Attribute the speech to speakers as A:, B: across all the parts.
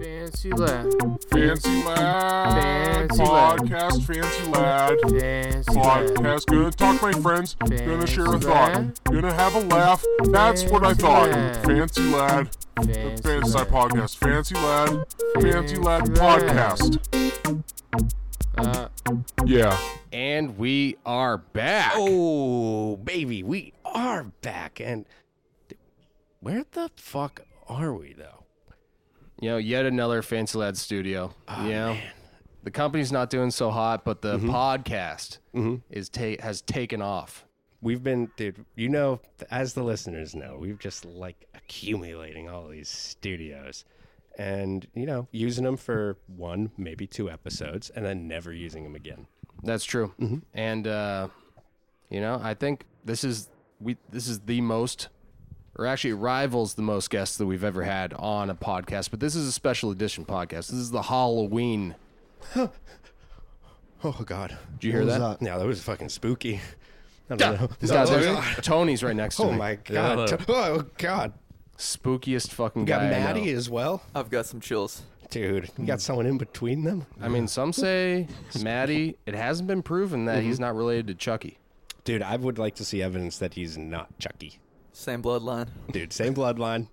A: Fancy lad.
B: Fancy Lad.
A: Fancy Lad.
B: Podcast Fancy Lad.
A: Fancy lad.
B: Podcast. Gonna talk, my friends. Gonna
A: Fancy
B: share a thought.
A: Lad.
B: Gonna have a laugh. That's what I
A: Fancy
B: thought.
A: Lad.
B: Fancy Lad.
A: Fancy
B: Fancy Lad
A: lad.
B: Podcast. Fancy Lad. Fancy
A: Fancy
B: Lad
A: Lad.
B: Podcast.
A: Uh,
B: Yeah.
C: And we are back.
D: Oh, baby, we are back. And where the fuck are we, though?
C: You know, yet another Fancy Lad studio.
D: Oh,
C: you know,
D: man. Mm-hmm.
C: the company's not doing so hot, but the podcast
D: Mhm.
C: is ta- has taken off.
D: We've been, dude, you know, as the listeners know, we've just like accumulating all these studios and, you know, using them for one, maybe two episodes and then never using them again.
C: That's true.
D: Mm-hmm.
C: And uh, you know, I think this is we this is the most or actually rivals the most guests that we've ever had on a podcast, but this is a special edition podcast. This is the Halloween.
D: Oh, God.
C: Did you hear
E: What
C: that?
E: was
D: Now, that was fucking spooky. I don't know.
C: This guy-
D: oh,
C: there's-
D: God.
C: Tony's right next to
D: Oh,
C: me.
D: my God. Oh, God.
C: Spookiest fucking
D: We got
C: guy. I know.
D: Maddie as well.
F: I've got some chills.
D: Dude, we got someone in between them.
C: I mean, some say Maddie. It hasn't been proven that
D: Mm-hmm.
C: he's not related to Chucky.
D: Dude, I would like to see evidence that he's not Chucky.
F: Same bloodline.
D: Dude, same bloodline.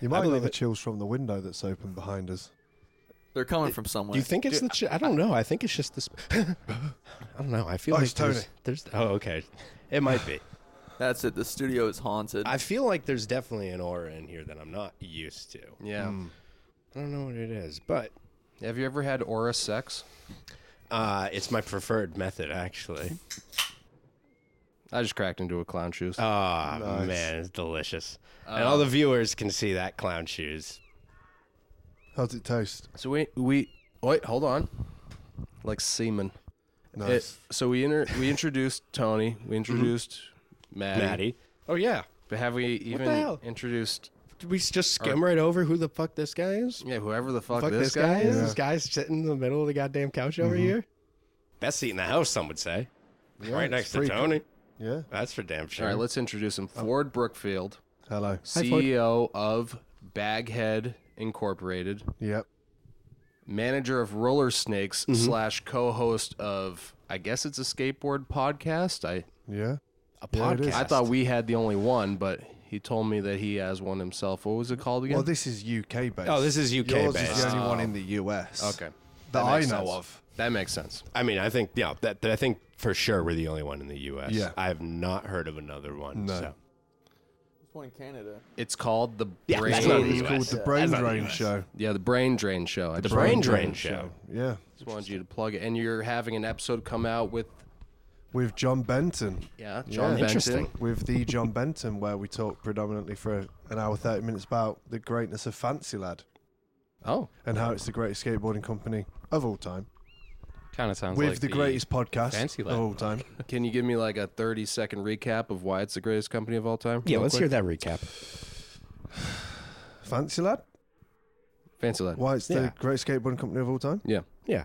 E: You might
D: believe
E: have the
D: it.
E: chills from the window that's open behind us.
F: They're coming from somewhere.
D: You think it's the? Ch- I don't know. I think it's just this. I don't know. I feel
E: Oh,
D: like
E: it's Tony.
D: There's, there's. Oh, okay. It might be.
F: That's it. The studio is haunted.
D: I feel like there's definitely an aura in here that I'm not used to.
C: Yeah.
D: Mm. I don't know what it is, but
C: Have you ever had aura sex?
D: uh, it's my preferred method actually.
C: I just cracked into a clown shoes.
D: Oh
E: Nice.
D: man, it's delicious, and all the viewers can see that clown shoes.
E: How's it taste?
C: so we we wait, hold on. Like semen.
D: Uh,
E: Nice.
C: It- so we inter- we introduced Tony.
D: Mm-hmm.
C: We introduced Maddie.
D: Maddie. Oh yeah.
C: But have we even
D: hell?
C: introduced
D: Did we just skim right over who the fuck this guy is?
C: yeah whoever the fuck,
D: Fuck
C: this, guy, Mm-hmm. is?
D: is.
E: Yeah.
D: This guy's sitting in the middle of the goddamn couch over here. Best seat in the house, some would say.
E: Yeah,
D: right
E: it's
D: next to
E: pretty
D: Tony.
E: Yeah.
D: That's for damn sure. Oh.
C: All right, let's introduce him. Ford Brookfield,
E: Hello.
C: CEO of Baghead Incorporated,
E: Yep.
C: manager of Roller Snakes
D: Mm-hmm.
C: slash co-host of I guess it's a skateboard podcast. I
D: a
E: Yeah. Yeah, it
D: podcast.
E: is.
C: I thought we had the only one, but he told me that he has one himself. What was it called again?
E: Well, this is UK based.
D: Oh, this is UK
E: Yours is
D: based.
E: the only one in the US.
C: okay,
E: That, I know of.
C: that makes sense.
D: I mean, I think yeah, that, that I think for sure we're the only one in the U.S.
E: Yeah.
D: I have not heard of another one.
E: No.
D: So.
F: There's one in Canada.
C: It's called the
D: Yeah,
C: brain.
D: that's
E: So
D: not
E: it was
D: the
E: called
D: US.
E: the
D: Yeah.
E: Brain
D: That's not the
E: Drain
D: US.
E: Show.
C: yeah, the brain drain show. I just,
D: Brain Drain Show.
E: Yeah.
C: just wanted you to plug it, and you're having an episode come out with
E: With John Benton.
C: yeah John
D: Interesting.
C: Benton.
E: With the John Benton, where we talk predominantly for an hour, 30 minutes about the greatness of Fancy Lad
C: Oh,
E: and how it's the greatest skateboarding company of all time.
G: Kind of sounds
E: with
G: like
E: the, greatest podcast
G: Fancy Lad
E: of all time.
C: can you give me like a 30 second recap of why it's the greatest company of all time?
D: Yeah,
C: real
D: let's
C: quick?
D: hear that recap.
E: Fancy Lad?
C: Fancy that.
E: Why it's
D: Yeah.
E: the greatest skateboarding company of all time?
C: Yeah.
D: Yeah.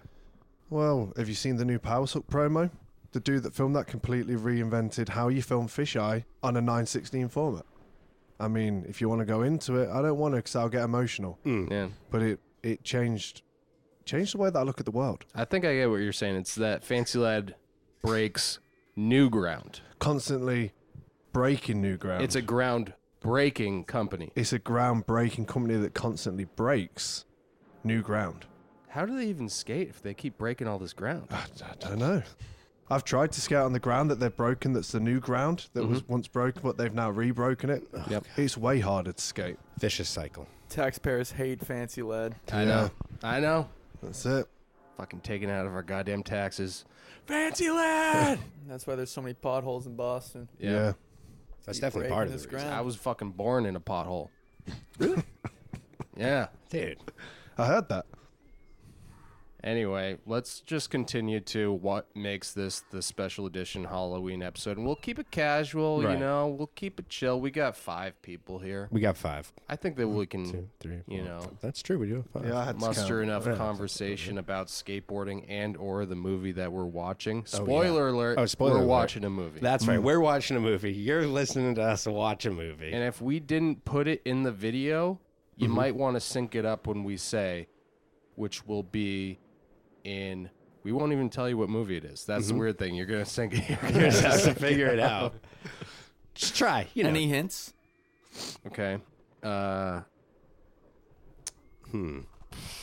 E: Well, have you seen the new Power Suck promo? The dude that filmed that completely reinvented how you film fisheye on a 916 format. I mean, if you want to go into it, I don't want to because I'll get emotional.
D: Hmm.
C: Yeah.
E: But it it changed changed the way that I look at the world.
C: I think I get what you're saying. It's that Fancy Lad breaks new ground.
E: Constantly breaking new ground.
C: It's a ground breaking company.
E: it's a groundbreaking company that constantly breaks new ground.
C: How do they even skate if they keep breaking all this ground?
D: Ah,
E: I, I don't know. I've tried to skate on the ground that they've broken. That's the new ground that was once broken, but they've now rebroken it.
C: Mm-hmm. Yep.
E: It's way harder to skate.
D: Vicious cycle.
F: Taxpayers hate fancy lead.
C: I know. I know.
E: That's it.
C: Fucking taken out of our goddamn taxes. Fancy land.
F: That's why there's so many potholes in Boston.
E: Yeah.
D: That's
F: Keep
D: definitely
F: breaking
D: part of
F: this
D: the reason.
C: I was fucking born in a pothole. Really? yeah.
D: Dude,
E: I heard that.
C: Anyway, let's just continue to what makes this the special edition Halloween episode. And we'll keep it casual,
D: Right.
C: you know, we'll keep it chill. We got five people here.
D: we got five,
C: I think that we can,
D: two, three.
C: you
D: four,
C: know,
D: five. that's true. We do have five.
E: Yeah, I had to
C: muster
E: count.
C: enough
D: Yeah.
C: conversation about skateboarding and or the movie that we're watching.
D: yeah.
C: Spoiler alert.
D: Oh, spoiler
C: We're
D: alert.
C: watching a movie.
D: That's right. We're watching a movie. You're listening to us watch a movie.
C: and if we didn't put it in the video, You
D: Mm-hmm.
C: might want to sync it up when we say, which will be in. We won't even tell you what movie it is. That's
D: Mm-hmm.
C: the weird thing. You're gonna sync it. You're gonna
D: Just have
C: sync
D: to figure it out. Just try. You know.
F: Any hints?
C: Okay. Uh,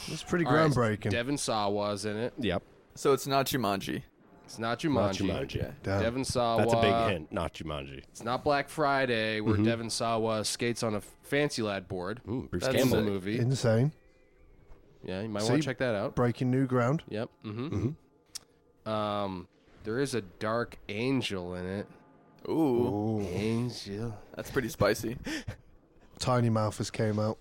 E: It's pretty
C: all right,
E: groundbreaking.
C: Devin Sawa's in it.
D: yep.
F: So it's not Jumanji.
C: It's not
D: Not
C: Jumanji. uh,
D: Jumanji.
E: Damn.
C: Devin Sawa.
D: That's a big hint. Not Jumanji.
C: It's not Black Friday
D: Mm-hmm.
C: where Devin Sawa skates on a fancy lad board.
D: Ooh, Bruce
F: That's
C: Campbell
F: sick.
D: Campbell.
C: movie.
E: Insane.
C: yeah, you might
E: See?
C: want to check that out.
E: Breaking new ground.
C: Yep. Mm-hmm.
D: Mm-hmm.
C: Um, there is a dark angel in it.
F: Ooh,
C: Angel.
F: that's pretty spicy.
E: Tiny Mouthers came out.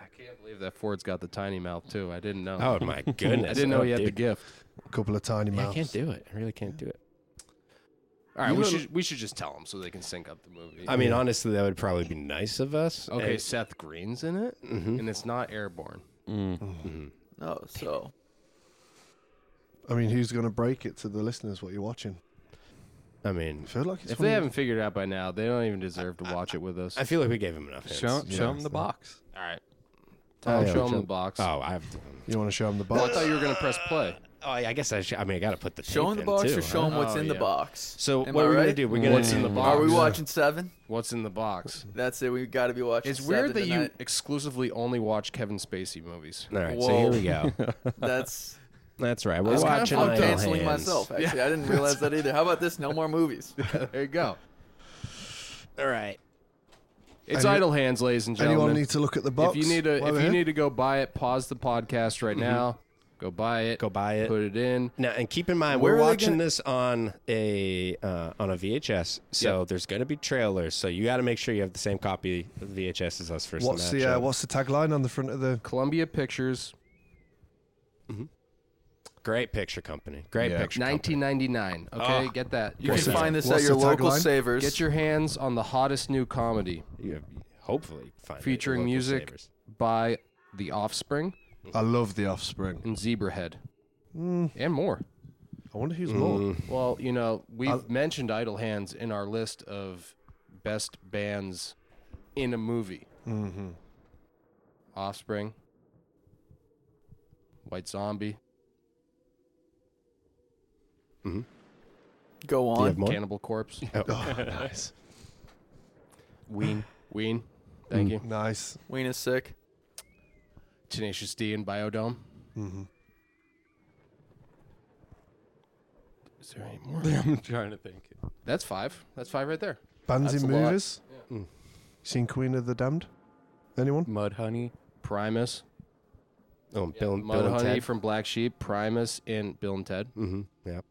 C: I can't believe that Ford's got the tiny mouth too. I didn't know.
D: Oh my goodness!
C: I didn't know
D: Oh,
C: he had the
D: dude.
C: gift.
E: A couple of tiny
D: Yeah, I
E: mouths.
D: can't do it. I really can't do it.
C: All right,
E: You
C: we
E: don't-
C: should we should just tell them so they can sync up the movie.
D: I mean, honestly, that would probably be nice of us. Mm-hmm.
C: okay,
D: And-
C: Seth Green's in it, and it's not airborne.
D: Mm-hmm.
F: No, Oh, so
E: I mean, who's going to break it to the listeners what you're watching?
D: I mean,
E: I feel like it's
C: If
E: one
C: they
E: of-
C: haven't figured it out by now, they don't even deserve to watch it with us.
D: I feel like we gave him enough hints.
A: Show, show him
E: it's
A: the
E: not-
A: box.
C: All right, Tom,
E: yeah,
C: show them the
E: John-
C: box.
D: Oh, I have.
E: You want to show them the
C: Well, I
E: box?
C: thought you were gonna press play.
D: Oh, I guess I. Should, I mean, I got to put the
F: show
D: tape
F: him the
D: in
F: box
D: too,
F: or show
D: huh? Oh,
F: him what's in the
C: yeah.
F: box.
D: So
F: Am
D: what
F: I
D: are we gonna
F: right?
D: do? We're gonna
C: What's in the box?
F: Are we watching Seven?
C: What's in the box?
F: That's it. We got to be watching.
C: It's weird
F: Seven
C: that you
F: tonight.
C: exclusively only watch Kevin Spacey movies.
D: All right, so here
F: Whoa.
D: we go.
F: That's
D: That's right. We're
F: I was kind of
D: watching.
F: fun
D: Idle
F: canceling
D: Hands.
F: myself. Actually, I didn't realize that either. How about this? No more movies.
C: there you go.
D: All right.
C: It's
E: Any-
C: idle hands, ladies and gentlemen.
E: Anyone need to look at the box?
C: if you need to,
E: while
C: if
E: we're
C: you
E: here?
C: need to go buy it, pause the podcast right now. Go buy it.
D: Go buy it.
C: Put it in.
D: Now, and keep in mind,
F: Where
D: we're
F: are they
D: watching
F: gonna-
D: this on a uh, on a VHS, so there's going to be trailers. So you got to make sure you have the same copy of VHS as us first.
E: What's the uh, what's the tagline on the front of the?
C: Columbia Pictures,
D: great picture company? Great
B: Yeah.
D: picture. company.
C: 1999. Okay,
D: Ah.
C: get that.
F: You can
D: What's
F: find this at
E: what's
F: your
E: the
F: local
E: tagline?
F: Savers.
C: Get your hands on the hottest new comedy
D: You- hopefully, find it at
C: featuring
D: local
C: music
D: Savers.
C: by The Offspring
E: I love the Offspring.
C: and Zebrahead,
E: Mm.
C: and more.
E: I wonder who's more.
C: Well, you know, we've mentioned Idle Hands in our list of best bands in a movie. Mm-hmm. Offspring, White Zombie,
F: Go
D: Mm-hmm. Do you
F: on.
D: have more?
C: Cannibal Corpse,
D: Oh.
E: Oh. nice,
C: Ween, Ween.
D: Mm.
C: Thank you.
E: nice.
F: Ween is sick.
C: Tenacious D and Biodome.
D: Mm-hmm.
E: Mhm.
C: Is there any more?
D: I'm trying to think.
C: That's five. That's five right there.
E: Bands
F: That's
E: in
F: a lot.
E: movies.
D: Mm.
E: Seen Queen of the Damned? Anyone?
D: Mud Honey.
C: Primus,
D: Oh, Bill,
C: Mud
D: Bill
C: Honey
D: and Ted.
C: from Black Sheep, Primus in Bill and Ted.
D: mm-hmm. Yep.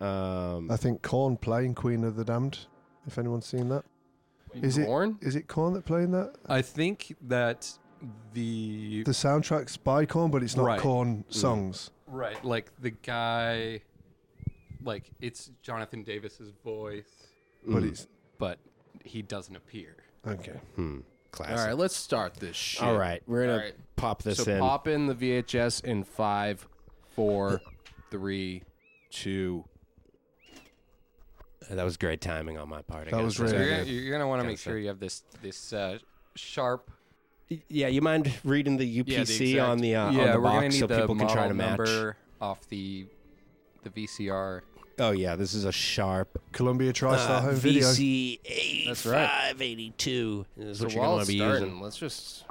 D: Um,
E: I think Corn playing Queen of the Damned. If anyone's seen that, is it
C: Corn?
E: is it Corn that playing that?
A: I think that the
E: The soundtrack's by Corn, but it's not
A: Right.
E: Corn
D: Mm.
E: songs.
A: right, like the guy, like it's Jonathan Davis's voice,
D: Mm.
E: But it's
A: but he doesn't appear.
E: okay.
D: hmm, classic.
C: All right, let's start this shit.
D: All right, we're gonna
C: All right.
D: pop this
C: so
D: in.
C: pop in the VHS in five, four, three, two.
D: That was great timing on my part. I
E: That
D: guess.
E: was
D: That's all
E: really good.
A: You're gonna, you're gonna want to
D: Yeah,
A: make
D: so-
A: sure you have this this uh, sharp.
D: Yeah, you mind reading the
A: Yeah, the
D: UPC on
A: exact-
D: the uh,
A: yeah,
D: on the
A: we're gonna
D: box
A: need
D: so
A: the
D: people can try
A: model
D: to match?
A: number off the the VCR.
D: Oh yeah, this is a sharp
E: Columbia TriStar
D: uh,
E: Home Video.
D: VC eighty
C: That's right.
D: five eighty two. Is
C: So
D: what you're
C: while
D: gonna
C: it's
D: be
C: starting,
D: using.
C: let's just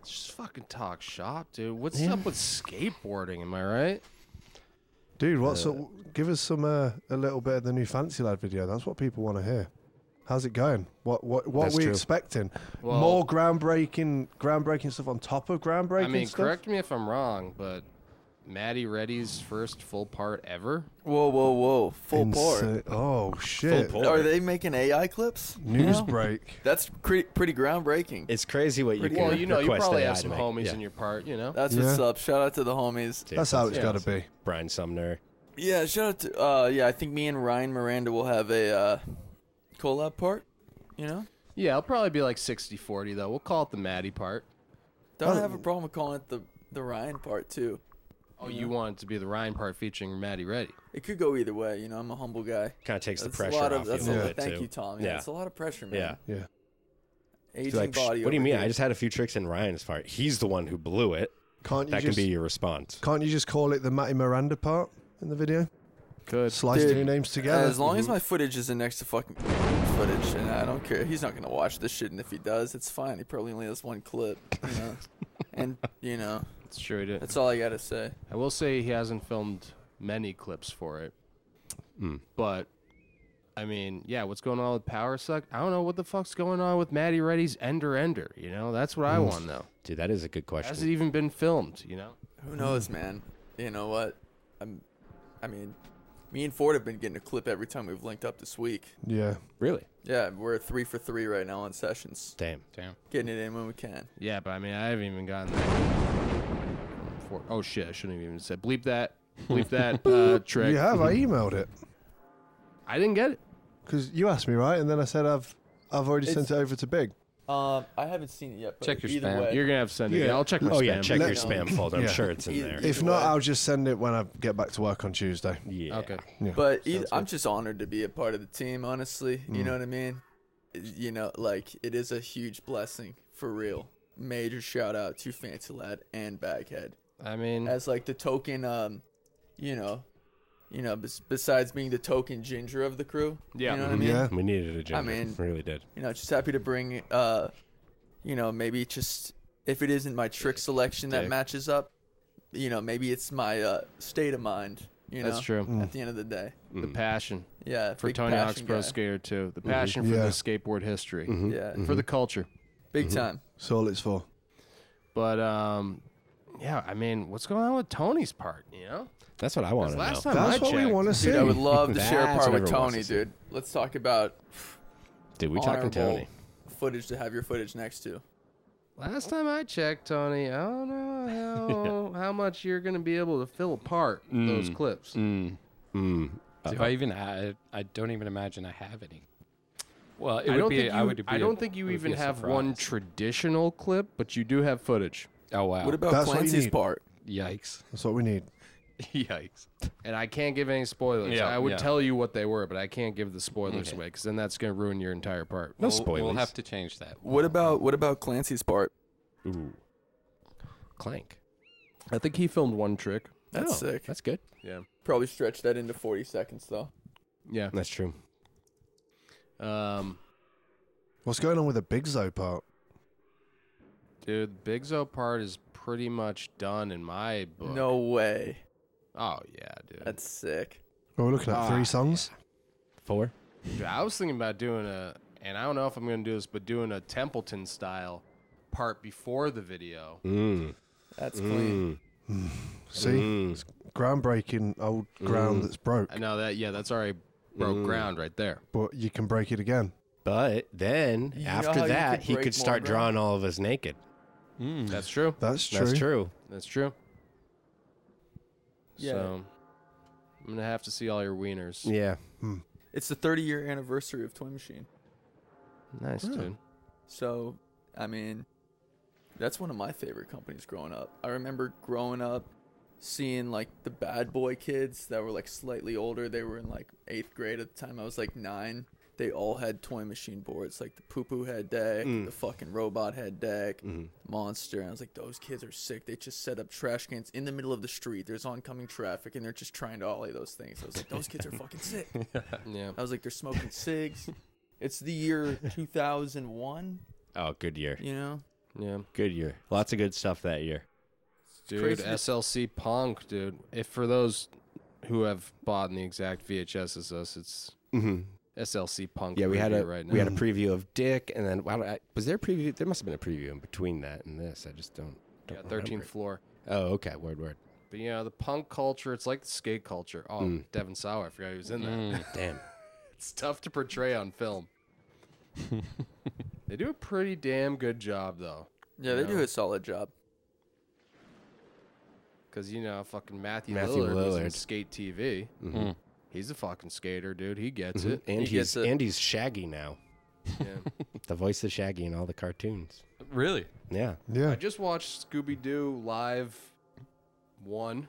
C: let's just fucking talk shop, dude. What's up with skateboarding? Am I right?
E: Dude, what's up? Give us some uh, a little bit of the new Fancy Lad video. That's what people want to hear. How's it going? What what what
D: That's
E: are we
D: true.
E: expecting?
C: Well-
E: More groundbreaking groundbreaking stuff on top of groundbreaking
C: I mean,
E: stuff.
C: correct me if I'm wrong, but Maddie Reddy's first full part ever.
F: Whoa, whoa, whoa! Full port.
E: Insa- Oh shit!
D: Full
F: Are they making AI clips?
E: News break.
F: That's cre- pretty groundbreaking.
D: It's crazy what you can
C: Well, you know, you
D: request
C: probably
D: AI
C: have
D: to
C: some
D: make.
C: homies
D: Yeah.
C: in your part, you know.
F: That's what's
E: Yeah.
F: up. Shout out to the homies.
D: Dude,
E: That's how it's
C: Yeah.
E: got to be.
D: Brian Sumner.
F: Yeah, shout out to uh yeah, I think me and Ryan Miranda will have a uh collab part, you know?
C: Yeah, I'll probably be like 60-40, though. We'll call it the Maddie part.
D: Oh.
F: Don't have a problem with calling it the the Ryan part too.
C: Oh, you want it to be the Ryan part featuring Maddie Reddy.
F: It could go either way. You know, I'm a humble guy.
D: Kind of takes the
F: That's
D: pressure
F: a lot
D: off
F: of, that's
D: you a
F: a
D: little
F: lot,
D: bit
F: Thank
D: too.
F: you, Tommy.
D: Yeah.
F: It's a lot of pressure, man.
D: Yeah.
E: Yeah.
D: He's
F: Aging
D: like, "Psh,
F: body.
D: what do you
F: over
D: mean? I
F: here."
D: just had a few tricks in Ryan's part. He's the one who blew it.
E: Can't you
D: That
E: just
D: can be your response.
E: can't you just call it the Matty Miranda part in the video?
C: Good.
E: Slice
F: Dude,
E: two names together.
F: As long as my footage isn't next to fucking footage, and I don't care. He's not gonna watch this shit, and if he does, it's fine. He probably only has one clip. You know? and you know,
C: That's true. He did.
F: that's all I gotta say.
C: I will say he hasn't filmed many clips for it. But, I mean, yeah, what's going on with Power Suck? I don't know what the fuck's going on with Maddie Reddy's Ender Ender. You know, that's what I want to know.
D: Dude, that is a good question.
C: Has it even been filmed? You know?
F: Who knows, man? You know what? I'm. I mean, me and Ford have been getting a clip every time we've linked up this week.
E: yeah.
D: really?
F: Yeah, we're three for three right now on sessions,
D: Damn.
A: Damn.
F: getting it in when we can.
C: Yeah, but I mean, I haven't even gotten that. For, oh shit! I shouldn't have even said. Bleep that. Bleep that. uh, trick.
E: You have. I emailed it
C: I didn't get it.
E: because you asked me right, and then I said I've I've already
F: It's-
E: sent it over to Big.
F: Um, I haven't seen it yet. But
A: Check your
F: either
A: spam.
F: Way,
C: You're gonna have to send it. Yeah, I'll check my
E: Oh,
C: spam.
E: yeah,
D: Yeah, check
E: Let-
D: your spam folder. I'm
E: Yeah.
D: sure it's in
F: Yeah.
D: there.
E: If
F: Either
E: not,
F: way.
E: I'll just send it when I get back to work on Tuesday.
D: Yeah.
C: Okay.
E: Yeah.
F: But eith-
E: sounds
F: I'm
E: good.
F: just honored to be a part of the team, honestly.
C: Mm.
F: You know what I mean? You know, like it is a huge blessing for real. Major shout out to Fancy Lad and Baghead
C: I mean,
F: as like the token, um, you know, you know, bes- besides being the token ginger of the crew.
C: Mm-hmm. Yeah.
F: you know what I mean.
E: Yeah.
D: We needed a gender.
F: mean-
D: we really did.
F: You know, just happy to bring, uh, you know, maybe just if it isn't my trick selection that
C: Dick.
F: matches up, you know, maybe it's my uh, state of mind. You know,
C: that's true.
F: At the end of the day,
C: The
D: Mm.
C: passion
F: yeah.
C: for
F: big
C: Tony Hawk's
F: passion
C: Pro
F: guy.
C: Skater 2. The passion for
E: Yeah.
C: the skateboard history,
D: Mm-hmm.
F: Yeah,
C: for
A: Mm-hmm.
C: the culture.
F: big time.
E: That's all it's for.
C: But um, yeah, I mean, what's going on with Tony's part? You know,
D: That's what I want to know.
C: last time I
E: That's what we
C: checked-
E: want to see.
F: Dude, I would love to share a
D: That's
F: part
D: what
F: with
D: everyone wants
F: Tony,
D: to see.
F: dude. Let's talk about
D: Dude, we talking
F: honorable
D: Tony.
F: footage to have your footage next to.
C: Last time I checked, Tony, I don't know how, how much you're going to be able to fill apart
A: Mm.
C: those clips.
D: Mm.
A: Do Hmm. I even? I, I don't even imagine I have any. Well, it
C: I
A: would
C: don't
A: be.
C: think you,
A: I would. Be
C: I don't think you
A: it would be
C: even
A: a
C: have one
A: surprise.
C: traditional clip, but you do have footage.
A: oh wow!
F: What about
E: That's what you
F: Clancy's
E: need.
F: part?
A: Yikes!
E: That's what we need.
A: Yikes!
C: And I can't give any spoilers.
A: Yeah,
C: I would
A: yeah.
C: tell you what they were, but I can't give the spoilers away because then that's going to ruin your entire part.
D: No
A: We'll,
D: spoilers.
A: we'll have to change that.
F: What about what about Clancy's part?
D: Ooh. Clank.
C: I think he filmed one trick.
F: That's
D: Oh,
F: sick.
D: That's good.
C: Yeah.
F: Probably stretch that into 40 seconds though.
C: Yeah.
D: That's true.
C: Um,
E: What's going on with the Big Zo part?
C: dude, Big Zo part is pretty much done in my book.
F: No way.
C: Oh, yeah, dude.
F: That's sick.
E: Well, we're looking at three songs.
D: Four.
C: Dude, I was thinking about doing a, and I don't know if I'm gonna do this, but doing a Templeton style part before the video.
D: Mm.
F: That's clean.
E: See,
D: Mm.
E: it's groundbreaking old ground that's broke,
C: I know that, yeah, that's already broke
D: Mm.
C: ground right there.
E: but you can break it again.
D: But then
F: You know
D: after
F: how you
D: that,
F: could
D: he
F: break
D: could
F: more
D: start
F: ground?
D: drawing all of us naked.
F: Mm.
C: That's true.
E: That's true.
D: That's true.
C: That's true.
F: Yeah.
C: So I'm gonna have to see all your wieners.
D: Yeah.
F: It's the 30 year anniversary of Toy Machine.
C: Nice, dude.
F: So, I mean, that's one of my favorite companies growing up. I remember growing up seeing like the bad boy kids that were like slightly older. They were in like eighth grade at the time. I was like nine. They all had toy machine boards, like the poo poo head deck, the fucking robot head deck, monster. And I was like, those kids are sick. They just set up trash cans in the middle of the street. There's oncoming traffic, and they're just trying to ollie those things. I was like, those kids are fucking sick.
C: Yeah.
F: I was like, they're smoking cigs. It's the year 2001,
D: Oh, good year.
F: you know?
C: Yeah.
D: Good year. Lots of good stuff that year.
C: Dude,
F: crazy to-
C: SLC Punk, dude. If for those who have bought in the exact VHS as us, it's
D: Mm-hmm.
C: SLC Punk.
D: Yeah, we had
C: preview
D: a
C: right now.
D: we had a preview of Dick, and then wow, I, was there a preview? There must have been a preview in between that and this. I just don't.
C: Yeah,
D: don't remember
C: 13th
D: it.
C: floor.
D: Oh, okay. Word, word.
C: But you know, the punk culture, it's like the skate culture. Oh,
D: Mm.
C: Devin Sauer, I forgot he was in that.
D: Damn.
C: It's tough to portray on film. they do a pretty damn good job though.
F: Yeah, they do a solid job.
C: Cause you know, fucking Matthew,
D: Matthew
C: Lillard, was in
D: Lillard. Mm-hmm.
C: skate TV. He's a fucking skater, dude. He gets it.
D: And
F: He gets
D: he's
F: a-
D: and he's Shaggy now. Mm-hmm.
C: Yeah.
D: The voice of Shaggy in all the cartoons.
A: Really?
D: Yeah.
E: Yeah.
C: I just watched Scooby Doo live one.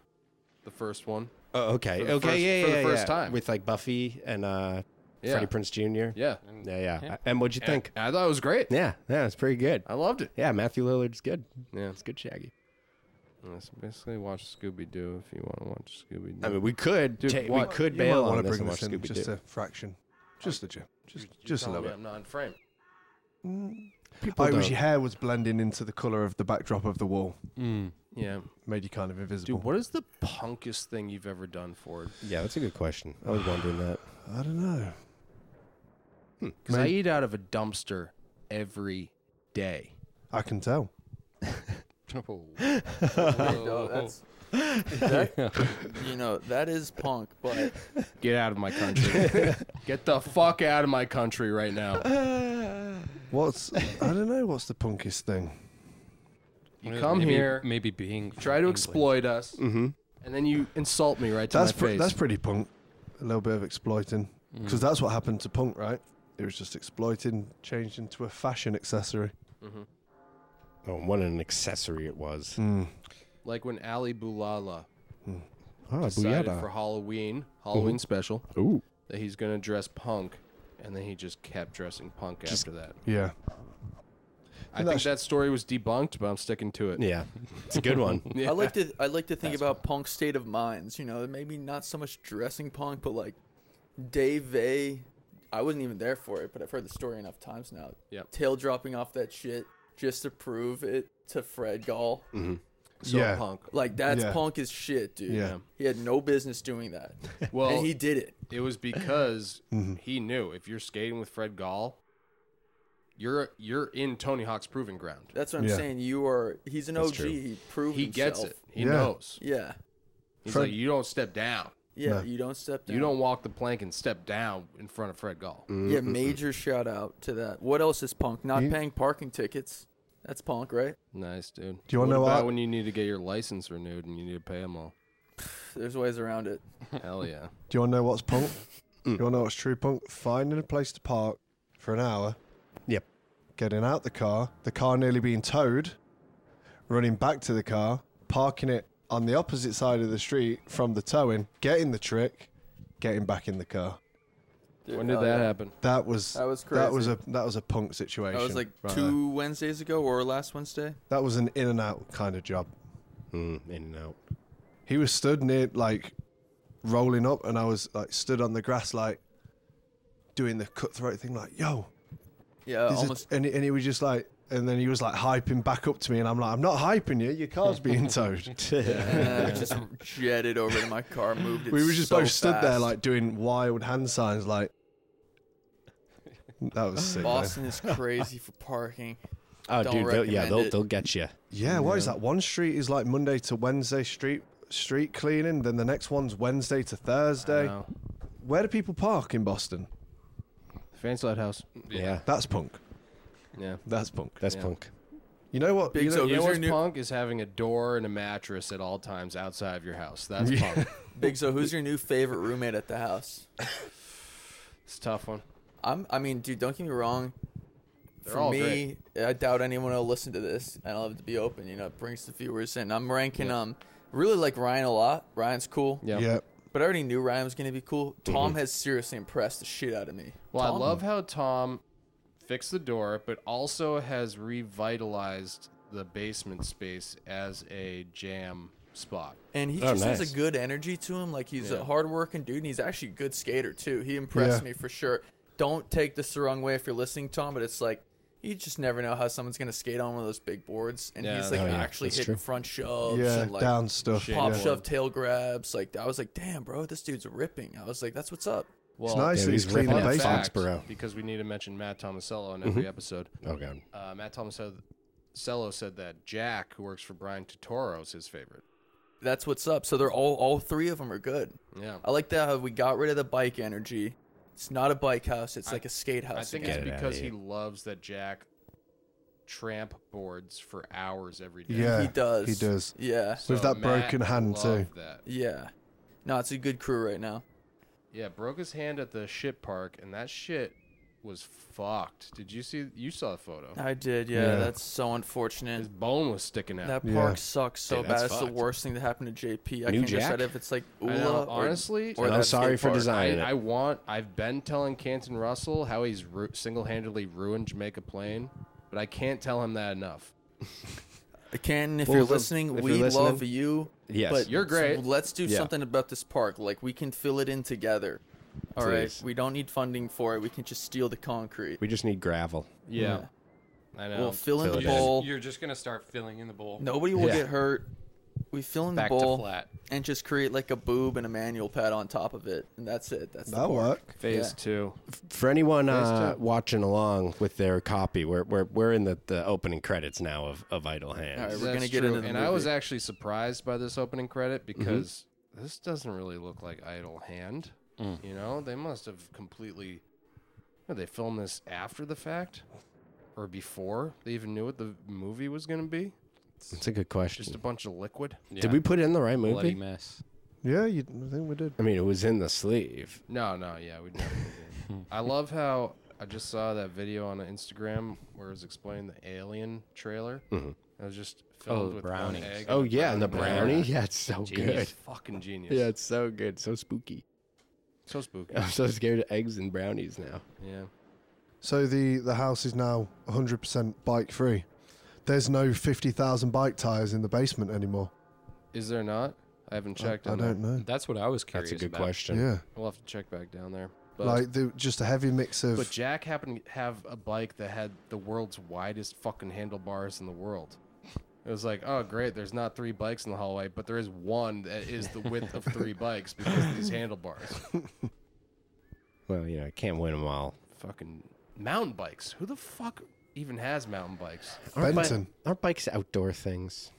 C: the first one.
D: Oh, okay.
C: For the
D: okay.
C: first-
D: yeah,
C: for the
D: yeah,
C: first
D: yeah.
C: time.
D: with like Buffy and uh,
C: Yeah.
D: Freddie Prince Jr. Yeah,
C: Yeah.
D: yeah, yeah. And what'd you think?
C: I thought it was great.
D: Yeah, yeah, it's pretty good.
C: I loved it.
D: Yeah, Matthew Lillard's good.
C: Yeah.
D: it's good, Shaggy.
C: Let's basically watch Scooby Doo if you want to watch Scooby Doo.
D: I mean, we could,
C: Dude,
D: ta-
C: what-
D: we could
E: You might
D: bail
E: want
D: on
E: to
D: this
E: bring
D: and
E: this
D: watch
E: in
D: Scooby
E: just
D: Doo.
E: a fraction, just a ju- just just a little bit.
C: I'm not in frame.
E: Oh,
D: People
E: it was
D: don't-
E: your hair was blending into the color of the backdrop of the wall,
C: Yeah.
E: made you kind of invisible.
C: Dude, what is the punkest thing you've ever done, Ford?
D: Yeah, that's a good question. I was wondering that.
E: I don't know.
C: Because I
E: Man.
C: eat out of a dumpster every day.
E: I can tell.
F: No, that's that, you know that is punk, but
C: Get out of my country. Get the fuck out of my country right now.
E: What's I don't know. What's the punkest thing?
C: You come
A: maybe,
C: here,
A: Maybe being
C: try to exploit us, and then you insult me right to
E: That's
C: my
E: pre-
C: face. Mm.
E: that's pretty punk. A little bit of exploiting, because that's what happened to punk, right? It was just exploiting, changed into a fashion accessory.
D: Oh, what an accessory it was.
E: Mm.
C: like when Ali Bulala
D: Oh,
C: decided
D: booyah.
C: for Halloween, Halloween special,
D: Ooh.
C: that he's gonna dress punk, and then he just kept dressing punk after that.
E: Yeah,
C: I think
E: that's-
C: that story was debunked, but I'm sticking to it.
D: Yeah, it's a good one.
C: Yeah.
F: I like to I like to think about punk state of minds. You know, maybe not so much dressing punk, but like Dave A. I wasn't even there for it, but I've heard the story enough times now.
C: Yep.
F: Tail dropping off that shit just to prove it to Fred Gall.
C: So
E: Yeah.
C: punk.
F: Like that's
E: Yeah.
F: punk as shit, dude.
E: Yeah.
F: He had no business doing that.
C: Well,
F: and he did it.
C: It was because
E: Mm-hmm.
C: he knew if you're skating with Fred Gall, you're you're in Tony Hawk's proving ground.
F: That's what I'm
E: Yeah.
F: saying. You are he's an OG.
D: true.
F: He proved
C: He
F: himself.
C: gets it. He
E: Yeah.
C: knows.
F: Yeah.
C: He's
E: Fred-
C: like, you don't step down.
F: Yeah,
E: No.
F: you don't step down.
C: You don't walk the plank and step down in front of Fred Gall.
E: Mm.
F: Yeah, major shout out to that. What else is punk? Not paying parking tickets. That's punk, right?
C: Nice, dude.
E: Do you wanna
C: What
E: know
C: about
E: what-
C: when you need to get your license renewed and you need to pay them all?
F: There's ways around it.
C: Hell yeah.
E: Do you want to know what's punk? Do you want to know what's true punk? Finding a place to park for an hour.
D: Yep.
E: Getting out the car, the car nearly being towed, running back to the car, parking it on the opposite side of the street from the towing, getting the trick, getting back in the car.
F: Dude,
C: when did
F: hell
C: that
F: yeah.
C: happen?
E: That was
F: That was
E: That was
F: crazy.
E: a that was a punk situation.
F: That was like
E: right there.
F: two Wednesdays ago or last Wednesday.
E: That was an in and out kind of job.
D: Mm, in and out.
E: He was stood near like rolling up, and I was like stood on the grass like doing the cutthroat thing, like yo,
F: Yeah,
E: This is-
F: almost.
E: and, he- and he was just like, and then he was like hyping back up to me, and I'm like, I'm not hyping you. Your car's being towed.
F: and then I just jetted over to my car, moved it.
E: we were just
F: so
E: both stood there
F: fast.
E: like doing wild hand signs, like. That was sick. man.
F: Boston is crazy for parking.
D: Oh,
F: Don't
D: dude, they'll, yeah,
F: recommend
D: they'll
F: it.
D: they'll get you.
E: Yeah, what is that? One street is like Monday to Wednesday street street cleaning, then the next one's Wednesday to Thursday.
C: No.
E: Where do people park in Boston?
C: Fans Lighthouse.
D: Yeah,
E: That's punk.
C: Yeah.
E: That's punk.
D: that's
C: Yeah.
D: punk.
E: You know what?
F: Big
E: you know,
F: so
C: You know
F: who's your
C: what's
F: new
C: punk is having a door and a mattress at all times outside of your house. That's punk.
F: big? So who's your new favorite roommate at the house?
C: It's a tough one.
F: I'm. I mean, dude, don't get me wrong.
C: They're
F: for
C: all
F: me, I doubt anyone will listen to this, and I'll have to be open. You know, it brings the viewers in. I'm ranking um really like Ryan a lot. Ryan's cool,
C: Yeah.
E: yeah.
F: but I already knew Ryan was gonna be cool. Tom has seriously impressed the shit out of me.
C: Well, I
F: Tom?
C: love how Tom fixed the door, but also has revitalized the basement space as a jam spot.
F: and he
D: Oh,
F: just has
D: nice.
F: a good energy to him. Like he's
C: Yeah.
F: a hardworking dude, and he's actually a good skater too. He impressed
E: Yeah.
F: me for sure. Don't take this the wrong way if you're listening, Tom, but it's like you just never know how someone's gonna skate on one of those big boards, and
C: Yeah,
F: he's like
D: oh, yeah,
F: actually
D: that's
F: hitting
D: true.
F: front shoves,
E: Yeah,
F: and, like,
E: down stuff.
C: Shit.
E: Yeah.
F: pop
C: Yeah.
F: shove tail grabs. Like I was like, damn, bro, this dude's ripping. I was like, that's what's up.
C: Well,
E: nice
D: yeah,
E: that he's
D: he's ripping
E: cleaning
D: up
E: the basement.
D: facts. Foxborough.
C: because we need to mention Matt Tomasello in every episode.
D: Oh god.
C: Uh, Matt Tomasello said that Jack, who works for Brian Totoro, is his favorite.
F: That's what's up. So they're all all three of them are good.
C: Yeah.
F: I like that how we got rid of the bike energy. It's not a bike house. It's like a skate house.
C: I think
F: again.
C: it's
D: Get it outta
C: because he
D: here.
C: loves that Jack tramp boards for hours every day.
E: Yeah,
F: he does.
E: He does.
F: Yeah.
E: With that broken hand,
C: loved
E: too.
C: that.
F: Yeah. No, it's a good crew right now.
C: Yeah, broke his hand at the shit park, and that shit was fucked. Did you see? You saw the photo.
F: I did, yeah.
E: Yeah.
F: That's so
C: His
F: unfortunate.
C: bone was sticking out.
F: That
E: Yeah.
F: park sucks so
D: Dude,
F: bad.
D: that's
F: It's the
D: fucked.
F: worst thing that happened to JP. I
D: New
F: can't
D: Jack?
F: decide if it's like
C: I
F: Ula
C: know,
F: or-
C: honestly,
F: or
D: I'm
F: that
D: sorry
F: skate
D: for
F: park.
D: design.
C: I,
D: it.
C: I want. I've been telling Canton Russell how he's ru- single-handedly ruined Jamaica Plain, but I can't tell him that enough.
F: Canton, if
D: Well,
F: you're
D: the-
F: listening,
D: if
F: we
D: you're listening-
F: love you.
D: Yes.
F: but
C: You're great.
F: Let's do
D: Yeah.
F: something about this park. Like we can fill it in together. All right,
D: Please.
F: we don't need funding for it. We can just steal the concrete.
D: We just need gravel.
C: Yeah, I know.
F: We'll fill in
D: Fill
F: the
D: it in.
F: bowl.
A: You're just gonna start filling in the bowl.
F: Nobody will
D: Yeah.
F: get hurt. We fill in
C: Back
F: the bowl
C: to flat.
F: and just create like a boob and a manual pad on top of it, and that's it. That's the
E: That'll
F: park.
E: work.
C: Phase
F: Yeah.
C: two.
D: For anyone uh,
C: Nice
D: watching along with their copy, we're we're, we're in the, the opening credits now of, of Idle
F: All
D: Hands.
F: right, we're gonna
C: That's
F: get
C: true.
F: into the
C: And I was
F: movie.
C: actually surprised by this opening credit because this doesn't really look like Idle Hand. You know, they must have completely. Did they film this after the fact, or before they even knew what the movie was going to be?
D: That's a good question.
C: Just a bunch of liquid.
D: Did we put in the right movie?
A: bloody mess?
E: Yeah, you, I think we did.
D: I mean, it was in the sleeve.
C: No, no, yeah, we definitely did. I love how I just saw that video on Instagram where it was explaining the Alien trailer. It was just filled
A: Oh,
C: with
A: brownies.
C: One egg
D: Oh
C: a
D: yeah, and the
C: brownie.
D: brownie. Yeah, it's so
C: Genius.
D: good.
C: Fucking genius.
D: Yeah, it's so good. So spooky.
C: So spooky.
D: I'm so scared of eggs and brownies now.
C: Yeah.
E: So the the house is now 100% bike free. There's no 50,000 bike tires in the basement anymore.
C: Is there not? I haven't
E: I,
C: checked.
E: I
C: on that.
E: don't know.
A: That's what I was curious
D: That's a good
A: about.
D: question.
E: Yeah,
C: We'll have to check back down there. But,
E: like the, just a heavy mix of
C: but Jack happened to have a bike that had the world's widest fucking handlebars in the world. It was like, oh great, there's not three bikes in the hallway, but there is one that is the width of three bikes because of these handlebars.
D: Well, you know, I can't win them all.
C: fucking mountain bikes. Who the fuck even has mountain bikes?
D: Aren't bi-
E: Benton.
D: aren't bikes outdoor things?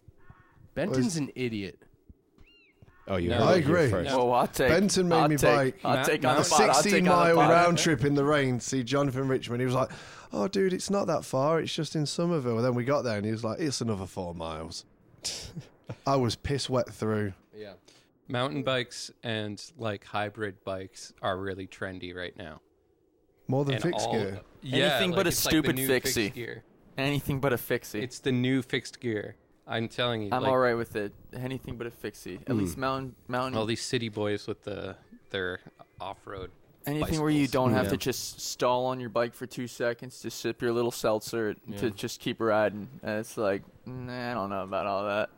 C: Benton's an idiot.
D: Oh, you
A: No.
D: heard
A: I
D: it here
E: agree.
D: first.
F: Whoa, I'll take.
E: Benton made
F: I'll
E: me
F: take,
E: bike.
F: I'll
A: Ma-
F: take on
A: Ma-
F: the pot. I'll
E: 16
F: take on the
E: mile
F: pot.
E: round trip in the rain to see Jonathan Richmond. He was like, Oh, dude, it's not that far. It's just in Somerville. Then we got there and he was like, It's another four miles. I was piss wet through.
C: Yeah.
A: Mountain bikes and like hybrid bikes are really trendy right now.
E: More than
A: and
E: fixed
A: all-
E: gear.
A: Yeah,
F: Anything
A: like,
F: but a
A: it's like the
F: stupid
A: new fixed
F: fixie.
A: gear.
F: Anything but a fixie.
A: It's the new fixed gear. I'm telling you,
F: I'm
A: like,
F: all right with it. Anything but a fixie.
D: Hmm.
F: At least mountain mountain.
A: all these city boys with the their off-road.
F: Anything where you
A: bicycles.
F: don't have to just stall on your bike for two seconds to sip your little seltzer to just keep riding. And it's like, nah, I don't know about all that.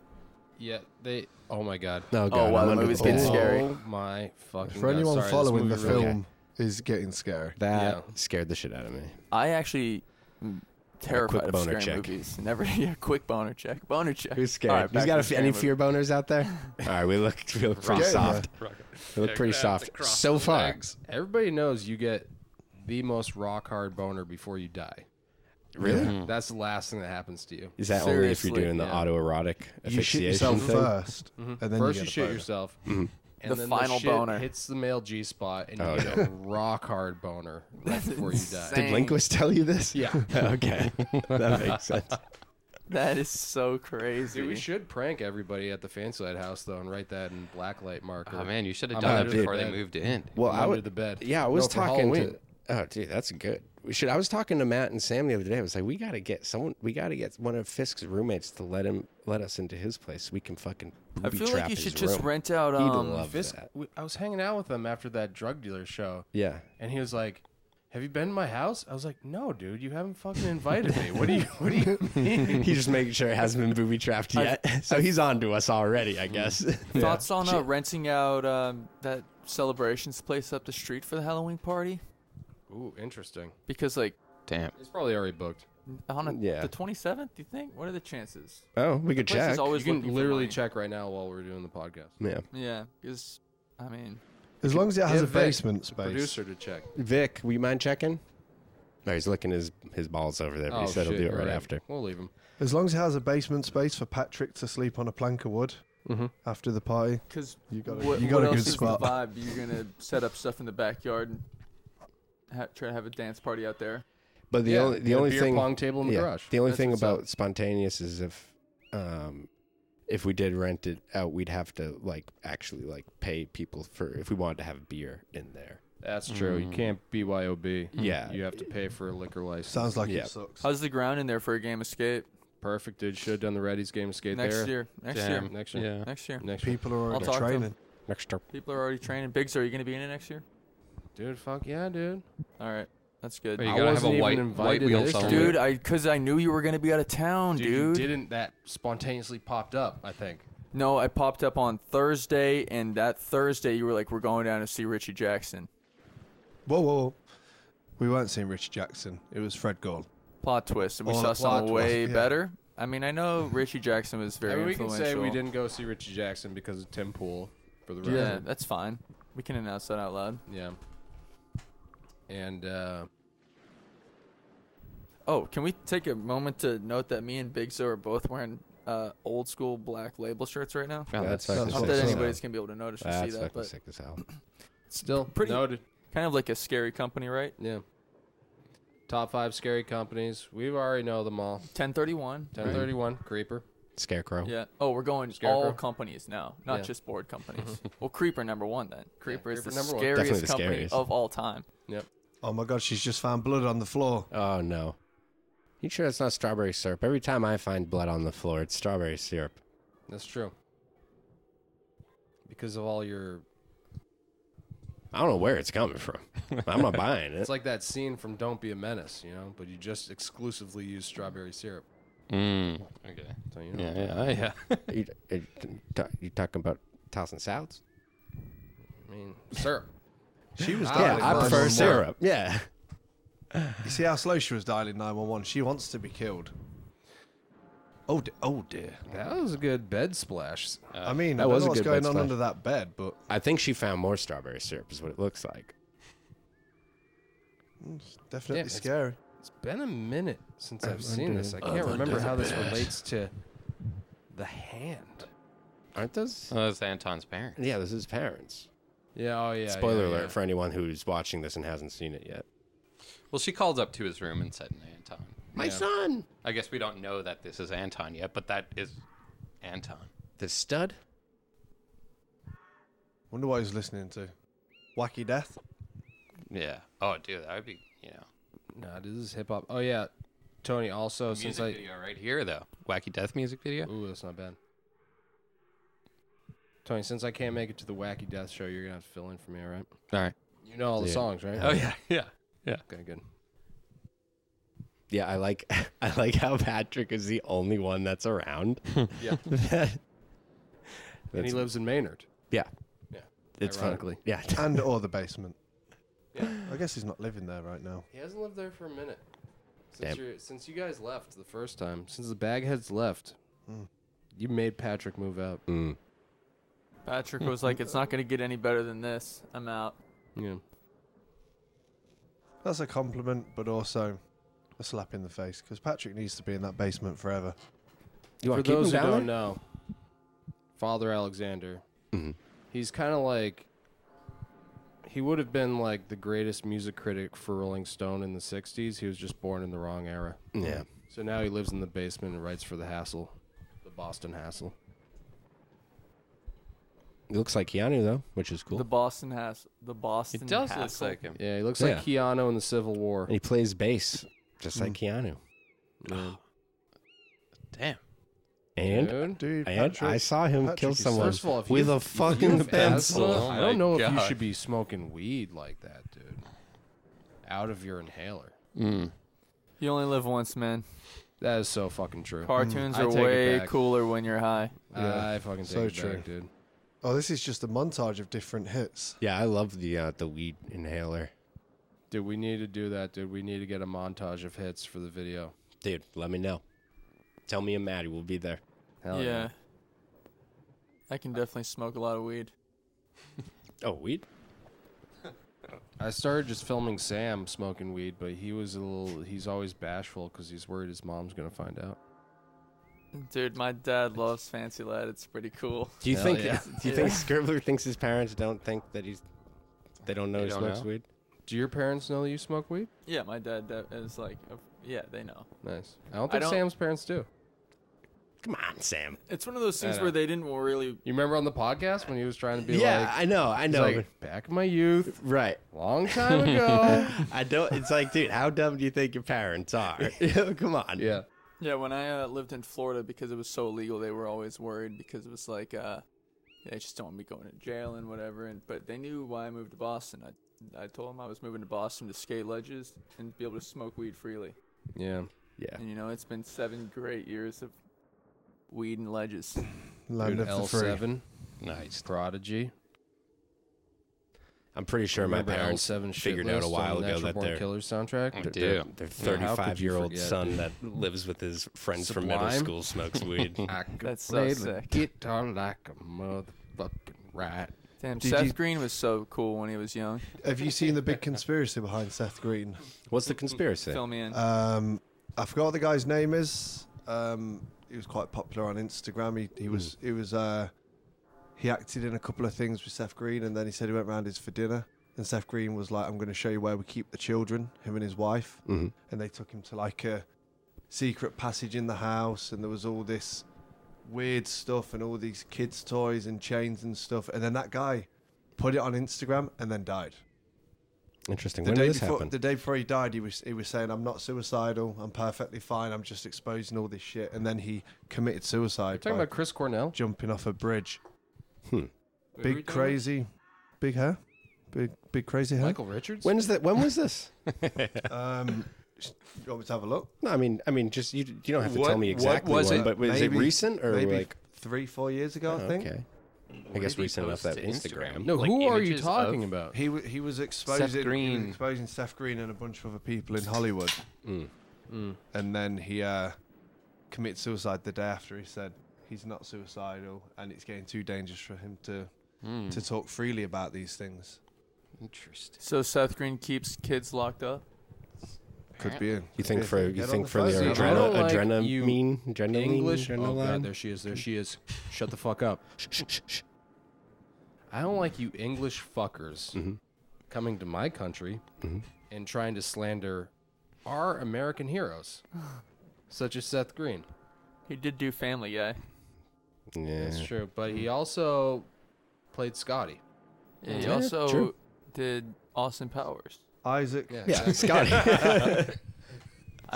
C: Yeah. They. Oh my god.
D: Oh,
F: Oh,
D: God,
F: wow,
D: I'm
F: the
D: under
F: movie's
D: the
F: getting
D: ball.
F: scary.
C: Oh my fucking.
E: For
C: God.
E: anyone
C: Sorry, this
E: following the
C: movie really-
E: film is getting scary.
D: That
C: Yeah.
D: scared the shit out of me.
F: I actually am terrified of
D: boner
F: scary
D: check.
F: movies. Never, yeah, quick boner check. Boner check.
D: Who's scared?
F: All right,
D: Who's
F: back
D: got
F: to
D: a f-
F: scary
D: any
F: movie.
D: fear boners out there? All right, we look we look pretty
E: Forget it.
D: soft. We look
A: Check
D: pretty
A: it out,
D: soft
A: it's across
D: so
A: the
D: far.
A: legs.
C: Everybody knows you get the most rock hard boner before you die. Mm-hmm.
D: Really?
C: That's the last thing that happens to you.
D: Is that only if you're
F: Seriously,
D: doing the
C: yeah.
D: autoerotic
E: You shit
D: asphyxiation
E: yourself
D: thing?
E: first.
F: Mm-hmm.
E: And then
C: First,
E: you,
C: you,
E: get a
C: shit
E: boner.
C: yourself,
A: Mm-hmm.
C: and
F: The
C: then
F: final
C: the shit
F: boner.
C: hits the male G spot, and
D: Oh,
C: you get a rock hard boner right before you die.
F: insane.
D: Did Linquist tell you this?
C: Yeah.
D: okay, that makes sense.
F: That is so crazy.
C: Dude, we should prank everybody at the Fanside house though, and write that in blacklight marker.
A: Oh man, you should have
C: I'm
A: done
C: under
A: that
C: the
A: before they
C: bed.
A: moved in.
D: Well,
C: I'm
D: I
C: under
D: would,
C: the bed.
D: Yeah, I was
C: No, for
D: talking
C: Halloween.
D: to. Oh, dude, that's good. We should. I was talking to Matt and Sam the other day. I was like, we gotta get someone. We gotta get one of Fisk's roommates to let him let us into his place. so We can fucking.
F: I
D: booby
F: feel
D: trap
F: like you
D: his
F: should just
D: room.
F: rent out.
D: He'd
F: Um,
D: love
C: Fisk,
D: that.
C: w- I was hanging out with him after that drug dealer show,
D: Yeah.
C: and he was like, "Have you been to my house?" I was like, "No, dude, you haven't fucking invited me. What do you? What do you mean?"
D: He's just making sure it hasn't been booby trapped yet. so he's on to us already, I guess.
F: thoughts on uh, renting out um, that celebrations place up the street for the Halloween party?
C: Ooh, interesting.
F: Because like
A: Damn.
C: It's probably already booked.
F: on a,
D: Yeah.
F: the 27th, you think? What are the chances?
D: Oh, we could
F: Place is
D: check.
F: always
C: You can
F: looking for
C: literally
F: money.
C: check right now while we're doing the podcast.
D: yeah.
F: Yeah, because I mean,
E: As long as it has
C: Yeah,
E: a
C: Vic,
E: basement
C: the
E: space.
C: Producer to check.
D: Vic, will you mind checking? No, he's licking his, his balls over there, but
F: Oh,
D: he said he'll do it
C: you're
D: right after.
C: Oh, We'll leave him.
E: As long as it has a basement space for Patrick to sleep on a plank of wood
F: Mm-hmm.
E: after the party.
F: because
E: You got a-
F: what,
E: you got
F: what
E: a
F: else
E: good
F: is
E: spot.
F: the vibe? You're gonna set up stuff in the backyard and ha- try to have a dance party out there.
D: But the
C: Yeah,
D: only
C: get
D: the
C: a
D: only
C: beer
D: thing
C: pong table in the
D: yeah,
C: garage.
D: The only
C: That's
D: thing
C: what's up.
D: about spontaneous is if um if we did rent it out, we'd have to like actually like pay people for if we wanted to have beer in there.
C: That's true.
F: Mm.
C: You can't BYOB.
D: Yeah.
C: You have to pay for a liquor license.
E: Sounds like
D: Yeah.
E: it sucks.
F: How's the ground in there for a game escape?
C: Perfect, dude. Should have done the Reddy's game skate
F: Next
C: there.
F: year. Next
A: Damn.
F: year.
C: Next year.
A: Yeah.
F: Next year.
C: Next year.
E: People are already
F: talk to 'em.
E: training.
D: Next up,
F: People are already training. Biggs, are you going to be in it next year?
C: Dude, fuck yeah, dude.
F: All right. That's good.
A: But you
C: I
A: gotta have
C: wasn't
A: a
C: even
A: white, white
C: invited
A: wheel
C: this
A: settlement.
C: time.
F: Dude, I because I knew you were gonna be out of town,
C: Dude,
F: dude.
C: you didn't. That spontaneously popped up, I think.
F: No, I popped up on Thursday, and that Thursday you were like, "We're going down to see Richie Jackson."
E: Whoa, whoa, whoa. We weren't seeing Richie Jackson. It was Fred Gold.
F: Plot twist, and we
E: Oh,
F: saw
E: the plot
F: someone way
E: twist, yeah.
F: better. I mean, I know Richie Jackson was very
C: I mean, we can
F: influential.
C: say we didn't go see Richie Jackson because of Tim Pool for the
F: Yeah,
C: record.
F: that's fine. We can announce that out loud.
C: Yeah. And uh,
F: Oh, can we take a moment to note that me and Big Zo are both wearing uh, old school black label shirts right now?
D: Wow, that's,
E: That's
D: fucking
F: Not
E: sick
F: that
E: as hell.
F: anybody's gonna be able to notice or see
D: That's
F: that,
D: fucking
F: but
D: sick as hell.
C: still
F: pretty-
C: noted.
F: kind of like a scary company, right?
C: Yeah. Top five scary companies. We already know them all.
F: 1031.
C: Ten thirty one Creeper.
D: Scarecrow.
F: Yeah. Oh, we're going all
C: Scarecrow?
F: companies now, not
C: Yeah.
F: just board companies. well, Creeper number one then. Creeper is
C: Creeper
F: the
C: number one.
F: scariest
D: Definitely the
F: company
D: scariest.
F: of all time.
E: Oh my God, she's just found blood on the floor.
D: Oh no. You sure it's not strawberry syrup? Every time I find blood on the floor, it's strawberry syrup.
C: That's true. Because of all your,
D: I don't know where it's coming from. I'm not buying it.
C: it's like that scene from Don't Be a Menace, you know. But you just exclusively use strawberry syrup.
A: Mm. Okay.
C: So you know.
A: Yeah, yeah, yeah.
D: you, you, you talking about towels and salads?
C: I mean, syrup.
E: She was
C: Yeah,
E: dialing
C: I
D: Ah. I prefer
E: 911.
D: syrup. Yeah.
E: You see how slow she was dialing 911? She wants to be killed. Oh, de- oh dear.
C: That was a good bed splash.
E: I mean,
D: that
E: I don't
D: was a
E: know what's
D: good
E: going
D: bed
E: on
D: splash.
E: under that bed, but
D: I think she found more strawberry syrup, is what it looks like.
E: it's definitely
C: it's-
E: scary.
C: It's been a minute since I've seen
D: under-
C: this. I can't remember how this relates to the hand.
D: Aren't those?
A: Well, that's Anton's parents.
D: Yeah, this is parents.
C: Yeah. Oh yeah.
D: Spoiler
C: yeah,
D: alert
C: yeah.
D: for anyone who's watching this and hasn't seen it yet.
A: Well, she called up to his room and said, Anton.
D: My son!
A: I guess we don't know that this is Anton yet, but that is Anton.
D: The stud?
E: Wonder what he's listening to. Wacky Death?
A: Yeah. Oh, dude, that would be, you know.
C: Nah, this is hip hop. Oh yeah, Tony. Also, since
A: Music
C: I
A: video right here, though. Wacky Death music video.
C: Ooh, that's not bad. Tony, since I can't make it to the Wacky Death Show, you're gonna have to fill in for me, all right?
A: All right.
C: You know all the
D: Yeah.
C: songs, right?
A: Oh, yeah, yeah.
C: Okay, good.
D: Yeah, I like I like how Patrick is the only one that's around.
C: Yeah.
D: That's-
C: and he lives in Maynard.
D: yeah.
C: Yeah.
D: It's fun.
C: Ironically.
D: Yeah.
E: And or the basement.
C: Yeah.
E: I guess he's not living there right now.
C: He hasn't lived there for a minute.
D: Damn.
C: Since, you're, since you guys left the first time, since the bagheads left,
E: Mm.
C: you made Patrick move out.
D: Mm.
F: Patrick was like, "It's not going to get any better than this. I'm out."
C: Yeah.
E: That's a compliment, but also a slap in the face because Patrick needs to be in that basement forever.
D: You
C: For
D: want to keep
C: those
D: him
C: who
D: down
C: don't know, Father Alexander,
D: Mhm.
C: he's kind of like he would have been like the greatest music critic for Rolling Stone in the '60s. He was just born in the wrong era.
D: there? Yeah.
C: So now he lives in the basement and writes for the Hassle, the Boston Hassle.
D: It looks like Keanu though, which is cool.
F: The Boston has the Boston.
A: It does look
F: Hassle.
A: like him.
C: Yeah, he looks like Keanu in the Civil War.
D: and he plays bass, just like Keanu.
C: Mm.
D: Oh.
C: Yeah.
A: Damn.
D: And
C: Dude.
E: Dude,
D: and I
E: Patrick.
D: saw him
E: Patrick
D: kill
E: is-
D: someone
C: First of all, if
D: with
C: you-
D: a
C: if you
D: fucking
C: have
D: pencil.
C: asthma,
A: Oh
C: I don't
A: my
C: know if you
A: God.
C: should be smoking weed like that, dude. Out of your inhaler.
A: Mm.
F: You only live once, man.
C: That is so fucking true.
F: Cartoons
C: I
F: are
C: take it
F: way
C: back.
F: cooler when you're high.
E: Yeah.
C: I fucking take
E: So
C: it
E: true.
C: back, dude.
E: Oh, this is just a montage of different hits.
D: Yeah, I love the uh, the weed inhaler.
C: Dude, we need to do that, dude. We need to get a montage of hits for the video.
D: Dude, let me know. Tell me and Maddie will be there.
C: Hell
F: yeah. I can definitely smoke a lot of weed.
D: Oh, weed?
C: I started just filming Sam smoking weed, but he was a little. He's always bashful because he's worried his mom's gonna find out.
F: Dude, my dad loves Fancy Lad. It's pretty cool.
D: Do you
C: Hell
D: think
C: yeah.
D: do you think Scribbler thinks his parents don't think that he's they don't know
A: They
D: he
A: don't
D: smokes
A: know?
D: weed?
C: Do your parents know that you smoke weed?
F: Yeah, my dad de- is like, a- yeah, they know.
C: Nice. I don't
F: I
C: think
F: don't-
C: Sam's parents do.
D: Come on, Sam.
F: It's one of those things where they didn't really.
C: You remember on the podcast when he was trying to be
D: yeah,
C: like,
D: I know, I know.
C: he's like, back in my youth,
D: but- right.
C: long time ago.
D: I don't. It's like, dude, how dumb do you think your parents are? Come on.
C: yeah.
F: Yeah, when I uh, lived in Florida, because it was so illegal, they were always worried because it was like, uh, they just don't want me going to jail and whatever. And but they knew why I moved to Boston. I I told them I was moving to Boston to skate ledges and be able to smoke weed freely.
C: Yeah.
D: Yeah.
F: And you know, it's been seven great years of weed and ledges.
E: Land
C: Dude,
E: of the free.
C: L7,
D: Nice.
C: Prodigy.
D: I'm pretty sure my
C: Remember
D: parents
C: L7
D: figured out
C: Shitlist
D: a
C: on
D: while
C: the
D: ago
C: Natural
D: that
C: Born
D: their
C: Killer soundtrack.
A: I
D: their,
A: do.
D: their
C: Yeah, how could
D: 35 year old
C: you forget,
D: son
C: dude?
D: that lives with his friends from middle
C: Sublime?
D: school smokes weed.
C: I could
F: That's so
C: play
F: sick.
C: the guitar like a motherfucking rat.
F: Damn,
E: Did
F: Seth
E: you-
F: Green was so cool when he was young.
E: Have you seen the big conspiracy behind Seth Green?
D: What's the conspiracy?
F: Fill me in.
E: Um, I forgot what the guy's name is. Um, he was quite popular on Instagram. He, he was he was uh, he acted in a couple of things with Seth Green, and then he said he went round his for dinner. And Seth Green was like, "I'm going to show you where we keep the children." Him and his wife,
D: Mhm.
E: and they took him to like a secret passage in the house, and there was all this weird stuff and all these kids' toys and chains and stuff. And then that guy put it on Instagram and then died.
D: Interesting.
E: The
D: when
E: day
D: did this
E: before,
D: happen?
E: the day before he died, he was he was saying, "I'm not suicidal. I'm perfectly fine. I'm just exposing all this shit." And then he committed suicide by
C: Talking about Chris Cornell.
E: jumping off a bridge.
D: Hmm.
A: Wait, who are we
E: Big
A: talking about?
E: crazy, big hair, big big crazy hair.
C: Michael Richards.
D: When is that? When was this?
E: Um, sh- you want me to have a look?
D: No, I mean, I mean, just you. You don't have to
A: What-
D: tell me
A: what
D: exactly
A: was
D: when,
A: it?
D: but was
E: Maybe-
D: it recent or
E: Maybe
D: like? Oh,
E: three, four years ago, I think.
D: Okay. I
A: What
D: guess
A: did he
D: recent enough
A: post
D: that
A: to
D: Instagram.
A: Instagram?
C: no, who are you
A: images of-
C: talking about?
E: He wa he was exposing He
A: Green.
E: was exposing Seth Green and a bunch of other people in Hollywood,
D: Mm.
E: and then he uh, committed suicide the day after. He said he's not suicidal, and it's getting too dangerous for him to
A: Hmm.
E: to talk freely about these things.
C: Interesting.
F: so Seth Green keeps kids locked up.
E: Could be.
D: You think for you think for
E: the
D: their
C: phone. I
D: adrena-
C: don't like you
D: adrenaline, adrenaline,
C: English. Oh
D: adrenaline?
C: god, there she is. There she is. Shut the fuck up. Shh, shh, shh, shh. I don't like you English fuckers
D: Mm-hmm.
C: coming to my country and trying to slander our American heroes, such as Seth Green.
F: He did do Family Guy.
D: yeah.
C: That's true, but he also played Scotty.
F: Yeah, he
D: Yeah,
F: also
D: true.
F: did Austin Powers.
E: Isaac.
C: Yeah.
D: Yeah, Scotty.
F: I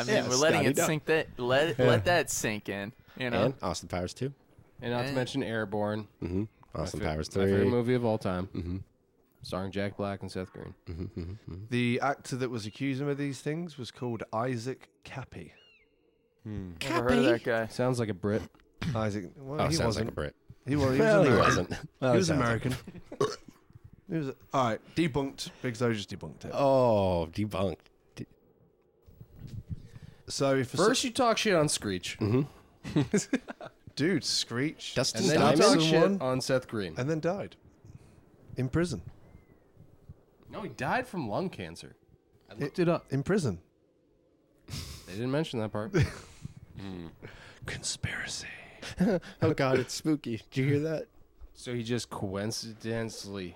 F: mean,
D: Yeah,
F: we're letting
D: Scotty
F: it
D: Duck.
F: sink that let let that sink in. You know,
D: and Austin Powers too.
C: And not to
F: Eh.
C: mention Airborne.
D: Mm-hmm. Austin
C: My fa-
D: Powers
C: My favorite
D: three. Mm-hmm.
C: movie of all time. Starring Jack Black and Seth Green.
E: The actor that was accusing him of these things was called Isaac Cappy.
F: never heard of that guy.
C: Sounds like a Brit.
E: Isaac. Well,
D: Oh,
E: he
D: sounds
E: wasn't.
D: like a Brit.
E: He was. He was
D: Well, he
E: American.
D: wasn't. Well,
E: He was
D: sounds like-
E: American. He was all right. Debunked. Big Zo just debunked it.
D: Oh, debunked. D-
E: So if
C: First, Mhm. you talk shit on Screech, and
E: dude Screech
D: Dustin
C: then you
E: Diamond?
C: talk
D: Diamond.
C: shit
E: Someone-
C: on Seth Green.
E: and then died in prison.
C: No, he died from lung cancer. I looked it, up.
E: In prison.
C: They didn't mention that part.
E: Conspiracy.
D: Oh God, it's spooky. Did you hear that?
C: so he just coincidentally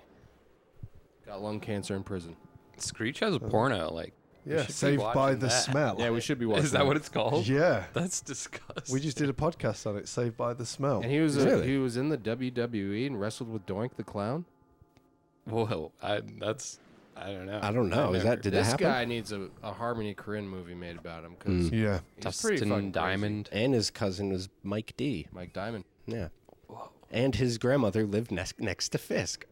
C: got lung cancer in prison.
A: Screech has a porno. Like,
E: Yeah.
A: should be
E: Saved by
A: watching
E: the
A: that.
E: smell.
C: Yeah, we should be watching.
A: is that what it's called?
E: Yeah.
A: That's disgusting.
E: We just did a podcast on it. Saved by the smell.
C: And he was a,
D: Really?
C: he was in the WWE and wrestled with Doink the Clown.
A: Well, I, that's I don't know.
D: I don't know. Is that did
C: this
D: that happen? Hmm.
C: guy needs a, a Harmony Korine movie made about him because
E: yeah.
C: he's pretty fucking crazy.
A: Dustin Diamond?
D: And his cousin was Mike D.
C: Mike Diamond.
D: Yeah. And his grandmother lived next next to Fisk.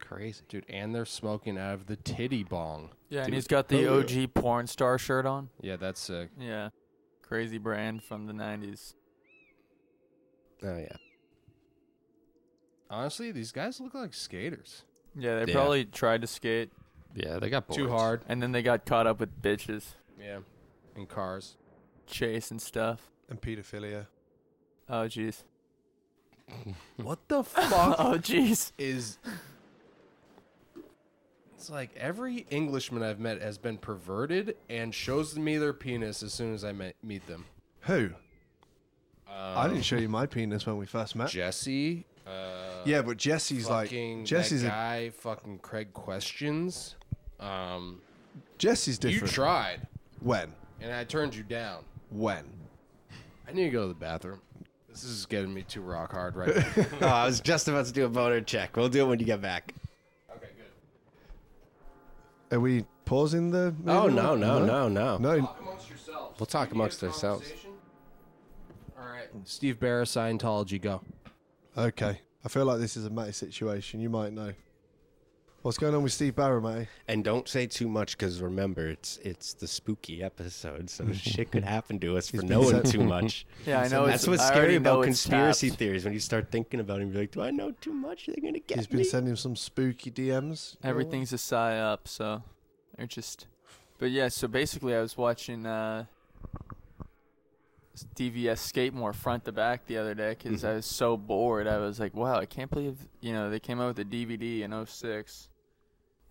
A: Crazy.
C: Dude, and they're smoking out of the titty bong.
F: Yeah, and
C: Dude.
F: he's got the
D: Oh,
F: OG porn star shirt on.
C: Yeah, that's sick.
F: Yeah, crazy brand from the '90s.
D: Oh yeah.
C: Honestly, these guys look like skaters.
F: Yeah, they
D: Yeah.
F: probably tried to skate
A: Yeah, they got bored.
C: Too hard.
F: and then they got caught up with bitches,
C: Yeah. In cars.
F: chase and stuff.
E: And paedophilia.
F: Oh jeez.
C: What the
F: oh jeez.
C: is it's like every Englishman I've met has been perverted and shows me their penis as soon as I met, meet them.
E: Who?
C: Um,
E: I didn't show you my penis when we first met.
C: Jesse. Uh,
E: yeah, but Jesse's like
C: fucking
E: Jesse's
C: that
E: a,
C: guy. Fucking Craig questions. Um,
E: Jesse's
C: you
E: different.
C: tried,
E: when?
C: and I turned you down.
E: When?
C: I need to go to the bathroom. This is getting me too rock hard right now.
D: oh, I was just about to do a boner check. We'll do it when you get back.
E: Are we pausing the? movie
D: Oh
E: or
D: no,
E: not?
D: no, no, no.
E: No,
C: amongst yourselves.
D: We'll
C: We
D: talk
C: need a
D: amongst ourselves.
C: conversation. All right. Mm. Steve Barra, Scientology, go.
E: Okay. I feel like this is a Matty situation. You might know. What's going on with Steve Barrow, Matty?
D: And don't say too much because remember, it's it's the spooky episode, so shit could happen to us for
E: been
D: knowing
E: set-
D: too much.
F: Yeah, I know.
D: That's
F: Oh, it's,
D: what's
F: I
D: scary
F: already know
D: about
F: it's
D: conspiracy
F: tapped.
D: theories when you start thinking about it and be like, do I know too much? They're going to get
E: He's
D: me.
E: been sending some spooky DMs.
F: Everything's a psyop, so they're just. But yeah, so basically, I was watching uh, s- DVS Skatemore front to back the other day
D: Mm-hmm.
F: because I was so bored. I was like, wow, I can't believe you know they came out with a DVD in 06,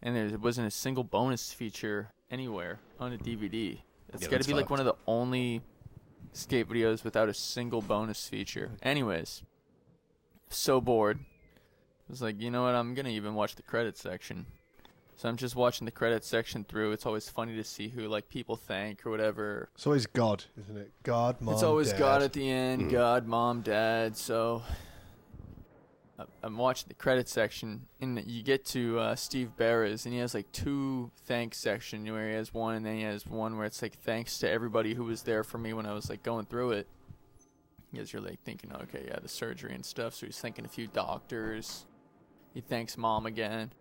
F: and there wasn't a single bonus feature anywhere on a DVD. It's
D: Yeah,
F: got to
D: that's
F: be like one of
D: fucked.
F: the only skate videos without a single bonus feature. Anyways, so bored. I was like, you know what? I'm gonna even watch the credits section. So I'm just watching the credits section through. It's always funny to see who like people thank or whatever.
E: It's always God, isn't it? God, mom.
F: it's always
E: Dad. Mm.
F: God at the end, God, mom, dad. So I- I'm watching the credits section, and you get to uh, Steve Barra's, and he has like two thanks section where he has one, and then he has one where it's like thanks to everybody who was there for me when I was like going through it. Because you're like thinking, okay, yeah, the surgery and stuff. So he's thanking a few doctors. He thanks mom again.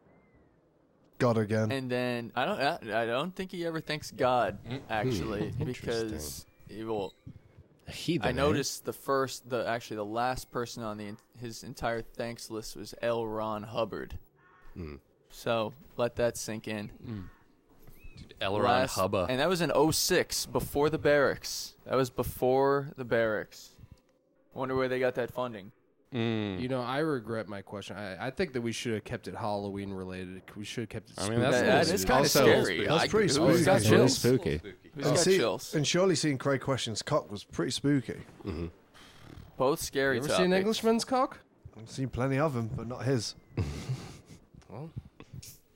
E: God again.
F: And then I don't I, I don't think he ever thanks God
E: Hmm.
F: actually because he will
D: A heathen,
F: I
D: eh?
F: noticed the first the actually the last person on the en- his entire thanks list was L Ron Hubbard. So let that sink in.
A: Elron
F: Last-
A: Hubba.
F: And that was in 06 before the barracks. That was before the barracks. Wonder where they got that funding.
A: Mm.
C: You know, I regret my question. I, I think that we should have kept it Halloween related. We should have kept it.
A: I mean, that's
F: That,
A: a
C: spooky.
A: little
F: that is kind of
D: Also-
F: scary.
E: That's
F: I-
E: pretty
F: Who's
E: spooky.
F: got
E: It's really
F: chills?
D: spooky.
F: Who's
E: And
F: got
E: see-
F: chills?
E: And surely seeing Craig questions cock was pretty spooky.
F: Both scary
C: You ever
F: topics.
C: seen Englishman's cock?
E: I've seen plenty of them, but not his.
C: Well.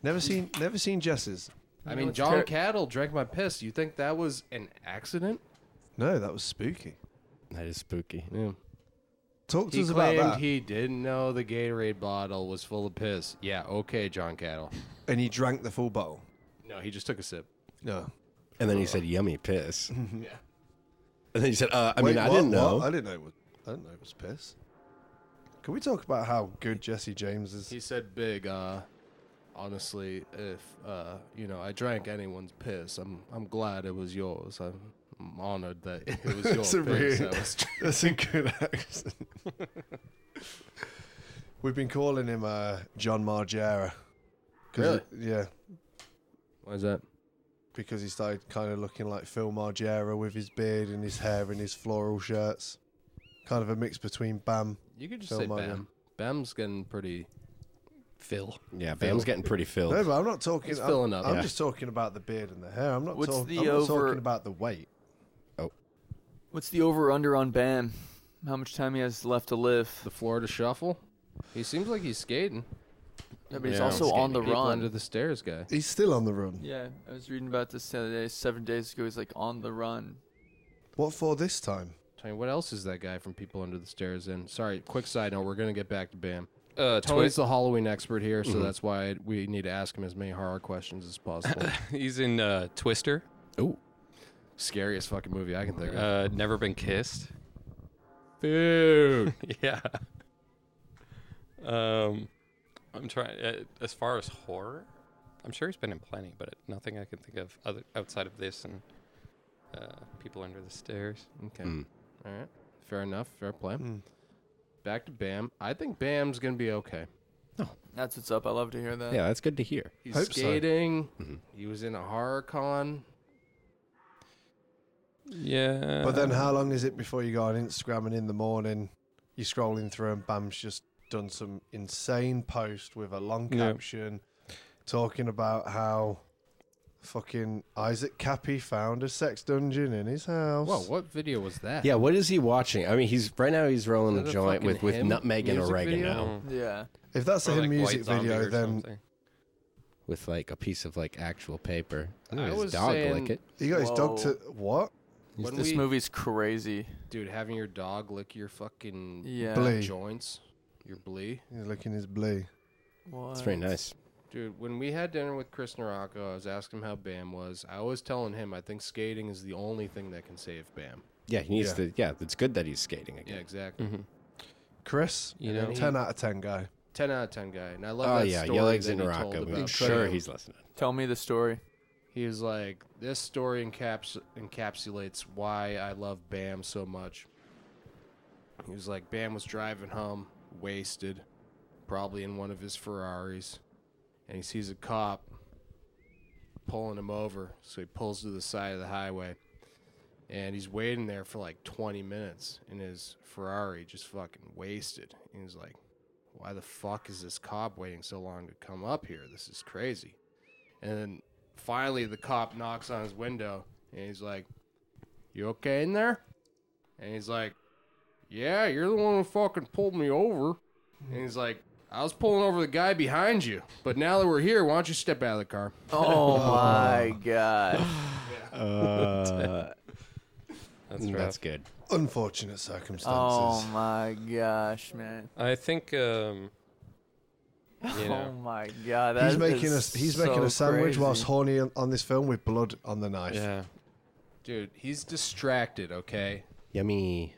E: never seen, never seen Jess's.
C: I mean, John Cattle drank my piss. You think that was an accident?
E: No, that was spooky.
D: That is spooky.
C: Yeah.
E: Talk to
C: He
E: us about
C: claimed
E: that.
C: he didn't know the Gatorade bottle was full of piss. Yeah, okay, John Cattle.
E: and he drank the full bottle.
C: No, he just took a sip.
E: No.
D: And then you said, yummy piss. and
C: Yeah.
D: then you said, uh, I
E: Wait,
D: mean, I
E: what?
D: didn't
E: What?
D: know.
E: I didn't know. It was, I didn't know it was piss. Can we talk about how good Jesse James is?
C: He said, "Big, uh, honestly, if uh, you know, I drank anyone's piss. I'm, I'm glad it was yours. I'm, I'm honored that it was your
E: That's a
C: piss.
E: weird-
C: that was dr-
E: That's a good accent. We've been calling him uh, John Margera. 'Cause he- yeah,
C: Why is that?
E: because he started kind of looking like Phil Margera with his beard and his hair and his floral shirts. Kind of a mix between Bam.
C: You could just
E: Phil
C: say
E: Morgan.
C: Bam. Bam's getting pretty. Phil.
D: yeah, Bam's getting pretty filled.
E: No, but I'm not talking.
C: He's
E: I'm,
C: filling up.
E: I'm
C: Yeah.
E: just talking about the beard and the hair. I'm not,
F: What's
E: talk-
F: the
E: I'm not
F: over-
E: talking about the weight.
F: What's the over under on Bam? How much time he has left to live?
C: The Florida Shuffle. He seems like he's skating.
F: Yeah, but he's
C: Yeah.
F: also on the
C: People
F: run.
C: under the stairs, guy.
E: He's still on the run.
F: Yeah, I was reading about this the other day. Seven days ago, he's like on the run.
E: What for this time?
C: Tell you what else is that guy from People Under the Stairs in? Sorry, quick side note. We're gonna get back to Bam.
A: uh,
C: Tony's
A: Twiz,
C: the Halloween expert here,
F: Mm-hmm.
C: so that's why we need to ask him as many horror questions as possible.
A: he's in uh, Twister.
C: Ooh. Scariest fucking movie I can think of.
A: Uh, Never been kissed.
C: Dude.
A: yeah. Um, I'm trying. Uh, as far as horror, I'm sure he's been in plenty, but nothing I can think of other outside of this and uh, people under the stairs.
C: Okay.
D: Mm.
C: All right. Fair enough. Fair play.
E: Hmm.
C: Back to Bam. I think Bam's going to be okay.
F: That's what's up. I love to hear that.
D: Yeah, that's good to hear.
C: He's
E: Hope so.
C: skating. He was in a horror con.
A: Yeah.
E: But then, how long is it before you go on Instagram and in the morning you're scrolling through and Bam's just done some insane post with a long
A: Yeah.
E: caption talking about how fucking Isaac Cappy found a sex dungeon in his house.
C: Whoa, what video was that?
D: Yeah, what is he watching? I mean, he's right now he's rolling
C: Is
D: a
C: that a
D: joint
C: fucking
D: with, with
C: hymn
D: nutmeg and
C: music
D: oregano
A: Mm.
F: Yeah.
E: If that's
A: Or
E: a
A: like
E: music
A: White Zombie
E: video,
A: or
E: then
A: something.
D: with like a piece of like actual paper. I know
C: I
D: his
C: was
D: dog
C: saying-
D: lick it.
E: he got his dog
F: Whoa.
E: to what?
C: Is
F: this movie's crazy.
C: dude, having your dog lick your fucking
F: Yeah.
E: Blee.
C: joints, your blee.
E: He's licking his blee.
F: What?
D: It's very
C: uh,
D: nice.
C: Dude, when we had dinner with Chris Narako, I was asking him how Bam was. I was telling him I think skating is the only thing that can save Bam.
D: Yeah, he needs
E: Yeah.
D: to. Yeah, it's good that he's skating
C: Yeah,
D: again.
C: exactly.
A: Mm-hmm.
E: Chris,
A: You
E: you know,
A: know-
E: ten out of ten guy.
C: Ten out of ten guy, and I love
D: Oh
C: that
D: yeah,
C: story.
D: your legs
C: that
D: in
C: he
D: Morocco.
C: told
D: but I'm
C: about
D: sure
C: Bam.
D: he's listening.
F: Tell me the story.
C: He was like, this story encaps- encapsulates why I love Bam so much. He was like, Bam was driving home, wasted, probably in one of his Ferraris, and he sees a cop pulling him over. So he pulls to the side of the highway, and he's waiting there for like 20 minutes in his Ferrari, just fucking wasted. And he's like, why the fuck is this cop waiting so long to come up here? This is crazy. And then finally, the cop knocks on his window and he's like, You okay in there? And he's like, Yeah, you're the one who fucking pulled me over. And he's like, I was pulling over the guy behind you, but now that we're here, why don't you step out of the car?
F: Oh my god.
D: Uh,
A: That's right.
D: Mm, that's good.
E: Unfortunate circumstances.
F: Oh my gosh, man.
A: I think um, you
F: Oh
A: know,
F: my god. That
E: he's making
F: is
E: us. He's making
F: so
E: a sandwich
F: crazy.
E: whilst horny on, on this film with blood on the knife.
A: yeah,
C: Dude, he's distracted, okay?
D: Yummy.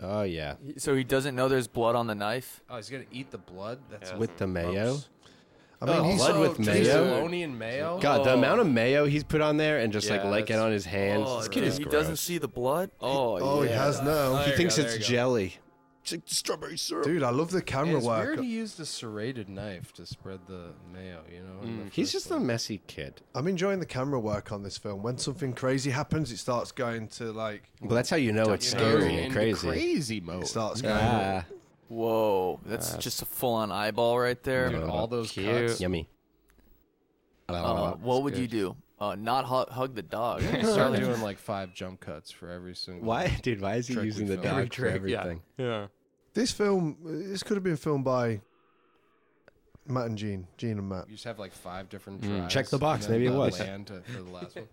D: Oh yeah,
F: He- So he doesn't know there's blood on the knife.
C: Oh, he's gonna eat the blood? That's
A: Yeah.
D: with the mayo.
A: Gross.
E: I mean,
D: Oh,
E: he's,
D: blood with
C: Dude,
D: mayo?
C: Bologna and mayo?
D: God, the
F: Oh.
D: amount of mayo he's put on there and just like
C: Yeah,
D: like it
C: that's-
D: on his hands.
F: Oh,
D: this kid
F: dude,
D: is
F: he
D: gross.
F: doesn't see the blood. Oh,
E: oh,
F: yeah.
E: he has now,
D: He
C: There you
D: thinks
C: go, there
D: it's
C: you go.
D: jelly. It's like strawberry syrup.
E: dude. I love the camera
C: It's
E: work.
C: weird he used a serrated knife to spread the mayo, you know? in the
D: He's
C: first
D: just
C: one.
D: a messy kid.
E: I'm enjoying the camera work on this film. When something crazy happens, it starts going to like
D: Well, that's how you know it's
C: You know,
D: scary
C: into
D: and crazy.
C: Crazy mode.
E: it starts going.
D: Ah,
F: Whoa, that's just a full-on eyeball right there.
C: Dude, all those
A: Cute.
C: cuts. Oh.
D: yummy.
E: Oh,
F: Uh, what would you
A: good.
F: do? Uh, not hug, hug the dog.
C: Start doing like five jump cuts for every single.
D: why, dude? Why is he
C: Trick we
D: using the
C: filmed. Every
D: dog for everything?
A: yeah,
E: This film, this could have been filmed by Matt and Gene, Gene and Matt.
C: You just have like five different
A: Mm.
C: tries.
D: Check the box,
C: and then
D: maybe it
C: the
D: was.
C: Land to, for the last one.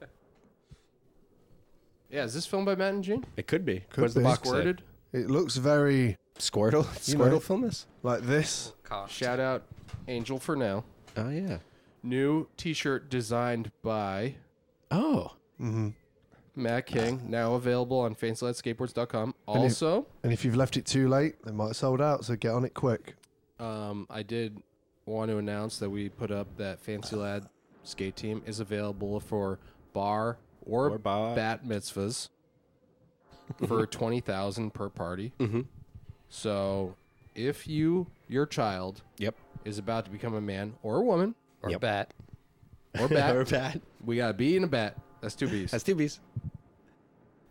C: Yeah, is this filmed by Matt and Gene?
D: It could be.
E: Could
D: What's the
E: be.
D: box say?
C: Squirted.
E: It looks very
D: Squirtle.
E: You
D: Squirtle
E: know.
D: film this?
E: like this.
C: Shout out Angel for now.
D: Oh yeah.
C: New T-shirt designed by
D: Oh.
E: hmm
C: Matt King, now available on faintsideskateboards.com. Also,
E: And if you've left it too late, they might have sold out. So get on it quick.
C: um, I did want to announce that we put up that Fancy Lad Skate Team is available for bar or,
D: Or bar.
C: bat mitzvahs for twenty thousand per party.
D: Mm-hmm.
C: So, if you your child
D: Yep.
C: is about to become a man or a woman
A: or
D: Yep.
A: bat.
C: or bat,
D: or bat.
C: we got a bee and a bat. That's two bees.
D: That's two bees.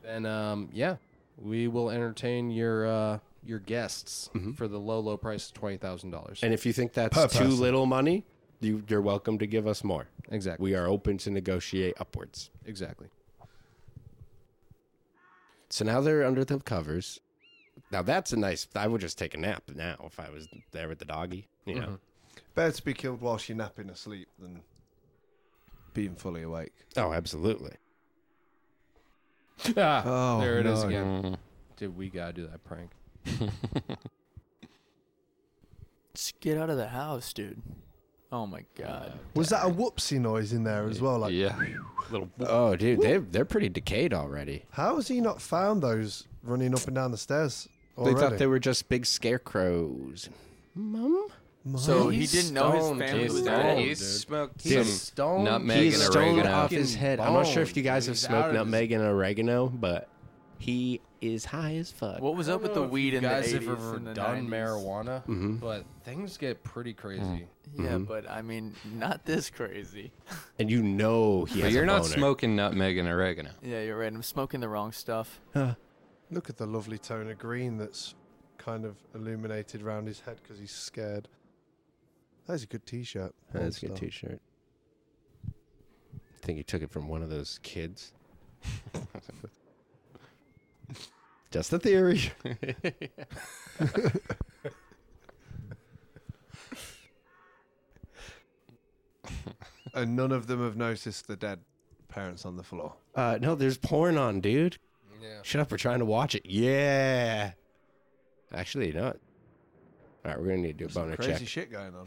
C: then, um, yeah, we will entertain your uh, your guests for the low low price of twenty thousand dollars.
D: Mm-hmm. And if you think that's
E: Per
D: too
E: person.
D: little money, you, you're welcome to give us more.
C: Exactly.
D: We are open to negotiate upwards.
C: exactly.
D: So now they're under the covers. Now that's a nice. I would just take a nap now if I was there with the doggy. You know.
E: Better to be killed whilst you're napping asleep than being fully awake.
D: Oh, absolutely.
C: Ah,
E: Oh,
C: there it is
E: no.
C: again. Dude, we gotta do that prank.
F: Just get out of the house, dude. Oh my god.
E: Was that a whoopsie noise in there as well? Like,
A: yeah, little.
D: Oh, dude, they they're pretty decayed already.
E: how has he not found those running up and down the stairs already?
D: They thought they were just big scarecrows. Mum.
E: My-
F: So he
C: He's
F: didn't know his
C: stoned,
F: family
C: he's
F: was
C: stoned,
F: dead.
C: dude.
A: He's smoked
D: Dude.
A: some
C: stoned.
A: nutmeg
D: He's
A: and
D: stoned
A: oregano.
D: off his head. I'm not sure if you
C: Bones.
D: guys have
C: He's
D: smoked
C: out of his-
D: nutmeg and oregano, but he is high as fuck.
F: What was up with the weed in the 80s and the 90s?
C: done marijuana,
D: Mm-hmm.
C: but things get pretty crazy.
F: Yeah, but I mean, not this crazy.
D: And you know he
A: But
D: has
A: you're
D: a
A: not
D: boner.
A: smoking nutmeg and oregano.
F: Yeah, you're right. I'm smoking the wrong stuff.
E: Look at the lovely tone of green that's kind of illuminated round his head because he's scared. That is a good T-shirt.
D: That's a
E: Old
D: good
E: style.
D: T-shirt. I think he took it from one of those kids. Just a theory.
E: And none of them have noticed the dead parents on the floor.
D: Uh, no, there's porn on, dude.
A: Yeah.
D: Shut up, we're trying to watch it. Yeah. Actually, you know what? All right, we're going to need to do a boner
E: Crazy
D: check.
E: shit going on.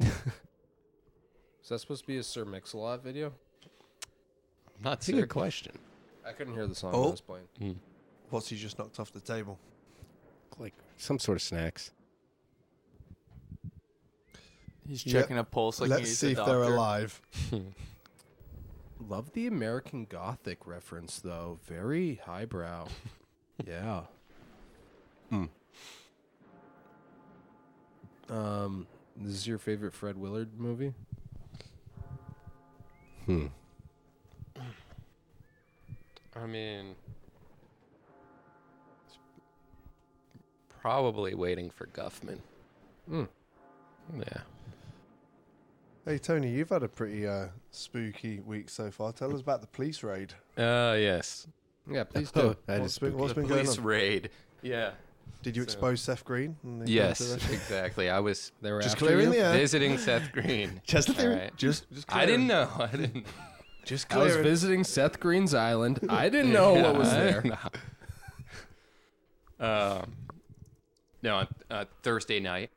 C: Is that supposed to be a Sir Mix-a-Lot video?
A: Not
D: That's a good
A: sick.
D: question.
C: I couldn't hear the song
E: Oh.
C: I was playing.
E: What's he just knocked off the table?
D: Like some sort of snacks.
F: He's
E: Yep.
F: checking a pulse like
E: Let's
F: he's
E: see
F: a
E: if they're
F: doctor.
E: alive.
C: Love the American Gothic reference though. Very highbrow. yeah. Um, this is your favorite Fred Willard movie?
D: Hmm.
A: I mean, it's probably waiting for Guffman.
C: Hmm.
A: Yeah.
E: Hey Tony, you've had a pretty uh, spooky week so far. Tell us about the police raid.
A: Uh, yes.
C: Yeah, please
D: Oh,
C: do.
D: that
E: What's
D: is
E: been, what's
A: the
E: been going
A: police
E: on?
A: raid. Yeah.
E: Did you
A: so-
E: expose Seth Green? and the
A: Yes,
E: counter-
A: exactly. I was
C: They were
E: Just
C: after
E: clearing
C: you?
E: the air.
A: visiting Seth Green.
D: Just
A: All right.
E: Just, just
A: I
E: clearing.
A: didn't know. I didn't.
E: Just
C: I was
E: clearing.
C: visiting Seth Green's island. I didn't know Oh, what was there.
A: um, no, on uh, Thursday night,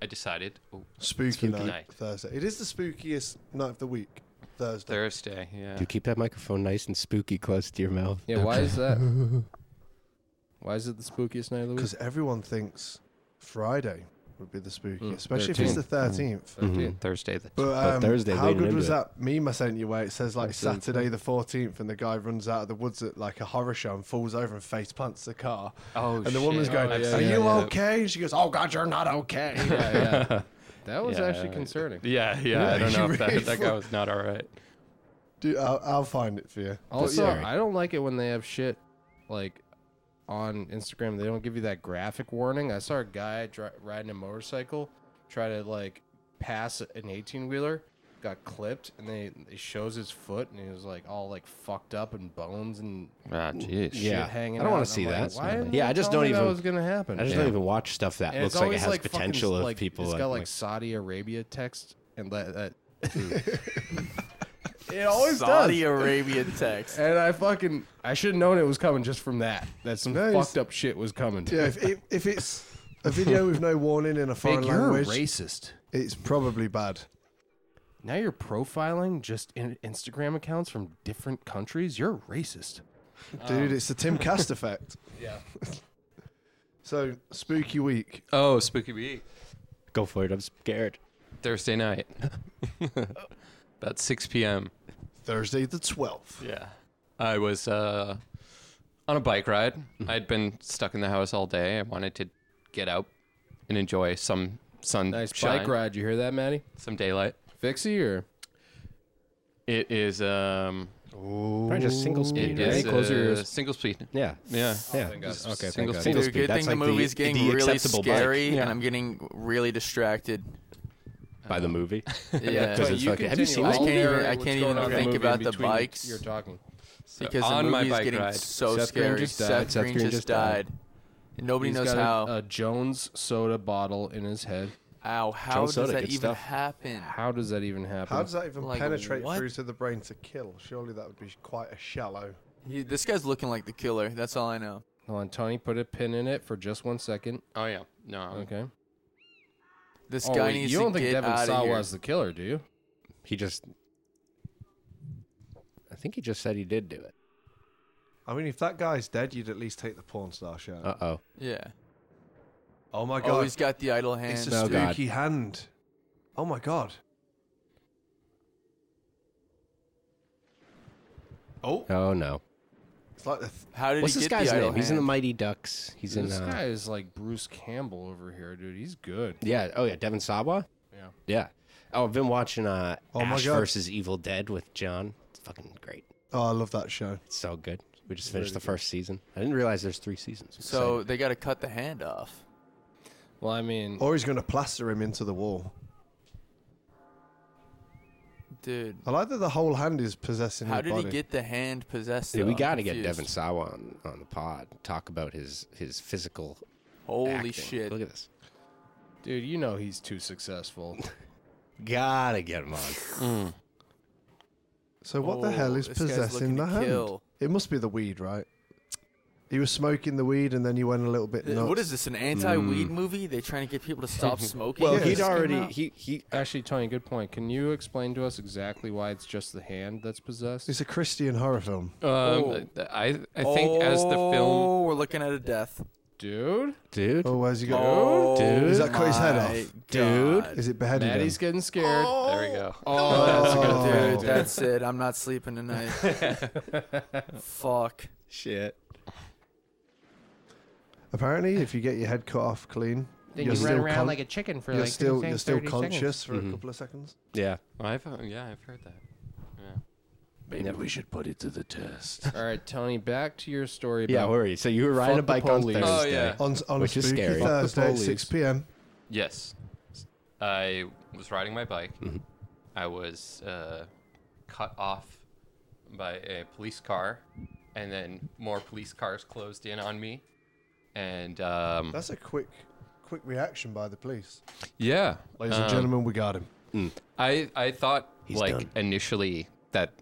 A: I decided oh,
E: spooky,
A: Spooky
E: night,
A: night.
E: Thursday. It is the spookiest night of the week. Thursday.
A: Thursday. Yeah.
D: You keep that microphone nice and spooky close to your mouth.
C: Yeah, why is that? Why is it the spookiest night of the week?
E: Because everyone thinks Friday would be the spookiest,
C: Mm,
E: especially if it's the 13th.
D: Mhm.
A: Thursday. The
E: But, um,
D: But Thursday
E: how
D: leading
E: good
D: into
E: was
D: it.
E: that meme I sent you where it says like
D: That's really
E: Saturday the 14th and the guy runs out of the woods at like a horror show and falls over and face plants the car
A: oh,
E: and the woman's going,
A: I've
C: yeah,
E: "Are
A: seen
E: you
A: that.
E: okay?" And she goes, "Oh God, you're not okay."
C: yeah, yeah. That was
A: Yeah,
C: actually
A: uh,
C: concerning.
A: Yeah, yeah. I don't
E: you
A: know if
E: really
A: that, that guy was not all right.
E: Dude, I'll, I'll find it for you.
C: Also,
D: Sorry.
C: I don't like it when they have shit like on Instagram. They don't give you that graphic warning. I saw a guy dri- riding a motorcycle try to like pass an 18 wheeler, got clipped, and they it shows his foot, and he was like all like fucked up and bones and
A: Ah, jeez.
C: shit
D: Yeah.
C: hanging.
D: I don't
C: out.
D: wanna
C: And
D: see
C: I'm like,
D: that.
C: Why didn't
D: Yeah,
C: you
D: I just
C: tell
D: don't
C: me that
D: even-
C: was gonna happen.
D: I just
A: Yeah.
D: don't even watch stuff that
C: And it's
D: looks like it
C: always,
D: has
C: like, fucking,
D: potential of
C: like,
D: people.
C: It's
D: that,
C: got like Saudi Arabia text and that. that it always does.
F: Saudi Arabian text.
C: And I fucking I should have known it was coming just from that. That some
E: Nice.
C: fucked up shit was coming.
E: Yeah, if, if, if it's a video with no warning in a
C: Big,
E: foreign
C: you're a
E: language,
C: racist.
E: it's probably bad.
C: Now you're profiling just in Instagram accounts from different countries. You're a racist.
E: Dude, it's the Tim Cast effect.
C: Yeah.
E: So spooky week.
A: Oh, spooky bee.
D: Go for it. I'm scared.
A: Thursday night, about six p.m.
E: Thursday the twelfth.
A: Yeah. I was uh, on a bike ride. I'd been stuck in the house all day. I wanted to get out and enjoy some sun.
C: Nice bike ride. You hear that, Maddie?
A: Some daylight.
C: Fixie or
A: It is um
D: Probably just single speed.
A: it
D: right?
A: is
D: Close your
A: uh,
D: ears.
A: single speed.
D: Yeah.
A: Yeah.
D: Yeah.
C: Oh, thank God.
D: Just
C: Okay, thank
D: single
C: God.
D: speed.
F: Dude, good
D: That's
F: thing the
D: like
F: movie's
D: the,
F: getting
D: the
F: really
D: acceptable
F: scary,
A: Yeah.
F: and I'm getting really distracted.
D: bike by the movie.
F: Yeah,
D: Because it's fucking. Have you seen
F: I
D: this
F: can't
D: movie?
F: even- I can't even think about the bikes.
C: You're talking.
A: So
F: because
A: on
F: the
A: my
F: movie's
A: bike
F: getting
A: ride.
F: so
C: Seth Green
F: scary.
C: just died.
F: Seth, Green, just died. And Nobody
C: He's
F: knows
C: got
F: how.
C: A, a Jones soda bottle in his head.
F: Ow! How
D: Jones
F: does
D: Soda,
F: that
D: good
F: even
D: stuff.
F: happen?
C: How does that even happen?
E: How does that even
F: Like,
E: penetrate
F: what?
E: through to the brain to kill? Surely that would be quite a shallow.
F: He, this guy's looking like the killer. That's all I know.
C: Hold on, Tony, put a pin in it for just one second.
A: Oh yeah. No.
C: Okay.
F: This
C: Oh,
F: guy
C: wait,
F: needs
C: you
F: to
C: don't think
F: get
C: Devin
F: out of
C: Sawa
F: here.
C: is the killer, do you?
D: He just. I think he just said he did do it.
E: I mean, if that guy's dead, you'd at least take the porn star shirt.
D: Uh oh.
F: Yeah.
E: oh my god,
F: Oh, he's Oh, got the idle hand.
E: it's a
D: No, God.
E: spooky hand. Oh my god. Oh,
D: Oh no.
E: it's like the th-
F: how did
D: What's
F: he
D: this
F: get
D: guy's
F: the idle
D: name? He's in
F: hand?
D: the Mighty Ducks. He's in.
C: this
D: uh,
C: guy is like Bruce Campbell over here, dude. He's good.
D: Yeah. Oh yeah. Devin Sawa.
C: Yeah.
D: Yeah. Oh, I've been watching uh,
E: Oh my
D: Ash
E: God.
D: versus Evil Dead with John. It's fucking great.
E: oh, I love that show.
D: It's so good. We just finished the first season. I didn't realize there's three seasons. I'm
F: so they got to cut the hand off.
C: Well, I
F: Mm.
C: mean,
E: Or he's going to plaster him into the wall.
F: Dude,
E: I like that the whole hand is possessing
F: how
E: his
F: did
E: body.
F: he get the hand possessed?
D: Dude, we
F: though? I'm
D: got to get
F: confused.
D: Devin Sawa on, on the pod. Talk about his his physical.
F: Holy
D: acting.
F: shit.
D: Look at this.
C: dude, you know he's too successful.
D: Gotta get him on.
E: So what the hell
F: Oh,
E: is
F: this guy's looking
E: possessing the
F: to
E: hand?
F: kill.
E: It must be the weed, right? He was smoking the weed and then you went a little bit
F: Th-
E: nuts.
F: Uh, What is this? An anti-weed movie? They trying to get people to stop smoking?
D: Mm. Well,
E: Yeah,
D: he'd
E: this came
D: already he he uh,
C: Actually, Tony, good point. Can you explain to us exactly why it's just the hand that's possessed?
E: It's a Christian horror film.
A: Um, I I think as the film
F: Oh, we're looking at a death.
C: Dude,
D: dude.
E: Oh, where's he going?
F: Oh,
D: dude.
E: Is that cut his head
F: my
E: off?
F: God.
E: Is it beheaded?
C: Maddie's getting scared.
A: there we go.
C: Oh, that's a good
F: Dude,
C: point.
F: that's it. I'm not sleeping tonight. Fuck.
D: Shit.
E: Apparently, if you get your head cut off clean,
G: Then
E: you're
G: you run
E: still
G: around
E: con-
G: like a chicken for
E: you're
G: like
E: still
G: 10,
E: you're still
G: 30 seconds.
E: conscious for a couple of seconds.
D: Yeah.
A: Well, I've uh, yeah, I've heard that. Yeah.
D: Maybe we should put it to the test.
C: All right, Tony, back to your story.
D: Yeah,
C: about-
D: where are you? So you were riding
C: Fuck the
D: a bike on
C: police.
D: Thursday.
A: Oh, yeah.
E: On, s- on
D: Which
E: a
D: is
E: spooky
D: scary. Fuck the
E: Thursday at
D: police.
E: 6 p.m.
A: Yes. S- I was riding my bike.
D: Mm-hmm.
A: I was uh, cut off by a police car, and then more police cars closed in on me. And um,
E: That's a quick quick reaction by the police.
A: yeah,
E: Ladies and
A: um,
E: gentlemen, we got him.
A: I I thought
D: He's
A: like
D: done.
A: initially that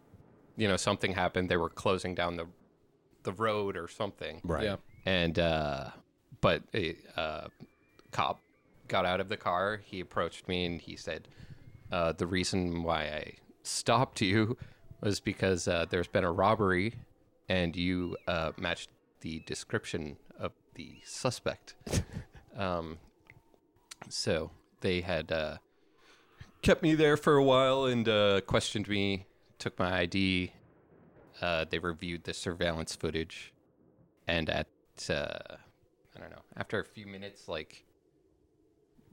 A: you know something happened. They were closing down the the road or something.
D: Right.
C: Yeah.
A: and uh, but a uh, cop got out of the car. He approached me and he said, uh, "The reason why I stopped you was because uh, there's been a robbery, and you uh, matched the description of the suspect." um, so they had uh, kept me there for a while and uh, questioned me, took my ID. Uh, they reviewed the surveillance footage and at uh, I don't know after a few minutes, like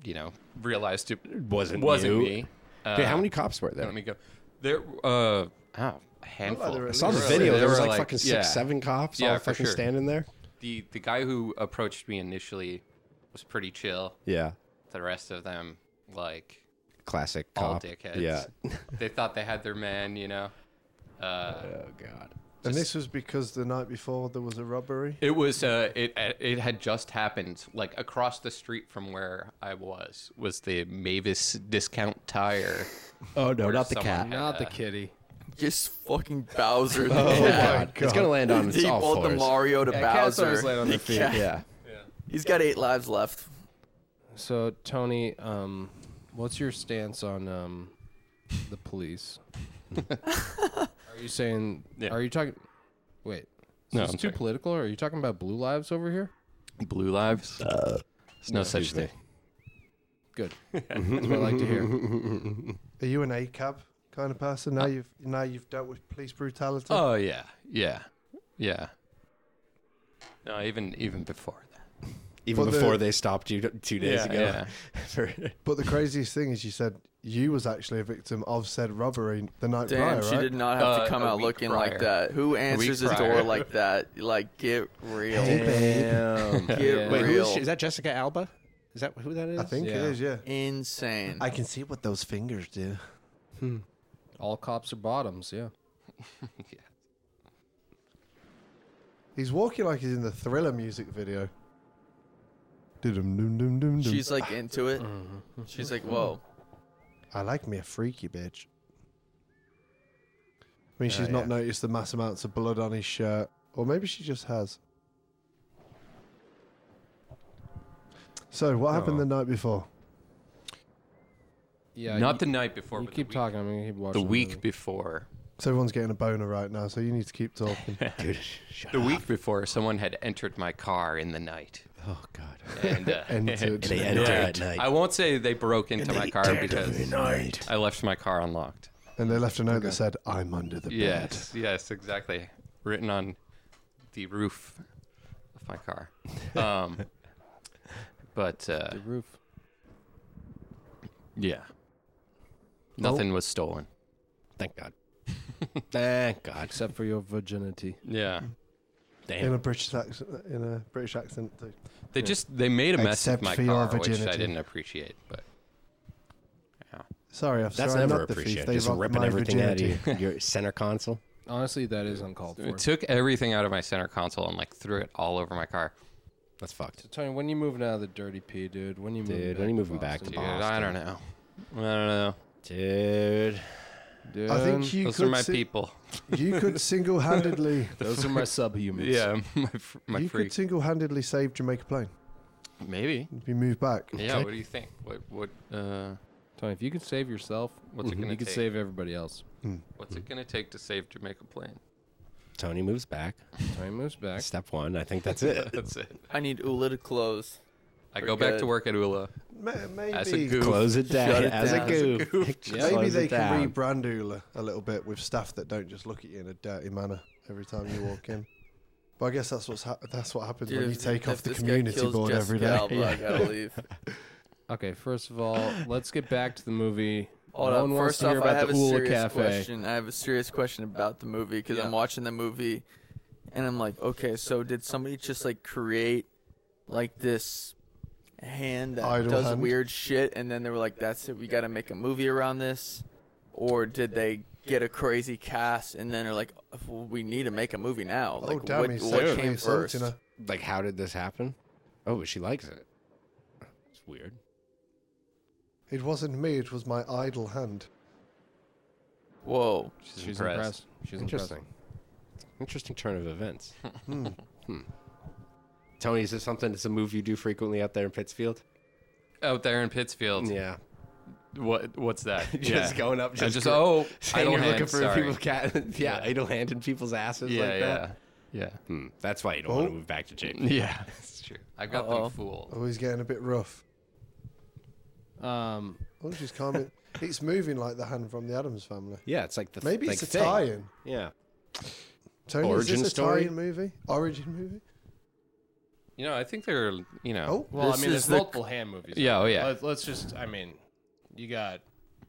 A: you know, realized it
D: Wasn't
A: wasn't
D: you.
A: me.
D: Okay,
A: Uh,
D: how many cops were there?
A: Let me go. There, uh, oh, a handful.
E: there were
A: I
E: at
D: I saw the
E: Really?
D: video.
A: There
D: There was
A: were,
D: like,
A: like,
D: fucking six,
A: yeah.
D: seven cops
A: Yeah,
D: all
A: for
D: fucking
A: sure.
D: standing there.
A: The the guy who approached me initially was pretty chill.
D: Yeah.
A: The rest of them, like
D: Classic
A: all
D: cop.
A: dickheads.
D: Yeah.
A: they thought they had their man. You know. Uh,
D: Oh god.
E: And this was because the night before there was a robbery.
A: It was uh, it it had just happened like across the street from where I was was the Mavis discount tire.
D: Oh no,
A: where
D: not the
A: someone
D: cat.
A: had,
C: Not the
A: uh,
C: kitty.
F: Just fucking Bowser.
D: Oh
F: the cat.
D: god. It's gonna land on its
F: He
D: all
F: pulled the
D: fours.
F: Mario to
C: cats always
F: Bowser.
C: land on
F: The
C: their feet.
F: cat-
D: Yeah.
F: He's got eight lives left.
C: So, Tony, um, what's your stance on um, the police? are you saying?
A: Yeah.
C: Are you talking? Wait. Is
A: No,
C: this
A: I'm
C: too
A: sorry.
C: political. Or are you talking about blue lives over here?
A: Blue lives. There's no such
D: excuse me.
A: thing.
C: Good. That's what I like to hear.
E: Are you an ACAB kind of person? Now you've now you've dealt with police brutality.
A: Oh yeah, yeah, yeah. No, even even before that.
D: Even
E: But the-
D: before they stopped you two days
A: Yeah,
D: ago.
A: yeah.
D: For-
E: But the craziest thing is, you said you was actually a victim of said robbery the night
F: Damn,
E: prior,
F: she
E: right?
F: did not have
A: Uh,
F: to come
A: a
F: out
A: week
F: looking like
A: prior.
F: that. Who answers his
A: prior.
F: door like that? Like, get real.
D: Damn.
F: Get
C: Yeah.
D: Wait, who
F: real.
D: is, she? is that? Jessica Alba? Is that who that is?
E: I think it
C: Yeah.
E: is, yeah.
F: Insane.
E: can see what those fingers do.
C: All cops are bottoms. Yeah.
A: yeah.
E: He's walking like he's in the Thriller music video. Dum dum dum dum dum.
F: She's like into it. She's like, whoa.
E: I like me a freaky bitch. I mean,
D: Oh,
E: she's not
D: yeah.
E: noticed the mass amounts of blood on his shirt, or maybe she just has. So, what happened the night before?
C: Yeah.
A: Not the
C: you,
A: night before.
C: You
A: but
C: keep
A: the week,
C: talking. I'm gonna keep
A: The
C: watching.
A: week before.
E: So everyone's getting a boner right now, so you need to keep talking.
D: Dude, shut
A: The
D: up.
A: week before, someone had entered my car in the night.
D: Oh god.
A: And, uh,
E: Entered.
D: They enter at night.
A: I won't say they broke into my car because
D: night.
A: I left my car unlocked.
E: And they left a note that said, I'm under the bed.
A: Yes, yes, exactly. Written on the roof of my car. Um, but uh,
C: The roof.
A: yeah, nothing was stolen.
D: Thank God. Thank God.
C: Except for your virginity.
A: Yeah,
E: In a
D: Damn.
E: British accent. In a British accent, too.
A: they just they made a mess
E: Except
A: of my
E: for your
A: car, which I
E: virginity.
A: didn't appreciate. But
E: Sorry, officer.
D: That's
E: I'm
D: never
E: not the thief.
D: appreciated.
E: They
D: Just
E: robbed
D: ripping
E: my
D: everything out of
E: virginity.
D: you. your center console.
C: Honestly, that is uncalled for.
A: it took everything out of my center console and like threw it all over my car.
D: That's fucked.
C: Tony, when you moving out of the dirty P, dude? When you
D: Dude,
C: moving
D: when you
C: to
D: moving back
C: Boston?
A: Dude,
D: Boston.
A: I don't know. I don't know.
D: Dude.
C: Dude,
E: I think you
A: Those
E: could
A: are my
E: si-
A: people.
E: you could single-handedly
C: those are my subhumans.
A: Yeah, my fr- my
E: you
A: freak.
E: could single-handedly save Jamaica Plain
A: Maybe.
E: if you move back.
A: Yeah. What do you think? What what uh,
C: Tony, if you can save yourself,
A: What's it
C: you
A: gonna
C: can
A: take?
C: save everybody else.
A: what's it gonna take to save Jamaica Plain?
D: Tony moves back.
C: Tony moves back.
D: Step one. I think that's it.
A: That's it.
F: I need Ula to close.
A: I
F: We're
A: go back to
F: good.
A: work at Ula.
E: Ma-
A: That's a
E: maybe
A: goof.
D: Close it down
F: Shut it
D: as
F: down.
D: a goof. Just
E: maybe
D: close
E: they
D: it
E: can
D: down.
E: rebrand Ula a little bit with staff that don't just look at you in a dirty manner every time you walk in. But I guess that's what's ha- that's what happens
F: Dude,
E: when
F: if
E: you
F: th-
E: take
F: if
E: off the
F: this guy
E: community
F: kills
E: board every
F: Jessica
E: day.
F: Alba, I gotta leave.
C: Okay, first of all, let's get back to the movie.
F: Hold
C: no
F: on.
C: one wants
F: First
C: to hear
F: off, I
C: about
F: have
C: the
F: a
C: Ula
F: serious
C: Cafe.
F: question. I have a serious question about the movie because
C: Yeah.
F: I'm watching the movie, and I'm like, okay, so did somebody just like create like this hand that
E: Idle
F: does
E: hand?
F: weird shit, and then they were like, that's it, we got to make a movie around this, or did they? Get a crazy cast, and then are like, well, we need to make a movie now.
E: Oh
F: Like,
E: damn,
F: what,
E: he's
F: what
E: sexually
F: came first?
E: assaulting her.
D: Like, how did this happen? Oh, she likes it. It's weird.
E: It wasn't me. It was my idle hand.
F: Whoa!
A: She's,
C: She's
A: impressed.
C: impressed. She's impressed.
D: Interesting. Interesting turn of events. Hmm. Tony, is this something that's a move you do frequently out there in Pittsfield?
A: Out there in Pittsfield.
D: Yeah.
A: What what's that?
D: Just
A: Yeah.
D: going up,
A: I
D: just,
A: just
D: gr-
A: oh,
D: saying
A: idle
D: you're
A: hand.
D: looking for
A: sorry.
D: people's cat. yeah, idle hand in people's asses
A: yeah,
D: like
A: yeah,
D: that.
A: yeah,
D: Hmm. That's why you don't want to move back to
A: yeah,
D: JP.
A: It's true. I've got
F: Uh-oh.
A: them fooled.
E: Oh, he's getting a bit rough.
C: Um,
E: Oh, she's calming. it's moving like the hand from the Adams family.
D: Yeah, it's like the
E: Maybe
D: like
E: it's a
D: thing.
E: tie-in.
D: Yeah.
E: Tony, is
D: Origin
E: this a
D: story?
E: tie-in movie? Origin movie?
A: You know, I think they're you know.
E: Oh,
C: well,
F: This
C: I mean,
F: is
C: there's
F: the-
C: multiple hand movies.
A: Yeah, oh, yeah.
C: Let, let's just, I mean, you got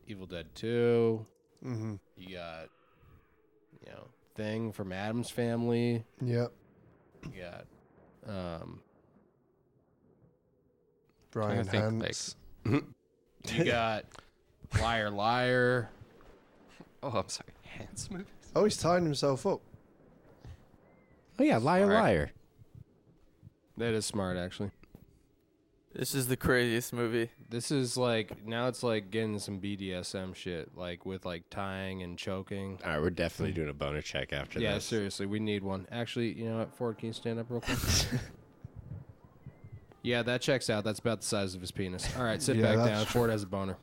C: Evil Dead 2.
E: mm-hmm.
C: You got, you know, Thing from Adam's Family.
E: yeah.
C: You got, um,
E: Brian
A: think, like-
E: Hans.
C: you got Liar Liar.
A: Oh, I'm sorry. Hands movies.
E: Oh, he's tying himself up.
D: Oh yeah, liar,
A: Smart.
D: liar.
C: That is smart, actually.
F: This is the craziest movie.
C: This is like now it's like getting some BDSM shit, like with like tying and choking.
D: All right, we're definitely doing a boner check after
C: Hmm. Yeah,
D: this.
C: seriously, we need one. Actually, you know what, Ford, can you stand up real quick? yeah, that checks out. That's about the size of his penis. All right, sit
E: Yeah,
C: back
E: that's
C: down. Ford has a boner.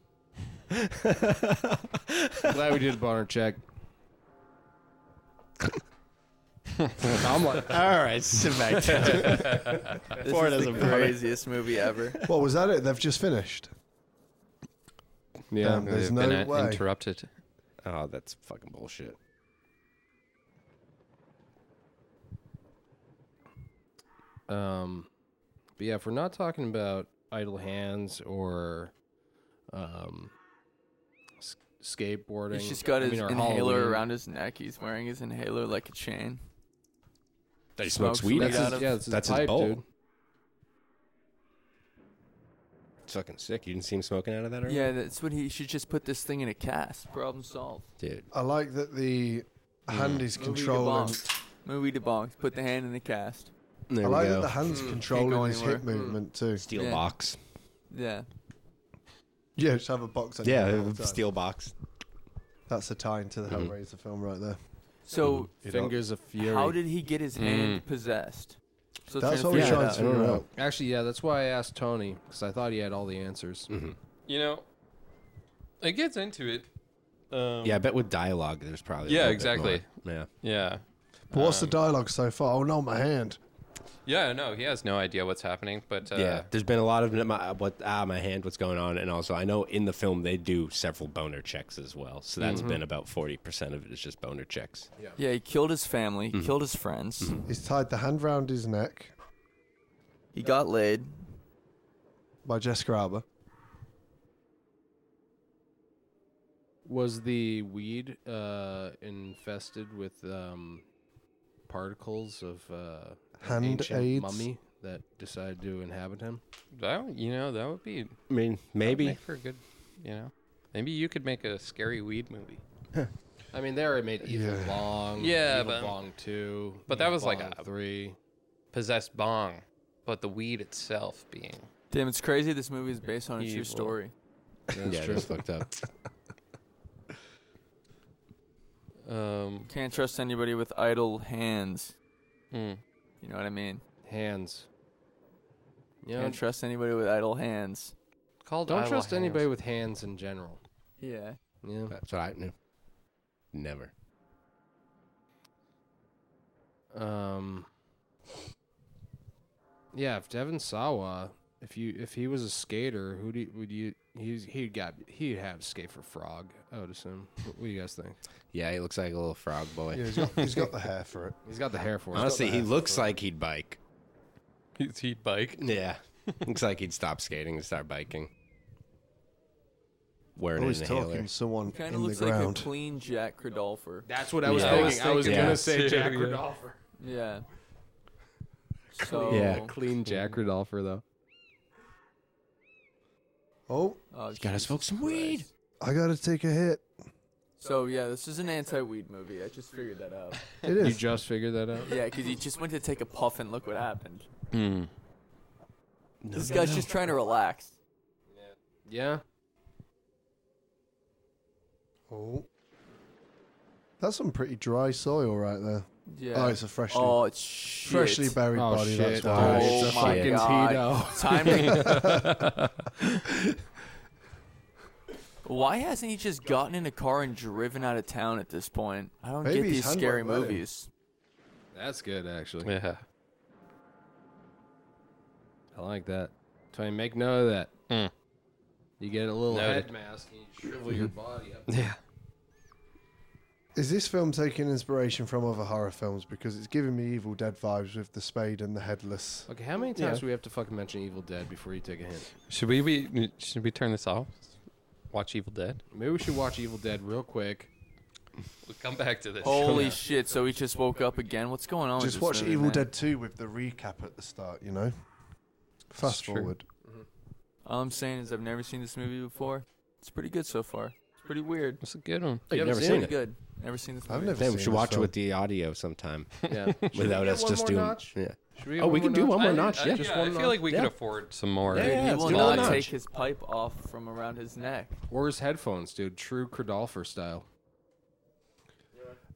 C: Glad we did a boner check. I'm like,
D: All right, sit back down.
F: This
D: Ford
F: is
D: has
F: the
D: a boner.
F: craziest movie ever.
E: What was that? It? They've just finished.
C: yeah, Um,
E: Damn, there's no
A: They've been uh,
E: way.
A: interrupted.
D: oh, that's fucking bullshit.
C: Um, but yeah, if we're not talking about idle hands or um, s- skateboarding,
F: He's just got
C: I
F: his
C: mean, or
F: inhaler
C: Halloween,
F: around his neck. He's wearing his inhaler like a chain.
D: He
F: smokes weed
C: That's
F: out
C: his,
F: of-
C: yeah, that's his
D: that's his
C: pipe,
D: bowl.
C: dude.
D: It's fucking sick. You didn't see him smoking out of that earlier?
F: Yeah, that's what he should just put this thing in a cast. Problem solved.
D: Dude.
E: I like that the hand is
F: Movie
E: controlling.
F: debunked. Movie debunked. Put the hand in the cast.
D: There
E: I
D: we go.
E: like
D: Hmm.
E: that the hand's
F: Hmm. go
E: controlling his hip
F: anywhere.
E: movement too.
D: steel
F: Yeah.
D: box.
F: Yeah.
E: Yeah, just have a box. On your
D: Yeah,
E: hand all the time.
D: steel box.
E: That's a tie into the
D: Mhm.
E: Hellraiser film right there.
F: So
C: Fingers of fury.
F: how did he get his hand possessed? So
E: That's
F: trying to
E: what we're
D: yeah,
F: figure
E: trying
F: it
E: to
D: I don't
E: figure
D: know.
E: out.
C: Actually, yeah, that's why I asked Tony because I thought he had all the answers.
D: Mm-hmm.
A: You know, it gets into it. Um,
D: Yeah, I bet with dialogue, there's probably. a
A: Yeah,
D: little bit
A: exactly.
D: more. Yeah.
A: yeah,
E: But what's the dialogue so far? Oh no, my hand.
A: yeah. No, he has no idea what's happening. But uh,
D: yeah. There's been a lot of my, what, ah, my hand, what's going on. And also, I know in the film, they do several boner checks as well. So that's been about 40% of it is just boner checks.
F: out. Yeah, he killed his family. He Killed his friends.
E: He's tied the hand round his neck
F: He got laid.
E: by Jessica Alba.
C: Was the weed uh, infested with um, particles of uh, an
E: Hand
C: ancient
E: aids?
C: mummy that decided to inhabit him?
A: that would- you know that would be that would
D: I mean, maybe.
A: make for a good. You know, maybe you could make a scary weed movie.
C: I mean, they already made Evil
E: Yeah.
C: Long,
A: Yeah,
C: Evil
A: but-
C: Long Two,
A: but that
C: Evil
A: was like
C: Bong
A: a-
C: three.
A: Possessed bong, but the weed itself being
F: Damn, it's crazy. This movie is based on a true
A: Evil.
F: story.
C: That's
D: yeah,
C: true.
D: that's fucked up.
A: Um,
F: Can't trust anybody with idle hands.
A: hmm.
F: Mm. You know what I mean?
C: Hands. You know,
F: Can't trust anybody with idle hands.
A: Called
C: don't
A: idle
C: trust
A: hands.
C: anybody with hands in general.
F: Yeah.
C: Yeah.
D: That's what I knew. Never.
C: Um. Yeah, if Devin Sawa, if you if he was a skater, who do you, would you he's he'd got he'd have skate for frog. I would assume. What, what do you guys think?
D: Yeah, he looks like a little frog boy.
E: Yeah, he's got, he's got the hair for it.
C: He's got the hair for it.
D: Honestly, he looks like he'd bike.
A: He's- he'd bike.
D: Yeah. looks like he'd stop skating and start biking. Wearing
E: Oh,
D: an
E: he's
D: inhaler.
E: talking to someone
F: Kind
E: in
F: of
E: the
F: looks like a
E: ground.
F: clean Jack Cradolfer.
C: That's what I was
A: Yeah.
C: thinking. I
A: I was
C: was,
D: thinking
C: gonna
D: that
C: say
A: too,
C: Jack
A: yeah.
C: Rodolpher.
F: Yeah. So, uh,
D: Yeah.
C: Clean Jack Rodolpher though.
E: Oh,
F: Oh,
D: He's gotta
F: Jesus
D: smoke some
F: Christ.
D: weed.
E: I gotta take a hit.
F: So yeah, this is an anti-weed movie. I just figured that out.
E: It
C: You
E: is.
C: just figured that out.
F: Yeah, because he just went to take a puff and look what happened.
A: Hmm.
F: This guy's just trying to relax.
C: Yeah.
E: Oh. That's some pretty dry soil right there.
F: Yeah.
E: Oh, it's a freshly,
F: Oh, it's shit.
E: freshly buried
C: Oh,
E: body.
C: shit.
E: That's why.
F: Oh,
C: it's a
F: my
C: fucking
F: God.
C: pedo.
F: Time to. Why hasn't he just gotten in a car and driven out of town at this point? I don't
E: Maybe
F: get
E: his
F: these
E: hand
F: scary
E: won't let him.
F: movies.
C: That's good actually.
A: Yeah.
C: I like that. Tony, make note of that.
A: Mm.
C: You get a little
A: Noted.
C: head mask and you shrivel your body up.
A: Mm-hmm. Yeah.
E: Is this film taking inspiration from other horror films? Because it's giving me Evil Dead vibes with the spade and the headless.
C: Okay, how many times do we have to fucking mention Evil Dead before you take a hint?
A: Should we be? Should we turn this off? Watch Evil Dead.
C: Maybe we should watch Evil Dead real quick.
A: We'll come back to this.
F: Holy shit! So he just woke up again. What's going on? with
E: Just
F: this
E: watch
F: movie,
E: Evil
F: man?
E: Dead 2 with the recap at the start, you know? Fast
A: true.
E: forward.
F: All I'm saying is I've never seen this movie before. It's pretty good so far. It's pretty weird.
A: That's a good one.
D: You've
C: haven't
D: never
C: seen
D: seen
F: Pretty
D: it.
F: good. Never seen this
E: I've
F: movie.
E: never
D: Then
E: seen
D: we should
E: this
D: watch it
E: film.
D: with the audio sometime
C: Yeah.
D: without us
C: one
D: just
C: more
D: doing.
C: notch?
D: Yeah.
C: Should we
D: Oh, we
C: can
D: can do one more
A: I-
D: notch.
A: I-
D: Yeah.
A: I feel like we
D: Yeah.
A: could afford some more.
D: Yeah, yeah,
F: he
D: it's
F: will
D: good.
F: not
D: Notch.
F: take his pipe off from around his neck.
C: Or his headphones, dude. True Cradolfer style.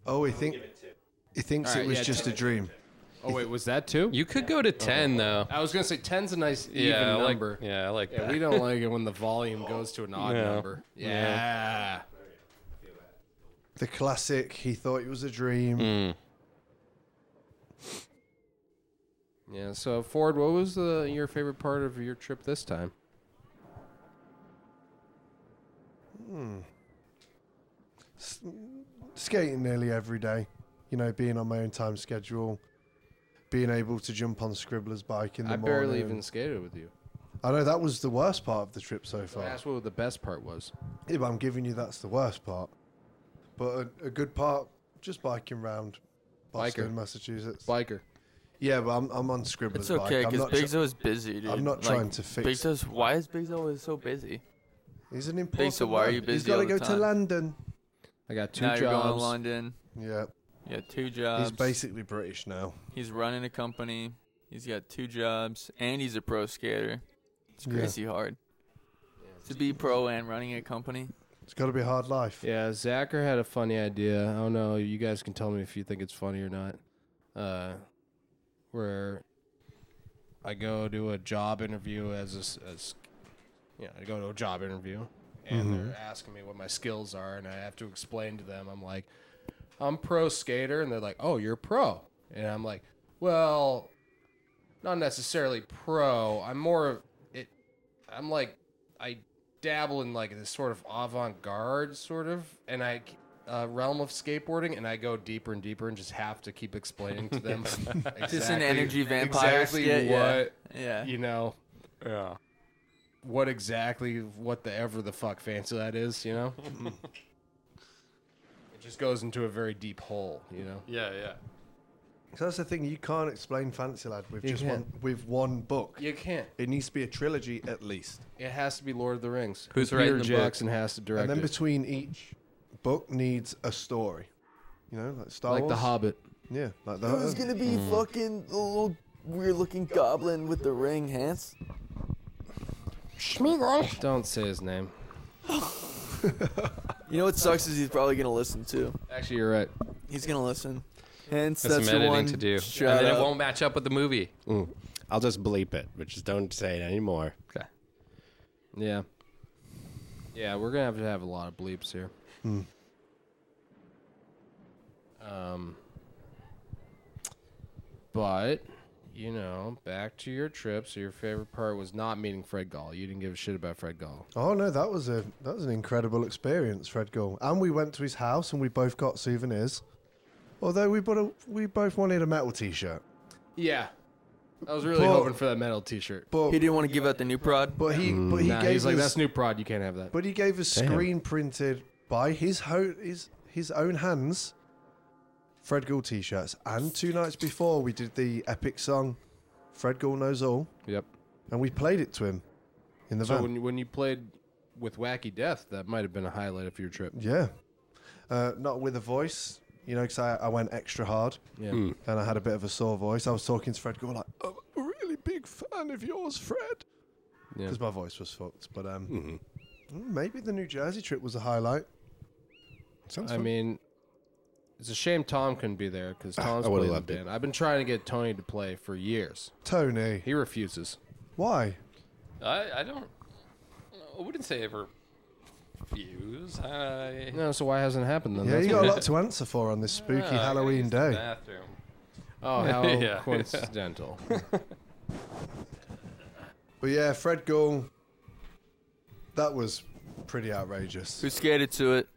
E: Oh, he, think, he thinks
C: Alright,
E: it was
C: yeah,
E: just a dream.
C: Oh wait, was that two?
A: You could go to ten though.
C: I was gonna say ten's a nice
A: Yeah, I
C: even
A: like,
C: number.
A: yeah, I like
C: Yeah,
A: that.
C: we don't like it when the volume goes to an odd
A: Yeah.
C: number. Yeah.
E: The classic, he thought it was a dream.
A: Mm.
C: Yeah. So Ford, what was the your favorite part of your trip this time?
E: S- Skating nearly every day, you know, being on my own time schedule, being able to jump on Scribbler's bike in the
C: I
E: morning.
C: barely even skated with you.
E: I know that was the worst part of the trip so
C: So I
E: far.
C: asked what the best part was.
E: Yeah, but I'm giving you that's the worst part. But a, a good part, just biking round Boston,
C: Biker.
E: Massachusetts.
C: Biker.
E: yeah, but I'm, I'm on Scribbler's
F: It's okay
E: bike. I'm
F: because
E: not tr-
F: Big Zo's busy, dude.
E: I'm not trying to fix
F: Big Zo's. Why is Big Zo always so busy?
E: He's an important
F: so why are
E: man.
F: you
E: He's
F: busy
E: got to
F: all the
E: go to
F: time?
E: London.
C: I got two
F: now you're going to
C: jobs.
F: London.
E: Yeah,
F: You got two jobs.
E: he's basically British now.
F: He's running a company. He's got two jobs, and he's a pro skater. It's
E: Yeah.
F: crazy hard to be pro and running a company.
E: It's got to be a hard life.
C: Yeah, Zachar had a funny idea. I don't know. You guys can tell me if you think it's funny or not. Uh, where I go do a job interview as a, s- as- yeah, I go to a job interview and they're asking me what my skills are, and I have to explain to them. I'm like, I'm pro skater, and they're like, oh, you're pro, and I'm like, well, not necessarily pro. I'm more of it. I'm like, I dabble in like this sort of avant-garde sort of and i uh, realm of skateboarding and i go deeper and deeper and just have to keep explaining to them exactly,
F: Is this an energy vampire
C: exactly
F: skit?
C: what
F: Yeah. yeah.
C: you know
A: Yeah.
C: what exactly what the ever the fuck fancy that is you know it just goes into a very deep hole you know
A: Yeah, yeah.
E: 'Cause that's the thing. You can't explain Fancy Lad with
C: You
E: just
C: can't.
E: one with one book.
C: you can't
E: It needs to be a trilogy at least.
C: it has to be lord of the rings
A: Who's
C: Peter
A: writing the book?
C: jackson has to direct
E: And then
C: it
E: between each book needs a story. You know, like Star
C: like
E: Wars.
C: the hobbit
E: Yeah, like the
F: Who's gonna be
A: Hmm.
F: fucking the little weird-looking goblin with the ring, Hans?
C: don't say his name
F: You know what sucks is he's probably gonna listen too.
C: Actually, you're right.
F: He's gonna listen. Hence,
A: That's
F: that's,
A: some
F: the one.
A: editing to do,
F: Shut
A: and then
F: up.
A: it won't match up with the movie.
D: I'll just bleep it, but just don't say it anymore.
A: Okay.
C: Yeah. Yeah, we're gonna have to have a lot of bleeps here.
E: Hmm.
C: Um. But, you know, back to your trip. So your favorite part was not meeting Fred Gall. You didn't give a shit about Fred Gall.
E: Oh no, that was a that was an incredible experience, Fred Gull. And we went to his house and we both got souvenirs. Although we both we both wanted a metal T-shirt,
C: Yeah. I was really
E: But-
C: hoping for that metal T-shirt.
E: but
F: He didn't want to give out the new prod.
E: but he but he
C: Nah,
E: gave
C: he's like,
E: us
C: that's new prod. You can't have that.
E: but he gave us screen printed by his ho- his his own hands. Fred Gull T-shirts, and two nights before we did the epic song, Fred Gull knows all,
C: yep.
E: and we played it to him in the
C: So
E: van.
C: when you- when you played with Wacky Death, that might have been a highlight of your trip.
E: Yeah. Uh, not with a voice, you know, because I, I went extra hard
C: Yeah.
E: and I had a bit of a sore voice. I was talking to Fred Gore like, I'm a really big fan of yours, Fred.
C: Yeah.
E: Because my voice was fucked. But um, mm, maybe the New Jersey trip was a highlight.
C: I mean, it's a shame Tom couldn't be there because Tom's
D: would've
C: playing the
D: loved it.
C: band. I've been trying to get Tony to play for years.
E: Tony,
C: He refuses.
E: why?
A: I, I don't. I wouldn't say ever views. I.
C: No, so why hasn't it Ah, happened then?
E: Yeah,
C: That's
E: you got a
C: what-
E: lot to answer for on this spooky
A: I gotta
E: Halloween
A: use the
E: day.
A: Bathroom.
C: oh, how
A: Yeah.
C: coincidental.
E: But yeah, Fred Gore, that was pretty outrageous.
F: Who skated to it?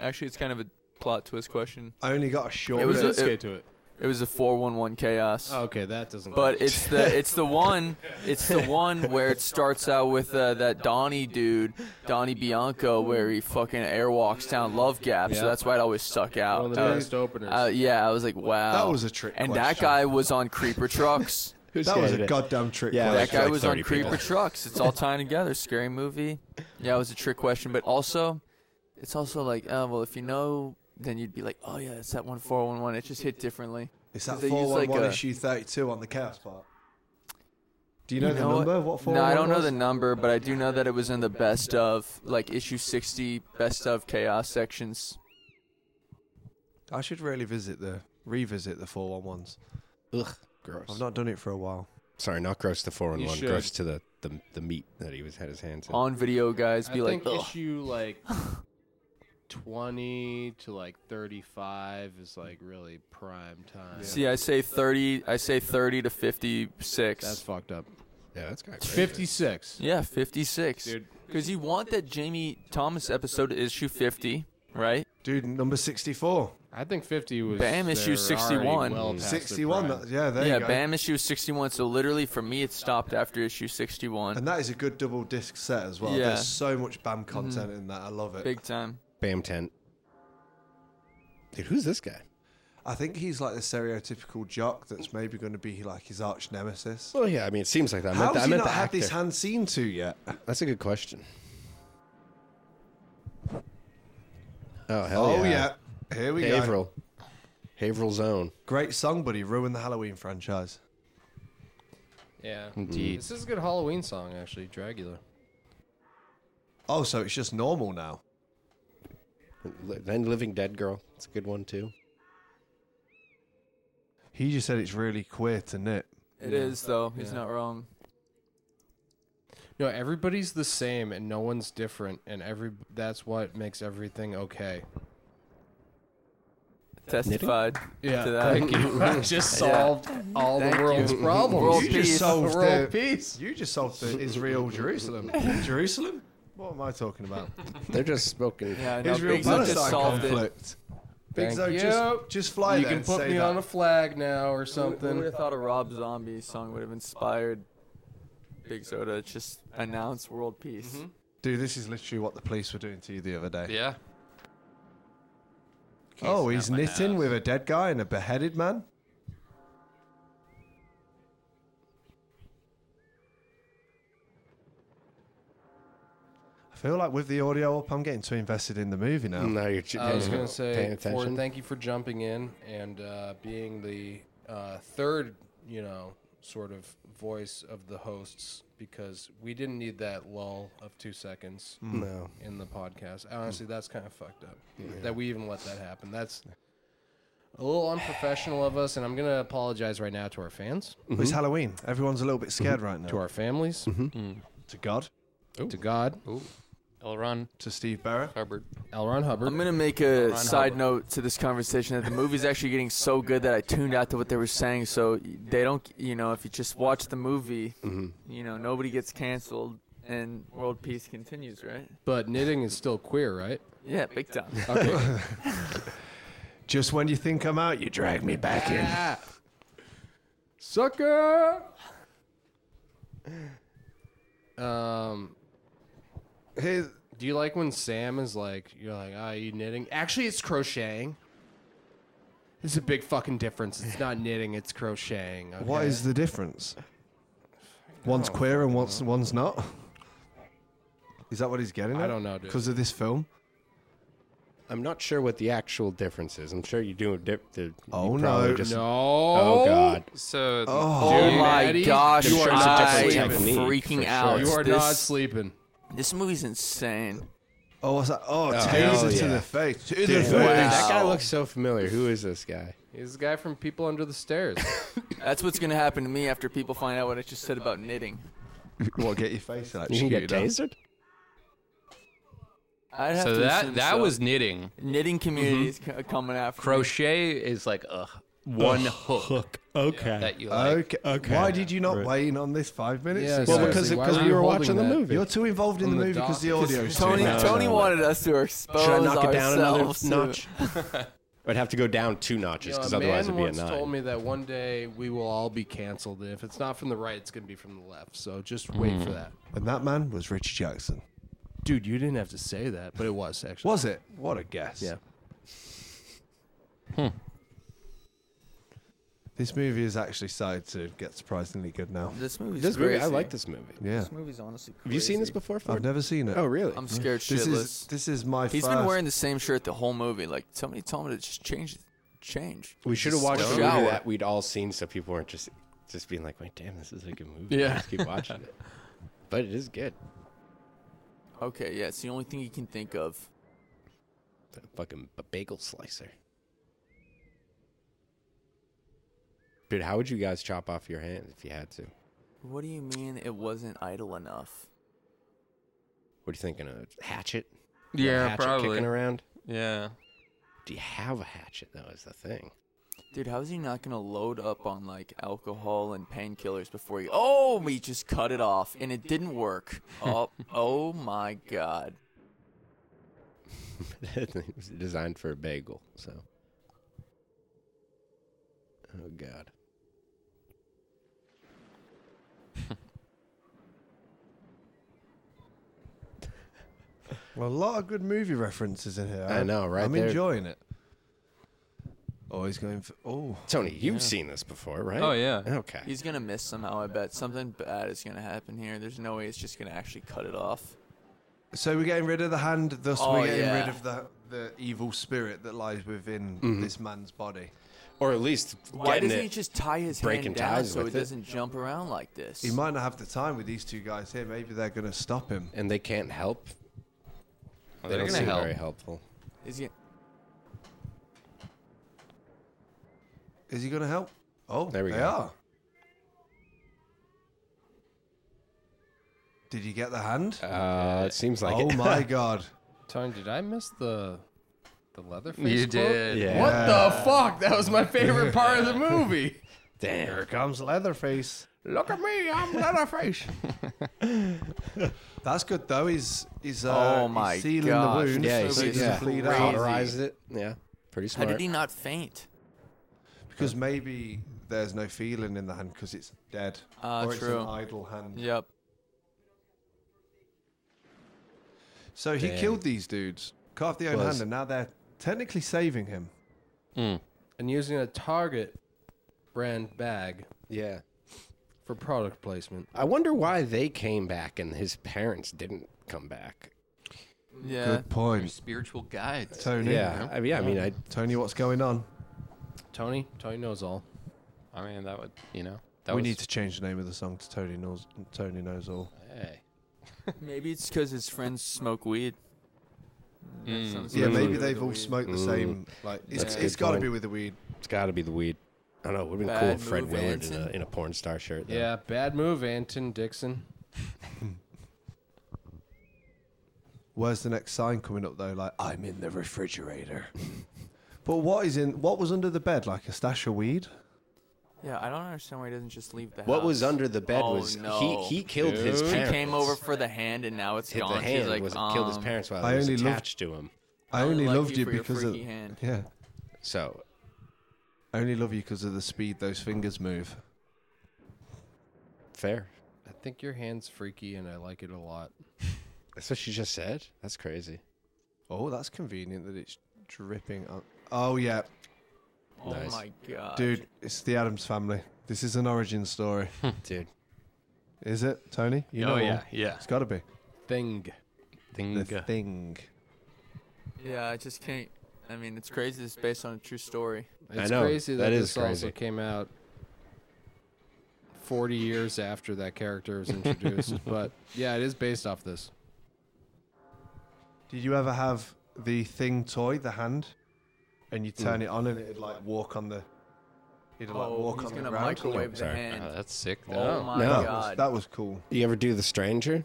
F: Actually, it's kind of a plot twist question.
E: I only got a short
F: It was
E: bit.
F: a-
C: Skate to it.
F: It was a 411 chaos.
C: Oh, okay, that doesn't.
F: But it's the it's the one it's the one where it starts out with uh, that Donnie dude, Donnie Bianco, where he fucking airwalks down Love Gap.
C: Yeah.
F: So that's why it always stuck out.
C: one of the
F: I
C: best openers.
F: uh, yeah, I was like, wow.
E: That was a trick
F: And that
E: question.
F: guy was on creeper trucks.
E: that was a goddamn trick
D: Yeah,
E: question.
F: that guy
D: like
F: was on
D: 30 people.
F: creeper trucks. It's all tying together. Scary movie. Yeah, it was a trick question, but also, it's also like, oh well, if you know, then you'd be like, oh yeah, it's that one four one one. It just hit differently.
E: It's that
F: They use, like,
E: 411
F: a-
E: issue 32 on the chaos part. Do you know,
F: You
E: the
F: know
E: number? What
F: No, I
E: 411
F: don't know
E: was?
F: the number, but I do know that it was in the best of, like issue 60, best of chaos sections.
E: I should really visit the revisit the 411s.
D: Ugh, gross.
E: I've not done it for a while.
D: Sorry, not gross to four and
C: You
D: one.
C: should.
D: Gross to the, the the meat that he was had his hands in.
F: On video, guys,
C: I
F: be like,
C: think
F: "Ugh."
C: issue like twenty to like thirty-five is like really prime time.
F: see, I say 30, I say 30 to 56.
C: That's fucked up.
D: Yeah, that's kind of
C: Fifty-six.
F: yeah, 56.
C: Dude,
F: Because you want that Jamie Thomas episode to issue 50, right?
E: Dude, number 64.
C: I think fifty was.
F: Bam,
C: they're
F: issue
C: already
F: 61.
C: well past their
E: 61.
C: prime.
E: That, yeah, there
F: yeah,
E: you go.
F: Bam issue 61. So literally, for me, it stopped after issue 61.
E: And that is a good double disc set as well.
F: Yeah. Mm-hmm.
E: There's so much BAM content in that. I love it.
F: Big time.
D: Bam tent. Dude, who's this guy?
E: I think he's like the stereotypical jock that's maybe going to be like his arch nemesis.
D: Well, yeah, I mean, it seems like that. I meant,
E: How's
D: the, I
E: he
D: meant
E: not
D: the
E: had this
D: actor.
E: hand seen to yet?
D: That's a good question. Oh hell
E: oh,
D: yeah!
E: yeah. Here we go.
D: Haverhill, Haverhill Zone.
E: Great song, buddy. Ruined the Halloween franchise.
C: Yeah.
D: Indeed.
C: This is a good Halloween song, actually, Dragula.
E: Oh, so it's just normal now.
D: Li- Then Living Dead Girl. It's a good one too.
E: He just said it's really queer to knit.
F: It is though. He's
C: Yeah.
F: not wrong.
C: No, everybody's the same and no one's different, and every that's what makes everything okay.
F: Testified to that.
C: I just solved all the world's problems.
F: World
E: You just
F: peace.
E: solved
C: World
E: it.
C: peace.
E: You just solved the Israel Jerusalem. Jerusalem? What am I talking about?
D: They're just smoking.
F: Yeah, no,
E: Israel
F: Big Zuck
E: Palestine
F: just solved it.
E: conflict. Big
C: Thank
E: Zo,
C: you.
E: just, just fly
C: You
E: there
C: can
E: and
C: put
E: say
C: me
E: that.
C: on a flag now or
F: Who would
C: something.
F: have thought a Rob Zombie song would have inspired Big Soda to just announce world peace?
C: Mm-hmm.
E: Dude, this is literally what the police were doing to you the other day.
A: Yeah.
E: Oh,
A: Keys
E: he's
A: at my
E: knitting
A: house.
E: with a dead guy and a beheaded man? I feel like with the audio up, I'm getting too invested in the movie now.
D: No, you're. j-
C: I was
D: paying-
C: gonna
D: paying
C: say, Ford,
D: attention.
C: thank you for jumping in and uh, being the uh, third, you know, sort of voice of the hosts because we didn't need that lull of two seconds
D: Mm. No.
C: in the podcast. Honestly, that's kind of fucked up that we even let that happen. That's a little unprofessional of us, and I'm gonna apologize right now to our fans,
E: It's Halloween. Everyone's a little bit scared right now.
C: to our families,
D: Mm-hmm.
E: To God,
C: to God,
A: Ooh. Elron
E: to Steve Barrett.
A: Hubbard.
C: L. Ron Hubbard.
F: I'm gonna make a side note to this conversation that the movie's actually getting so good that I tuned out to what they were saying. So they don't, you know, if you just watch the movie,
C: Mm-hmm.
F: you know, nobody gets canceled and world peace continues, right?
C: but knitting is still queer, right?
F: Yeah, big time.
C: Okay.
E: Just when you think I'm out, you drag me back in.
C: Ah. Sucker. Um.
E: Hey,
C: Do you like when Sam is like, you're like, ah, you knitting? Actually, it's crocheting. It's a big fucking difference. It's not knitting, it's crocheting. Okay?
E: what is the difference? One's queer and one's one's not. Is that what he's getting at?
C: I don't know, dude.
E: Because of this film?
D: I'm not sure what the actual difference is. I'm sure you do a dip. The, you
E: Oh,
D: probably
E: no.
D: Just,
C: No.
D: Oh God.
A: So
F: Oh
C: Dude,
F: my
C: Eddie,
F: gosh,
C: you are not
F: I
D: different
F: am
D: technique,
F: freaking
D: for
F: out.
C: You are
F: this,
C: not sleeping.
F: This movie's insane.
E: Oh, what's that? Oh,
D: hell
E: taser to
D: yeah.
E: the face. To the
D: Dude,
E: face.
F: Wow.
D: That guy looks so familiar. Who is this guy?
C: He's the guy from People Under the Stairs.
F: That's what's gonna happen to me after people find out what I just said about knitting.
E: What, get your face out?
D: You can get
E: shoot it up.
D: tasered.
F: I'd have
A: so
F: to
A: that
F: assume
A: that
F: so.
A: was knitting.
F: knitting community is co- coming after me.
A: Crochet is like a h- one hook,
D: Okay.
A: that you like.
E: Okay. okay. Why did you not weigh in on this five minutes?
C: Yeah,
E: ago?
C: Well,
D: well,
C: because- Seriously,
D: because
C: why because were we
D: we
C: you were
D: were
C: holding watching
D: watching
C: the
D: the
C: that?
D: movie.
E: You're too involved in
C: On
E: the,
C: the
E: movie because the
C: dock. 'Cause
E: audio's too
F: Tony,
E: loud.
F: Tony wanted us to expose
D: Should I knock it down another
F: ourselves to-
D: notch? I'd have to go down two notches because
C: a
D: otherwise
C: man
D: it'd be a
C: once told me
D: nine.
C: that one day we will all be canceled. and If it's not from the right, it's going to be from the left. So just wait for that.
E: And that man was Richard Jackson.
C: Dude, you didn't have to say that, but it was actually.
E: Was it? What a guess.
C: Yeah.
E: This movie is actually started to get surprisingly good now.
F: This movie's
D: This
F: crazy.
D: movie, I like this movie.
E: Yeah.
F: This movie's honestly. Crazy.
D: Have you seen this before?
E: I've
D: Ford?
E: never seen it.
D: Oh, really?
F: I'm scared
E: this
F: shitless.
E: is this is my
F: He's
E: first.
F: been wearing the same shirt the whole movie. Like somebody told me to just change, change.
D: we should have watched a
F: Just
D: movie
F: shower.
D: that we'd all seen, so people weren't just just being like, "Wait, damn, this is a good movie."
C: Yeah.
D: Let's keep watching it. But it is good.
F: Okay, yeah, it's the only thing you can think of.
D: That fucking b- bagel slicer. Dude, how would you guys chop off your hand if you had to? What
F: What do you mean it wasn't idle enough?
D: are you thinking? A hatchet? You have a
A: Yeah,
D: hatchet
A: probably.
D: Kicking around.
A: Yeah.
D: Do you have a hatchet though? Is the thing.
F: Dude, how is he not gonna load up on like alcohol and painkillers before he? Oh, we just cut it off and it didn't work. Oh, oh my god.
D: it was designed for a bagel, so. Oh God.
E: Well, a lot of good movie references in here.
D: I know, right
E: I'm
D: there.
E: enjoying it. Oh, he's going for. Oh,
D: Tony, you've seen this before, right?
A: Oh yeah.
D: Okay.
F: He's gonna miss somehow. I bet something bad is gonna happen here. There's no way it's just gonna actually cut it off.
E: so we're getting rid of the hand. Thus,
F: Oh,
E: we're getting
F: yeah.
E: rid of the the evil spirit that lies within
D: Mm-hmm.
E: this man's body.
D: or at least
F: Why
D: getting
F: doesn't he
D: it-
F: just tie his
D: breaking
F: hand down
D: ties
F: so it
D: with it?
F: doesn't jump around like this?
E: He might not have the time with these two guys here. Maybe they're going to stop him.
D: and they can't help. they
A: Well, they're
D: don't
A: gonna
D: seem
A: help.
D: very helpful.
F: Is he-
E: Is he going to help? Oh,
D: There we
E: they
D: go.
E: are. Did you get the hand?
D: Uh, it seems like
E: oh
D: it.
E: my god.
C: Tony, did I miss the the Leatherface?
A: You
C: quote?
A: did.
D: Yeah.
C: What the fuck? That was my favorite part of the movie.
D: Damn.
E: comes Leatherface.
C: Look at me, I'm Leatherface.
E: That's good though. He's he's uh,
F: Oh
E: he's
F: my
E: sealing
F: gosh,
E: the wound
D: Yeah,
E: so
D: he's
E: that it doesn't
D: yeah.
E: bleed
F: Crazy.
E: out
D: cauterized it. Yeah, pretty
F: how
D: smart.
F: did he not faint?
E: because maybe there's no feeling in the hand because it's dead
F: Ah,
E: or
F: true.
E: it's an idle hand.
F: Yep.
E: So he
D: Damn.
E: killed these dudes, cut off the own
D: Was-
E: hand, and now they're technically saving him.
C: and using a Target brand bag
D: Yeah.
C: for product placement.
D: I wonder why they came back and his parents didn't come back.
F: Yeah.
E: point,
A: Spiritual guides.
E: Tony.
D: Yeah. I, yeah. I
F: Oh.
D: mean, I
E: Tony, what's going on?
C: Tony, Tony knows all.
A: I mean, that would you know. That
E: we
A: was-
E: need to change the name of the song to Tony knows. Tony knows all.
A: Hey.
F: Maybe it's because his friends smoke weed. That
A: Mm.
F: sounds
E: Yeah,
F: like
E: maybe
F: the
E: they've all
F: weed.
E: smoked the
D: Mm.
E: same. Like
F: That's
E: it's,
F: a
E: it's
D: good
E: got to
D: point.
E: be with the weed.
D: It's got to be the weed. I don't know. It would have been cool
F: Bad
D: if Fred
F: move,
D: Willard in a,
F: Anson.
D: in a porn star shirt. though.
C: Yeah, bad move, Anton Dixon.
E: Where's the next sign coming up though? Like I'm in the refrigerator. but what is in? What was under the bed? Like a stash of weed?
F: Yeah, I don't understand why he doesn't just leave the house.
D: What was under the bed
F: Oh,
D: was
F: no.
D: he, he killed his
C: Dude. He
D: parents.
F: He came over for the hand, and now it's
D: Hit
F: gone.
D: the
F: She's
D: hand
F: like,
D: was killed his
F: um,
D: parents while
E: I
D: he was
E: only loved-
D: attached to him.
E: I,
F: I
E: only
F: like
E: loved
F: you
E: you,
F: for your
E: because of
F: freaky hand.
E: yeah.
D: So
E: I only love you because of the speed those fingers move.
D: fair.
C: I think your hand's freaky, and I like it a lot.
D: That's what she just said. That's crazy.
E: Oh, that's convenient that it's dripping. Out. Oh yeah,
F: Oh
D: Nice.
F: my god,
E: dude, it's the Adams family. This is an origin story,
D: Dude.
E: is it, Tony? You
A: oh
E: all.
A: yeah, yeah.
E: it's got to be
C: Thing.
A: Thing.
E: the thing.
F: Yeah, I just can't. I mean, it's crazy. It's based on a true story.
D: I
C: It's
D: know,
C: crazy that,
D: that
C: this
D: is
C: also
D: crazy.
C: came out 40 years after that character was introduced. but yeah, it is based off this.
E: Did you ever have the thing toy, the hand, and you turn it on and it'd like walk on the? It'd like
F: Oh,
E: walk
F: he's
E: on
F: gonna
E: the ground.
F: microwave the
D: Sorry. Uh-huh.
A: Oh,
F: hand.
A: that's sick.
F: Oh,
A: Though.
F: my
D: No.
E: That was,
F: god.
E: that was cool.
D: You ever do the stranger?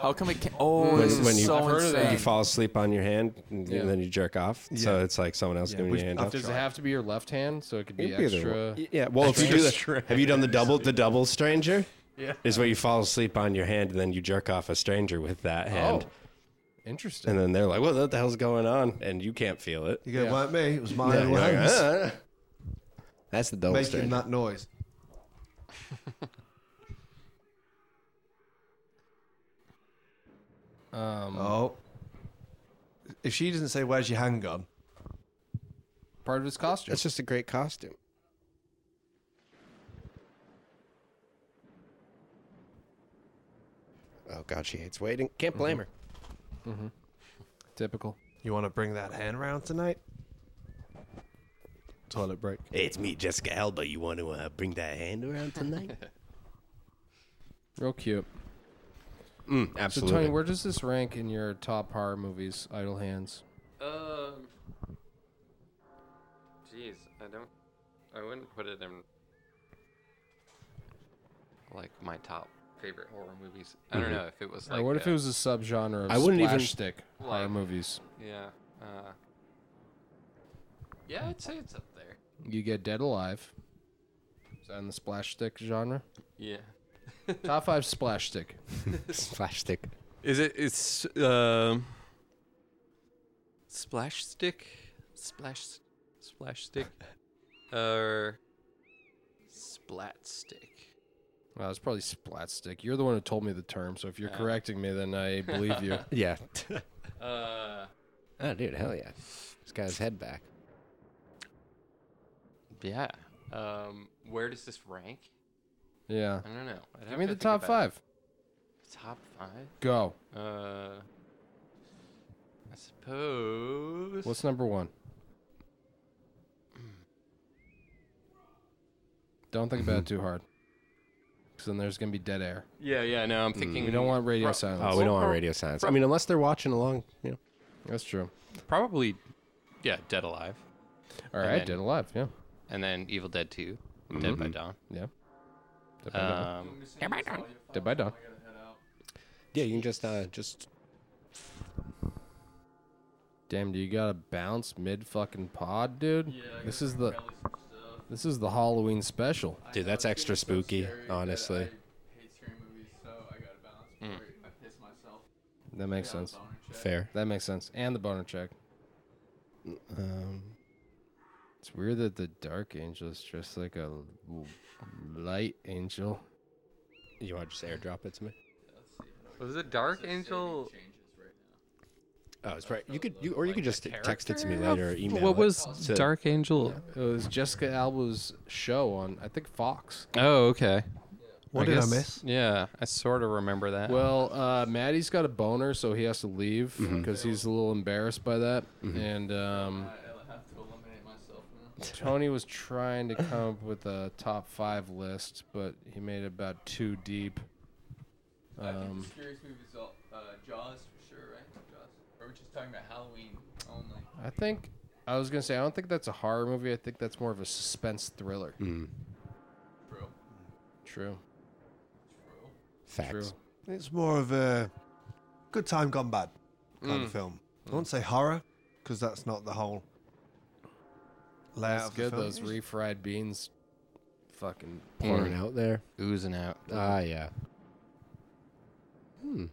F: How come it? Can- oh,
D: When-
F: this is
D: when you- I've
F: so
C: heard of that.
F: insane.
D: You fall asleep on your hand and,
C: Yeah.
D: then you jerk off. So
E: Yeah.
D: it's like someone else
E: Yeah,
D: giving you
E: we've-
D: a hand
E: I've
D: off.
C: Does it
E: Sure.
C: have to be your left hand so it could be
D: It'd be the-
C: extra?
D: Yeah, well, if you do
A: Stranger.
D: that, have you done the double the double stranger? Yeah, is where you fall asleep on your hand and then you jerk off a stranger with that hand,
C: Interesting.
D: and then they're like, "What the hell's going on?" And you can't feel it.
E: You go,
C: Yeah.
E: weren't me. It was my
D: Yeah, you're like,
E: hands
D: "Ah." That's the double
E: making
D: stranger.
E: that noise.
C: Um,
E: Oh, if she doesn't say, "Where's your hand gone?"
C: Part of his costume.
D: That's just a great costume. Oh God, she hates waiting. Can't blame her.
C: Typical.
E: You want to bring that hand round tonight? Toilet break.
D: Hey, it's me, Jessica Alba. You want to uh, bring that hand around tonight?
C: Real cute.
D: mm,
C: So,
D: absolutely.
C: Tony, where does this rank in your top horror movies, Idle Hands?
A: Um. Jeez, I don't. I wouldn't put it in. Like my top favorite horror movies. I don't know if it was like.
C: or what if
A: a-
C: it was a subgenre of
D: I wouldn't
C: splash
D: even-
C: stick horror
A: Like-
C: movies?
A: Yeah. Uh, yeah, I'd say it's up there.
C: You get Dead Alive. Is that in the splash stick genre?
A: Yeah.
C: top five splash stick.
D: Splash stick.
A: Is it? It's um. Splash stick, splash, s- splash stick, or splat stick.
C: Well, it's probably splat stick. You're the one who told me the term, so if you're
A: Yeah.
C: correcting me, then I believe you.
D: Yeah.
A: Uh.
D: oh, dude, hell yeah. He's got his head back.
A: Yeah. Um. Where does this rank?
C: Yeah.
A: I don't know. I'd have
C: Give me
A: to
C: the
A: think
C: top
A: about it.
C: five.
A: Top five.
C: Go.
A: Uh. I suppose.
C: What's number one? Don't think about it too hard. Because then there's going to be dead air.
A: Yeah. Yeah. No, I'm thinking.
C: We don't want radio
A: Pro-
C: silence.
D: Oh, we don't want radio silence. I mean, unless they're watching along, you know.
A: Oh.
C: That's true.
A: probably. Yeah. Dead alive.
C: All right,
A: then-
C: dead alive. Yeah.
A: and then Evil Dead 2, Dead by Dawn.
C: Yeah. Dead by, dawn.
A: Um,
C: Dead by dawn.
D: Yeah, you can just uh, just
C: Damn, do you got to bounce mid fucking pod, dude? this is the This is the Halloween special.
D: dude, that's extra spooky. honestly,
C: That makes sense.
D: fair.
C: That makes sense. And the boner check.
D: Um,
C: It's weird that the dark angel is just like a l- light angel.
D: you want to just airdrop it to me?
A: was it Dark Angel?
D: Oh, it's right. You could, you or you could just text it to me
A: character
D: later. Or
A: of-
D: email.
A: What
D: it
A: was
D: to-
A: Dark Angel?
C: It was Jessica Alba's show on, I think, Fox.
A: Oh, okay.
E: What did
A: guess-
E: I miss?
A: Yeah, I sort of remember that.
C: Well, uh, Maddie's got a boner, so he has to leave because he's a little embarrassed by that. And um,
F: I have to eliminate myself now.
C: Tony was trying to come up with a top five list, but he made it about two deep.
F: I think
C: Um,
F: the scariest movie is uh, Jaws for sure, right? Jaws. Or we're just talking about Halloween only.
C: I think I was gonna say I don't think that's a horror movie. I think that's more of a suspense thriller.
D: Mm.
F: True.
C: True.
F: True.
D: Facts.
C: True.
E: It's more of a good time gone bad kind
C: Mm.
E: of film. I won't say horror because that's not the whole layout
C: That's
E: of the
C: good.
E: film.
C: Those refried beans, fucking.
D: Pouring out there.
A: Oozing out.
D: Ah, yeah. Hmm.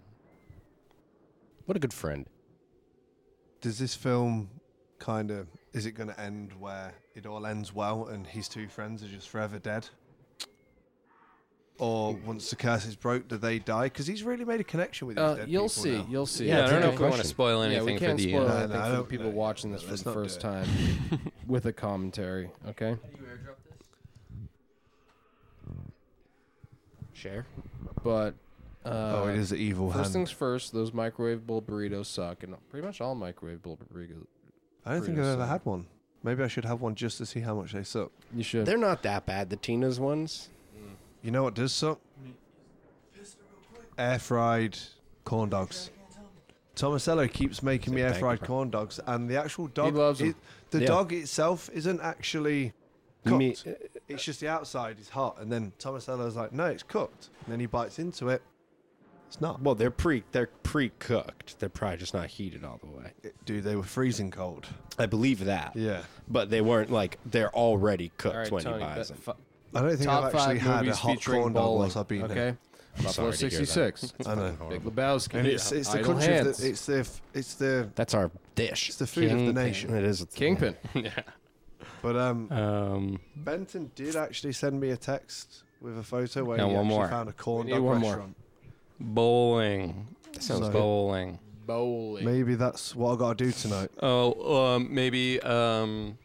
D: What a good friend.
E: Does this film kind of is it going to end where it all ends well and his two friends are just forever dead? Or once the curse is broke, do they die? Because he's really made a connection with these
C: Uh,
E: dead
C: you'll
E: people
C: see.
E: now.
C: You'll see.
D: Yeah,
A: Yeah, I don't know
D: good
A: if we want to
D: question.
A: spoil
C: Yeah,
A: anything
C: we
A: for
C: can't
A: the
C: spoil
E: No,
A: uh,
E: no,
C: anything
E: I
C: for the
E: don't-
C: people
E: no,
C: watching
E: no,
C: this for
E: let's
C: the
E: not do
C: first
E: it.
C: time with a commentary. Okay.
F: Can you airdrop this?
D: Share.
C: But uh,
E: oh, it is the evil
C: First
E: hand.
C: things first, those microwavable burritos suck, and pretty much all microwavable burritos.
E: I don't think
C: Brutal
E: I've ever
C: song.
E: had one. Maybe I should have one just to see how much they suck.
C: You should.
D: They're not that bad, the Tina's ones.
E: You know what does suck? Air fried corn dogs. Tomasello keeps making me air fried corn dogs, and the actual dog,
C: loves 'em.
E: it, the
D: Yeah.
E: dog itself isn't actually cooked.
D: Meat.
E: It's just the outside is hot, and then Tomasello's like, "No, it's cooked." And then he bites into it. It's not.
D: Well, they're pre they're pre cooked. They're probably just not heated all the way.
E: Dude, they were freezing cold.
D: I believe that.
E: Yeah,
D: But they weren't like they're already cooked
C: all right,
D: when
C: Tony.
D: he buys them.
E: uh,
C: but fu-
E: I don't think
C: top
E: I've actually
C: five
E: had a
C: movies
E: hot
C: featuring
E: corn dog
C: bowling.
E: whilst I've been here.
C: okay. Buffalo
D: sorry to hear that.
C: sixty six.
E: I know.
C: Big Lebowski.
E: And it's it's the
C: Idle
E: country. Of
C: Hands.
E: the, it's the it's the
D: That's our dish.
E: it's the food of the nation.
D: It is.
C: Kingpin.
E: But um,
D: Um,
E: Benton did actually send me a text with a photo where
A: Now
E: he
A: one
E: actually
A: more.
E: found a corn
C: We need
E: dog
C: one more.
E: restaurant.
A: bowling. That sounds
E: So-
A: bowling.
C: Bowling.
E: Maybe that's what I got to do tonight.
A: Oh, um, maybe um,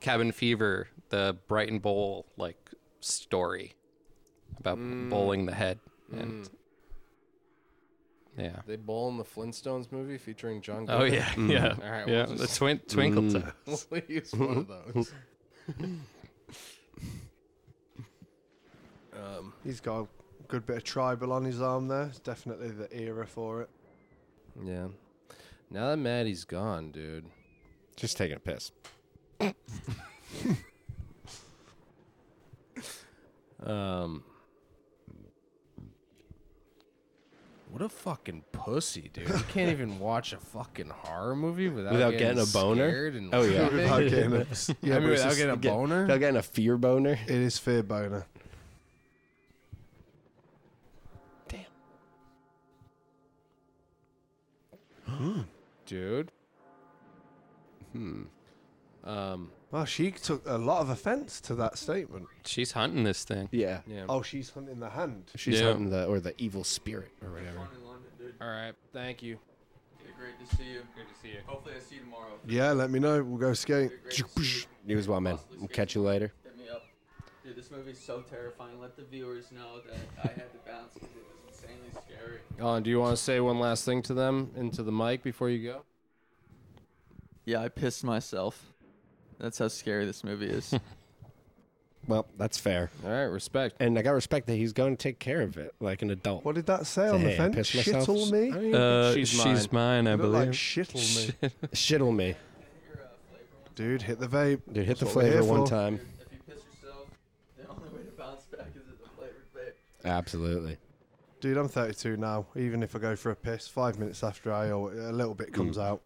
A: Cabin Fever, the Brighton Bowl like story about bowling the head, and yeah.
C: They bowl in the Flintstones movie featuring John.
A: Oh
C: Goodman.
A: yeah, yeah,
C: Mm. All right,
A: yeah.
C: we'll
A: The
C: just-
A: twin- twinkle toes.
C: We'll use one of those. um,
E: He's got a good bit of tribal on his arm there. It's definitely the era for it.
C: yeah. Now that Maddie's gone, dude.
D: just taking a piss.
C: Um. What a fucking pussy, dude! You can't even watch a fucking horror movie without,
D: Without getting a boner?
C: scared And
D: Oh, yeah.
C: laughing.
E: Without getting a, yeah,
C: I mean,
E: but it's
C: without
E: just-
C: getting a
D: Get-
C: boner.
D: Now getting a fear boner.
E: it is fear boner.
C: dude. Hmm. Um.
E: Well, she took a lot of offence to that statement.
A: She's hunting this thing.
D: Yeah.
C: Yeah.
E: Oh, she's hunting the hand.
D: She's
A: Yeah.
D: hunting the or the evil spirit or whatever.
F: Fun in London, dude.
C: All right. Thank you.
F: Yeah, great to see you.
A: Good to see you.
F: Hopefully I see you tomorrow.
E: Yeah, let me know. We'll go skate.
F: Yeah, great to see you.
D: You as well, man. We'll catch you later.
F: Hit me up. Dude, this movie is so terrifying. Let the viewers know that I had to bounce because it was insanely scary.
C: Colin, do you want to say one last thing to them into the mic before you go?
F: Yeah, I pissed myself. That's how scary this movie is.
D: Well, that's fair.
C: All right. Respect.
D: And I got respect that he's going to take care of it like an adult.
E: What did that say on the
D: Hey, I
E: fence?
D: pissed myself.
E: Shittle me?
D: I
E: You
D: don't even
A: Uh,
C: She's
A: she's, mine. I
E: look like
A: believe.
E: shittle me.
D: Shittle me.
E: Dude, hit the vape.
D: Dude, hit
E: That's
D: the
E: what we're
D: flavor
E: here
D: one
E: for.
D: time.
F: Dude, if you piss yourself, the only way to bounce back is at the flavored vape.
D: Absolutely.
E: Dude, I'm 32 now. Even if I go for a piss, five minutes after I, or a little bit comes out.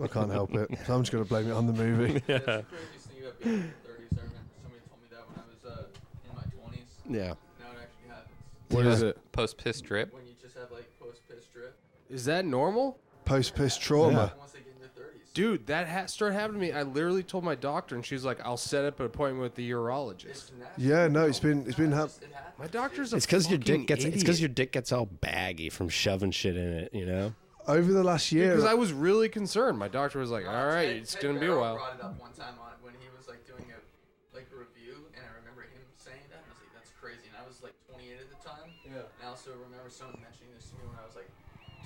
E: I can't help it. So I'm just going to blame it on the movie.
A: Yeah.
F: That's the craziest thing about being in your 30s. I remember somebody told me that when I was uh, in my 20s.
D: Yeah.
F: Now it actually happens.
C: What is it?
A: Post piss drip.
F: When you just have like post piss drip.
C: Is that normal?
E: Post piss trauma.
F: Once they get in their 30s.
C: Dude, that ha- started happening to me. I literally told my doctor, and she's like, "I'll set up an appointment with the urologist."
F: It's natural.
E: Yeah, no, it's been it's been hap-
F: It's- It happens.
C: My doctor's a
D: It's because your
C: fucking
D: dick gets it's
C: idiot.
D: because your dick gets all baggy from shoving shit in it, you know?
E: over the last year.
C: Because I was really concerned. My doctor was like, "All right,
F: Ted-
C: it's
F: Ted
C: gonna be a
F: Barrow
C: while."
F: brought it up one time on when he was like doing a like a review, and I remember him saying that. And I was like, "That's crazy," and I was like 28 at the time. Yeah. And I also remember someone mentioning this to me when I was like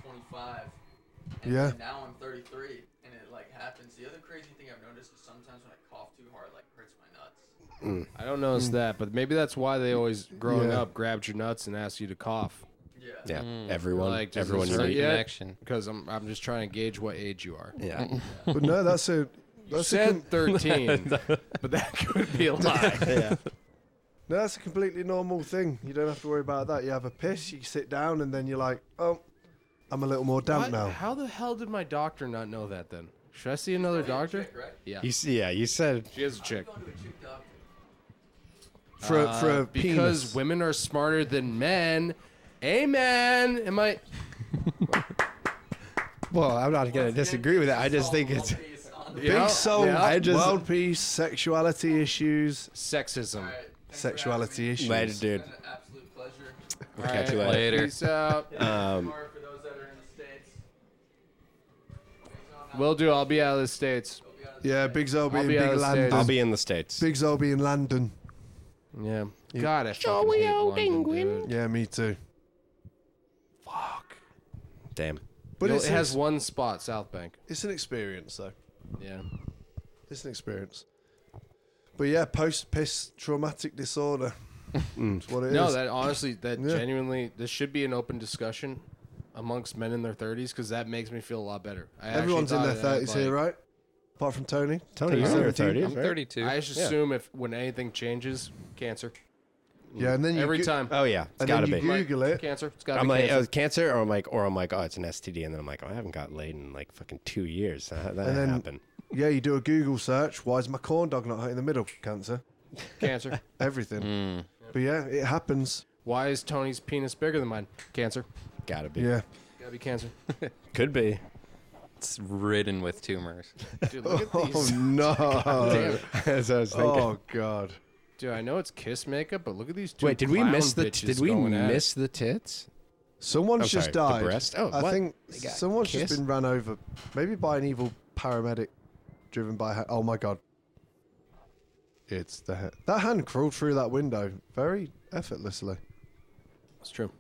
F: 25, and And
E: Yeah.
F: then now I'm 33, and it like happens. The other crazy thing I've noticed is sometimes when I cough too hard, like hurts my nuts.
C: I don't notice
D: Hmm.
C: that, but maybe that's why they always growing
E: Yeah.
C: up grabbed your nuts and asked you to cough
D: Yeah,
F: Yeah.
D: everyone,
C: Mm. like, does
D: everyone
C: this
D: you
C: hurt
D: meet.
C: yet?
A: connection.
C: because I'm I'm just trying to gauge what age you are.
D: Yeah,
E: But no, that's a that's a com-
C: Said thirteen, but that could be a lie.
E: no, that's a completely normal thing. You don't have to worry about that. You have a piss, you sit down, and then you're like, oh, I'm a little more damp
C: What?
E: now.
C: How the hell did my doctor not know that then? Should I see another doctor?
F: Chick, right?
C: Yeah,
D: you s- yeah, you said
C: she is a chick.
F: Going to a chick doctor.
E: For a- for
C: Uh,
E: a
C: because
E: penis.
C: women are smarter than men. Amen. Am I?
D: Well, I'm not going to disagree with that. I just think it's
E: Big
C: Yeah,
E: soul,
C: yeah.
D: I just-
E: world peace, sexuality issues,
C: Sexism.
E: sexuality issues.
D: later, dude.
F: An absolute pleasure.
C: All
D: catch you later.
A: Later.
C: Peace out.
D: Um,
F: for those that are in the states.
C: Will do. I'll be out of the states.
E: Yeah, Big Zobie
C: I'll
E: and
C: be out
E: Big
C: of state.
D: I'll
E: Landon.
D: be in the states.
E: Big Zobie and Landon.
C: Yeah. God, I fucking
D: Joey
C: hate
D: old
C: London,
D: penguin.
C: dude.
E: Yeah, me too.
C: Fuck.
D: Damn.
E: But
C: You'll-
E: it's
C: it
E: an,
C: has one spot, South Bank.
E: it's an experience, though.
C: Yeah.
E: It's an experience. But yeah, post piss traumatic disorder. It's what it
C: Mm.
E: is.
C: No, that honestly, that
E: Yeah.
C: genuinely, this should be an open discussion amongst men in their 30s because that makes me feel a lot better. I actually
E: Everyone's in
C: thought
E: their
C: of that, Mm.
E: thirties here,
C: like,
E: right? Apart from Tony.
D: Tony,
E: Tony's
D: you're in your
E: 17.
D: 30s,
A: I'm
D: right?
A: 32.
C: I just
D: Yeah.
C: assume if when anything changes, cancer.
E: Yeah, and then you
C: Every
E: go-
C: time.
D: Oh yeah, it's
E: and
D: got to
E: then
D: be.
E: you Google it. uh,
C: Cancer. It's got to
D: I'm
C: be
D: like,
C: cancer.
D: oh, cancer, or I'm like, or I'm like, oh, it's an STD, and then I'm like, oh, I haven't got laid in like fucking two years. How that
E: And then-
D: happened?
E: Yeah, you do a Google search. Why is my corn dog not in the middle? Cancer.
C: Cancer.
E: Everything.
C: Mm.
E: But yeah, it happens.
C: Why is Tony's penis bigger than mine? Cancer.
D: Gotta be.
E: Yeah.
C: Gotta be cancer.
D: Could be.
A: It's ridden with tumors.
C: Dude, look at
E: Oh
C: these.
E: no.
C: Damn.
D: As I was thinking.
E: Oh god.
C: Dude, I know it's kiss makeup, but look at these two.
D: Wait, did we
C: clown
D: miss the?
C: bitches
D: Did we
C: going at it.
D: miss the tits?
E: Someone's
D: I'm sorry,
E: just
D: the
E: died.
D: breast? Oh,
E: I
D: what?
E: think
D: They got
E: someone's
D: kissed?
E: just been ran over, maybe by an evil paramedic, driven by. Ha- oh my god! It's the hand. That hand crawled through that window very effortlessly.
C: It's true.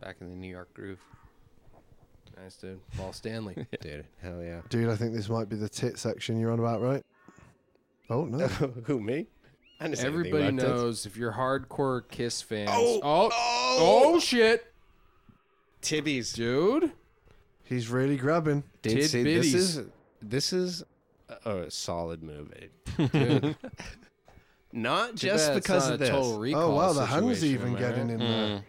A: Back in the New York groove.
C: Nice, dude. Paul Stanley.
D: Dude, hell yeah.
E: Dude, I think this might be the tit section you're on about, right? Oh no!
D: Who me? I didn't say anything
C: Everybody
D: about tits.
C: knows if you're hardcore Kiss fans.
D: Oh,
C: oh,
D: oh.
C: oh shit,
D: tibbies.
C: dude.
E: He's really grabbing.
D: Dude, see,
C: Tidbitties.
D: this is this is a, a solid movie.
C: Dude, too
D: Not
C: bad
D: just
C: it's
D: because
C: not
D: of
C: a
D: this.
C: Total recall
E: Oh wow, the hand's
C: situation,
E: even
C: am I
E: getting
C: right?
E: in
D: Mm.
E: there.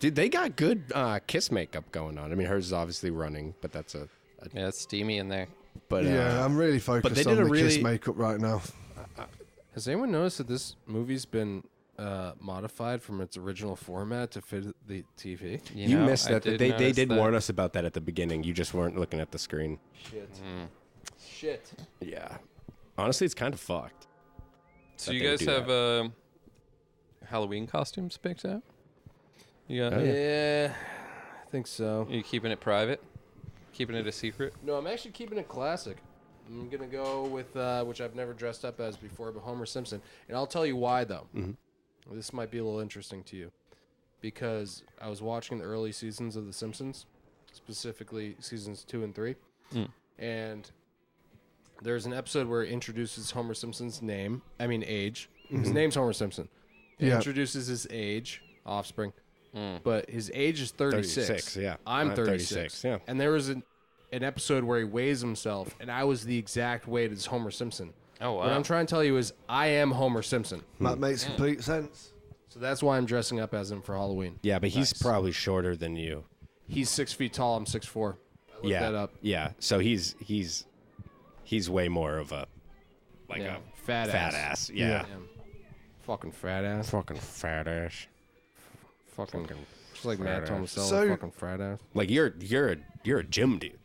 D: Dude, they got good uh, kiss makeup going on. I mean, hers is obviously running, but that's a. a
A: Yeah, it's steamy in there.
D: but
E: yeah,
D: uh,
E: I'm really focused
D: did
E: on
D: a
E: the kiss
D: really-
E: makeup right now.
C: Has anyone noticed that this movie's been uh, modified from its original format to fit the TV?
A: You,
D: you
A: know,
D: missed
A: I
D: that. they they
A: notice
D: did
A: that.
D: warn us about that at the beginning. You just weren't looking at the screen.
C: Shit. Shit.
D: Yeah. Honestly, it's kind of fucked.
A: So
D: that
A: you
D: they would
A: guys
D: do
A: have um, Halloween costumes picked out? You got,
D: Oh, yeah.
C: Yeah, I think so.
A: You keeping it private? Keeping it a secret?
C: No, I'm actually keeping it classic. I'm gonna go with uh, which I've never dressed up as before, but Homer Simpson, and I'll tell you why though. This might be a little interesting to you, because I was watching the early seasons of The Simpsons, specifically seasons two and three, and there's an episode where it introduces Homer Simpson's name. I mean age. His name's Homer Simpson. It
E: Yeah.
C: introduces his age, offspring, but his age is 36.
D: 36, yeah.
C: I'm
D: I'm
C: 36.
D: 36, yeah.
C: And there was an, an episode where he weighs himself, and I was the exact weight as Homer Simpson.
A: Oh,
C: What
A: wow.
C: I'm trying to tell you is I am Homer Simpson.
D: Hmm.
E: That
D: Mm.
E: makes complete sense.
C: So that's why I'm dressing up as him for Halloween.
D: Yeah, but he's probably shorter than you.
C: He's six feet tall. I'm six four. I looked
D: yeah.
C: that up.
D: Yeah. So he's he's he's way more of a like
C: Yeah.
D: a
C: Fat,
D: fat
C: ass.
D: ass. Yeah.
C: Damn. Fucking fat ass.
D: Fucking fat ass.
C: Fucking. Just like Matt
D: fat
C: Thomas.
E: So-
C: fucking fat ass.
D: Like you're you're a, you're a gym dude.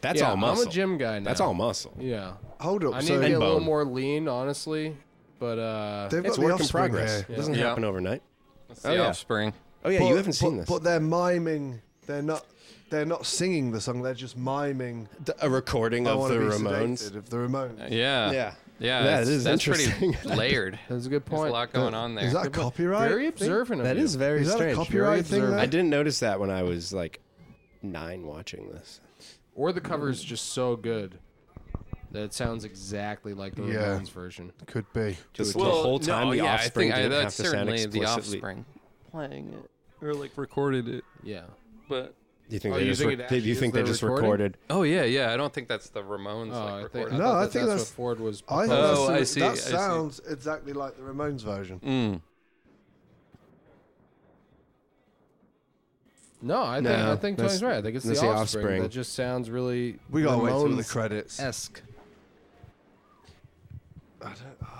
D: That's
C: yeah,
D: all muscle.
C: I'm a gym guy now.
D: That's all muscle.
C: Yeah.
E: Hold up,
C: I need to
E: so
C: get a little
D: bone.
C: more lean, honestly. But uh,
E: they've
D: It's
E: got the
D: work in
E: offspring
D: progress.
E: here.
D: It doesn't
A: Yeah.
D: happen overnight.
A: It's
D: Oh,
A: the
D: yeah.
A: offspring.
D: Oh yeah,
E: But-
D: you haven't seen
E: but-
D: this.
E: But they're miming. They're not. They're not singing the song. They're just miming.
D: a recording
E: I
D: of
E: want
D: the
E: to be
D: Ramones.
E: sedated of the Ramones.
A: Yeah.
D: Yeah.
A: Yeah.
D: That
A: it's-
D: is
A: that's pretty
D: interesting.
A: layered.
C: that's a good
A: There's a
C: point.
A: lot going on there.
E: Is that copyright?
C: Very observant.
D: That
C: of you.
D: is very
E: Is that a
D: strange.
E: copyright
C: Very
E: thing?
D: I
E: though?
D: didn't notice that when I was like nine watching this.
C: Or the cover is just so good that it sounds exactly like the
E: Yeah.
C: Ramones version.
E: Could be.
D: Just the whole time the offspring
A: I think
D: didn't
A: I,
D: have
A: that's
D: to sound
A: certainly
D: explicitly.
A: the offspring playing it or like recorded it,
C: Yeah.
A: but
D: Do you think
C: Oh,
D: they
C: you
D: just,
C: think
D: re-
C: it
D: did
C: actually
D: you
C: is
D: think they
C: the
D: just
C: recording?
D: recorded?
A: oh yeah, yeah. I don't think that's the Ramones
C: Oh,
A: like
C: I think,
A: recorded.
E: No,
C: thought
E: I
C: that
E: think
C: that's
E: that's-
C: what Ford was.
E: I
A: Oh,
E: that's the-
A: I see,
E: That
A: I see.
E: sounds exactly like the Ramones version.
A: Mm.
C: No, I think
D: No,
C: I think
D: that's-
C: Tony's right. I think it's the
D: that's the
C: offspring.
D: Offspring.
C: That just sounds really.
E: We gotta wait till the
C: Ramones
E: credits.
C: Esque.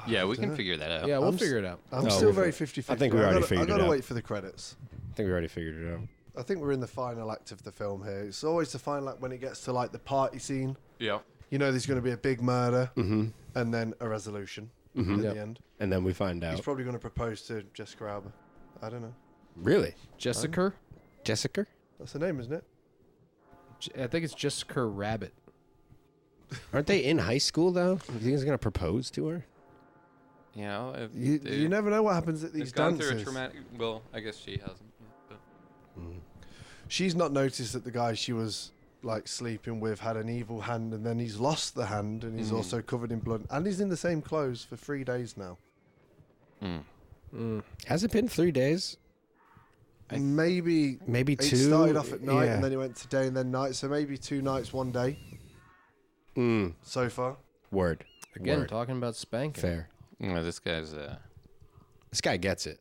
A: Yeah, we can figure that out.
C: Yeah, we'll
E: I'm s-
C: figure it out.
E: ah, I'm
D: Oh,
E: still
D: we've-
E: very 50 50.
D: I think we already
E: gotta,
D: figured
E: I
D: it
E: gotta
D: out.
E: wait for the credits.
D: I think we already figured it out.
E: I think we're in the final act of the film here. It's always the final act when it gets to like the party scene.
A: Yeah.
E: You know, there's going to be a big murder and then a resolution at
D: Yep.
E: the end.
D: And then we find out.
E: He's probably going to propose to Jessica Alba. I don't know.
D: really,
C: Jessica.
D: Jessica?
E: That's her name, isn't it?
C: J- I think it's Jessica Rabbit.
D: Aren't they in high school though? Do you think he's gonna propose to her?
A: You know, if,
E: You,
A: dude,
E: you never know what happens at
A: they've
E: these
A: gone
E: dances.
A: through a traumatic. Well, I guess she hasn't. but-
E: She's not noticed that the guy she was like sleeping with had an evil hand, and then he's lost the hand, and
D: Mm.
E: he's also covered in blood, and he's in the same clothes for three days now.
A: Mm.
D: Has it been three days?
E: Maybe
D: Maybe
E: it
D: two.
E: started off at night,
D: Yeah.
E: and then he went to day and then night, so maybe two nights, one day
D: Mm.
E: so far.
D: Word.
C: Again,
D: Word.
C: talking about spanking.
D: Fair.
A: No, this guy's uh,
D: This guy gets it,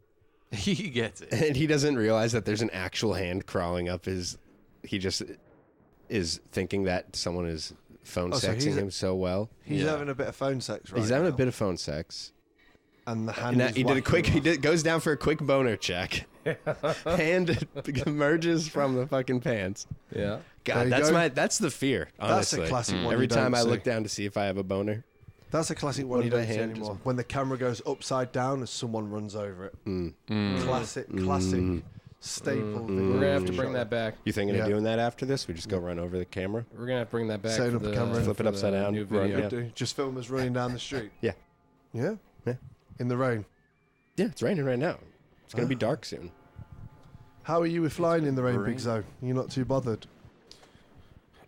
A: he gets it.
D: and he doesn't realize that there's an actual hand crawling up his. He just is thinking that someone is phone
E: Oh, so
D: sexing
E: he's a-
D: him so well.
E: He's
A: Yeah.
E: having a bit of phone sex right
D: he's having
E: now,
D: a bit of phone sex.
E: and the hand.
D: And that-
E: is
D: he did a
E: whacking
D: quick.
E: him
D: He
E: up.
D: did, goes down for a quick boner check. hand emerges from the fucking pants.
C: Yeah.
E: There
D: God,
E: you
D: that's
E: go.
D: my. That's the fear.
E: That's
D: Honestly,
E: a
D: Mm.
E: classic one you
D: Every time
E: don't
D: I look
E: see.
D: down to see if I have a boner.
E: That's a classic
D: One
E: one you
D: of the
E: don't see
D: hands is-
E: anymore. When the camera goes upside down as someone runs over it.
D: hmm,
A: Mm.
D: Mm.
E: Classic, classic staple. thing.
C: We're gonna have to bring that back.
D: You thinking
E: Yeah.
D: of doing that after this? We just go run over the camera.
C: We're gonna have to bring that back.
E: Set
C: for
E: up the
C: the
E: camera and
D: flip
C: for
D: it upside
C: the
D: down,
C: New
D: run
C: video.
D: it.
E: Do- Just film us running down the street.
D: Yeah.
E: Yeah.
D: Yeah.
E: In the rain.
D: Yeah, it's raining right now. It's gonna be dark soon.
E: How are you with flying in the rain,
A: rain.
E: Big Zoe? You're not too bothered.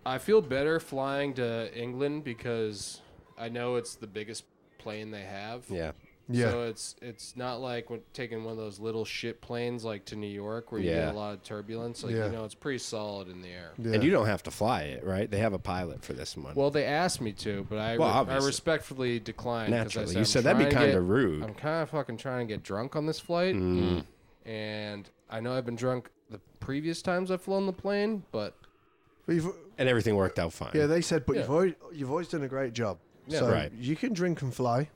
C: I feel better flying to England because I know it's the biggest plane they have.
D: Yeah.
E: Yeah.
C: So it's it's not like when, taking one of those little shit planes like to New York where you
D: Yeah.
C: get a lot of turbulence. Like
E: Yeah.
C: you know, it's pretty solid in the air.
E: yeah.
D: And you don't have to fly it, right? They have a pilot for this one.
C: Well, they asked me to, but I
D: Well,
C: re- I
D: obviously.
C: respectfully declined. 'cause I
D: Naturally.
C: said,
D: You
C: "I'm
D: said that'd be
C: trying to
D: kinda
C: get-
D: rude." Mm.
C: I'm kind of fucking trying to get drunk on this flight, and I know I've been drunk the previous times I've flown the plane, but
E: But you've,
D: and everything worked out fine.
E: yeah, they said, but
C: Yeah.
E: you've always you've always done a great job.
C: Yeah.
E: so
D: Right.
E: you can drink and fly.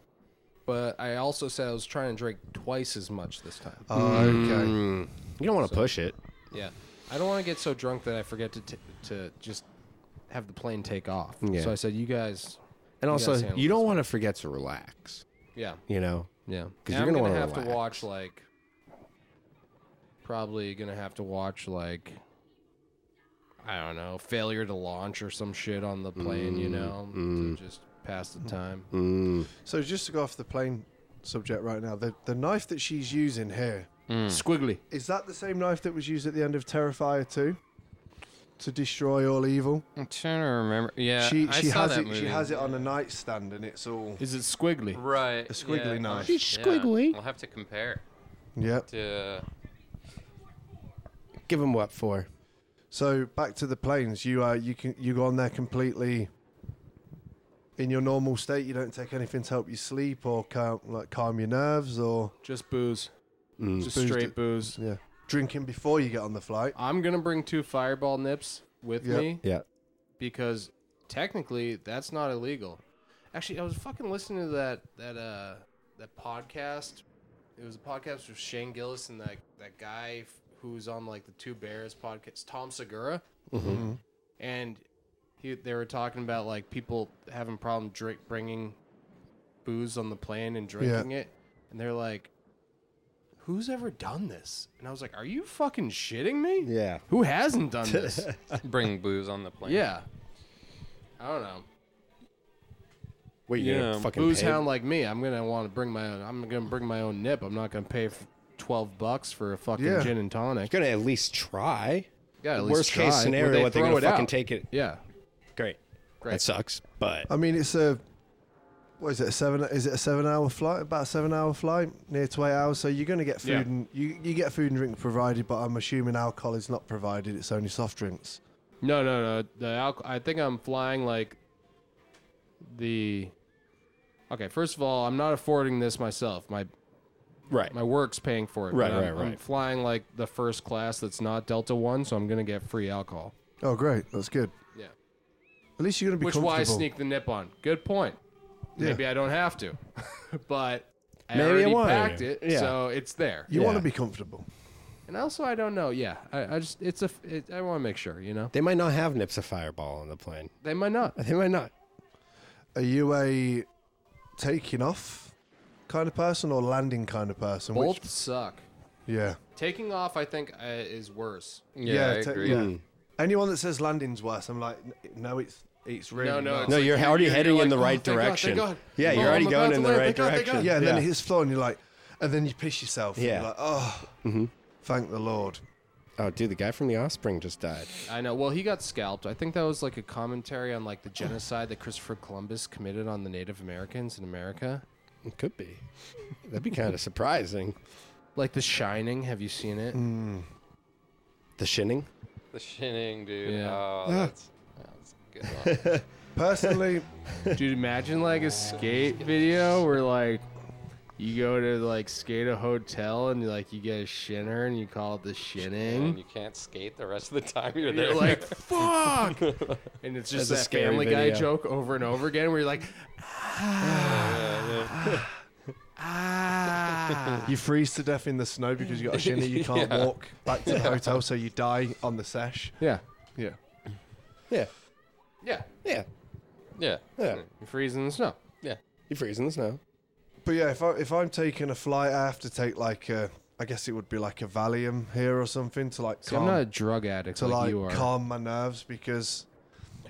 C: but I also said I was trying to drink twice as much this time.
D: Oh.
E: okay.
D: Mm. You don't want to push it.
C: Yeah, I don't want to get so drunk that I forget to t- to just have the plane take off.
D: Yeah.
C: So I said, you guys,
D: And also,
C: guys handle
D: you don't
C: this
D: want to forget to relax.
C: yeah,
D: You know,
C: yeah, And
D: 'Cause you're gonna
C: I'm
D: wanna
C: have to
D: relax.
C: watch like probably gonna have to watch like I don't know, failure to launch or some shit on the plane. you know, to just pass the time.
E: So just to go off the plane subject right now, the the knife that she's using here
C: Hmm. Squiggly.
E: is that the same knife that was used at the end of Terrifier two to destroy all evil?
A: I'm trying to remember. Yeah,
E: she
A: Uh, I
E: she
A: saw
E: has
A: that
E: it she
A: movie.
E: has it on a nightstand and it's all
C: Is it squiggly?
A: Right.
E: A squiggly
A: yeah.
E: knife.
A: Yeah,
D: She's squiggly.
A: We'll have to compare
E: yeah.
A: to.
D: give them what for.
E: So back to the planes. You uh, you can you go on there completely in your normal state. You don't take anything to help you sleep or calm, like calm your nerves or
C: Just booze. Just
E: Boozed
C: straight
E: it.
C: booze.
E: yeah, drinking before you get on the flight.
C: I'm gonna bring two fireball nips with
E: Yep.
C: me.
D: Yeah.
C: because technically that's not illegal. Actually, I was fucking listening to that that uh that podcast. It was a podcast with Shane Gillis and that that guy f- who's on like the Two Bears podcast, Tom Segura, and he they were talking about like people having problem drink bringing booze on the plane and drinking it, and they're like. Who's ever done this? And I was like, "Are you fucking shitting me?
D: Yeah.
C: Who hasn't done this?
A: Bring booze on the plane.
C: Yeah. I don't know.
D: Wait, you
A: Yeah,
D: yeah, fucking
C: Booze
D: pay?
C: hound like me, I'm gonna want to bring my own. I'm gonna bring my own nip. I'm not gonna pay f twelve bucks for a fucking
E: Yeah.
C: gin and tonic.
D: You're gonna at least try.
C: Yeah, at least
D: Worst
C: try.
D: case scenario,
C: Would
D: what they're
C: throw
D: gonna
C: it
D: fucking
C: out?
D: take it.
C: Yeah,
D: Great.
C: Great.
D: That sucks, but
E: I mean, it's a what is it? A seven? Is it a seven-hour flight? About a seven-hour flight, near to eight hours. So you're going to get food
C: Yeah.
E: and you you get food and drink provided, but I'm assuming alcohol is not provided. It's only soft drinks.
C: No, no, no. The alco- I think I'm flying like the. Okay, first of all, I'm not affording this myself. My
D: right.
C: my work's paying for it. but
D: Right,
C: I'm-
D: right,
C: I'm
D: right.
C: flying like the first class that's not Delta One, so I'm gonna get free alcohol.
E: Oh, great, that's good.
C: Yeah.
E: At least you're going to be
C: Which
E: comfortable.
C: why I sneak the nip on. Good point.
E: Yeah.
C: Maybe I don't have to, but I
D: Maybe I
C: already
D: wanted
C: packed
D: to.
C: it,
D: Yeah.
C: so it's there.
E: You want
D: Yeah.
E: to be comfortable.
C: And also, I don't know. Yeah, I, I just it's a f- it, I want to make sure. You know,
D: They might not have nips of fireball on the plane.
C: they might not.
D: They might not.
E: Are you a taking off kind of person or landing kind of person? Which-
C: Both suck.
E: yeah.
C: Taking off, I think, uh, is worse.
A: Yeah, I
E: ta-
A: agree.
E: yeah. Anyone that says landing's worse, I'm like, "N- no, it's it's really
C: No, no,
E: not."
C: it's
D: No,
C: like
D: you're
C: you-
D: already
C: you're-
D: heading
C: you're
D: in the
C: like, "Oh, thank God,
D: right
C: thank
D: direction.
C: God.
D: Yeah, you're
C: Oh,
D: already
C: I'm
D: going
C: about to
D: in the
C: land.
D: right
C: Thank God, thank God.
D: direction.
E: Yeah, and then it hits floor, and you're like, and then you piss yourself. and
D: Yeah.
E: you're like, oh,
C: Mm-hmm.
E: thank the Lord.
D: Oh, dude, the guy from the Offspring just died.
C: I know. Well, he got scalped. I think that was like a commentary on like the genocide that Christopher Columbus committed on the Native Americans in America.
D: It could be. That'd be kind of surprising.
C: Like The Shining. Have you seen it?
D: Mm. The shinning.
A: The shinning, dude.
C: Yeah.
A: Oh, that's, that's a good one.
E: Personally,
C: Dude, imagine like a skate video where like you go to like skate a hotel and like you get a shinner and you call it the
A: and
C: shinning.
A: you can't skate the rest of the time you're there.
C: You're like, fuck! And it's just
D: That's a
C: that
D: scary
C: Family Guy
D: video.
C: joke over and over again where you're like, ah.
E: Mm. you freeze to death in the snow because you got a shinny, you can't walk back to the hotel, so you die on the sesh.
C: Yeah.
E: Yeah.
D: Yeah.
C: Yeah.
D: Yeah.
A: yeah,
D: Yeah.
C: You freeze in the snow.
D: You freeze in the snow.
E: But yeah, if I if I'm taking a flight, I have to take like a, I guess it would be like a Valium here or something to like
C: See,
E: calm
C: I'm not a drug addict
E: to
C: like,
E: like,
C: you are.
E: calm my nerves because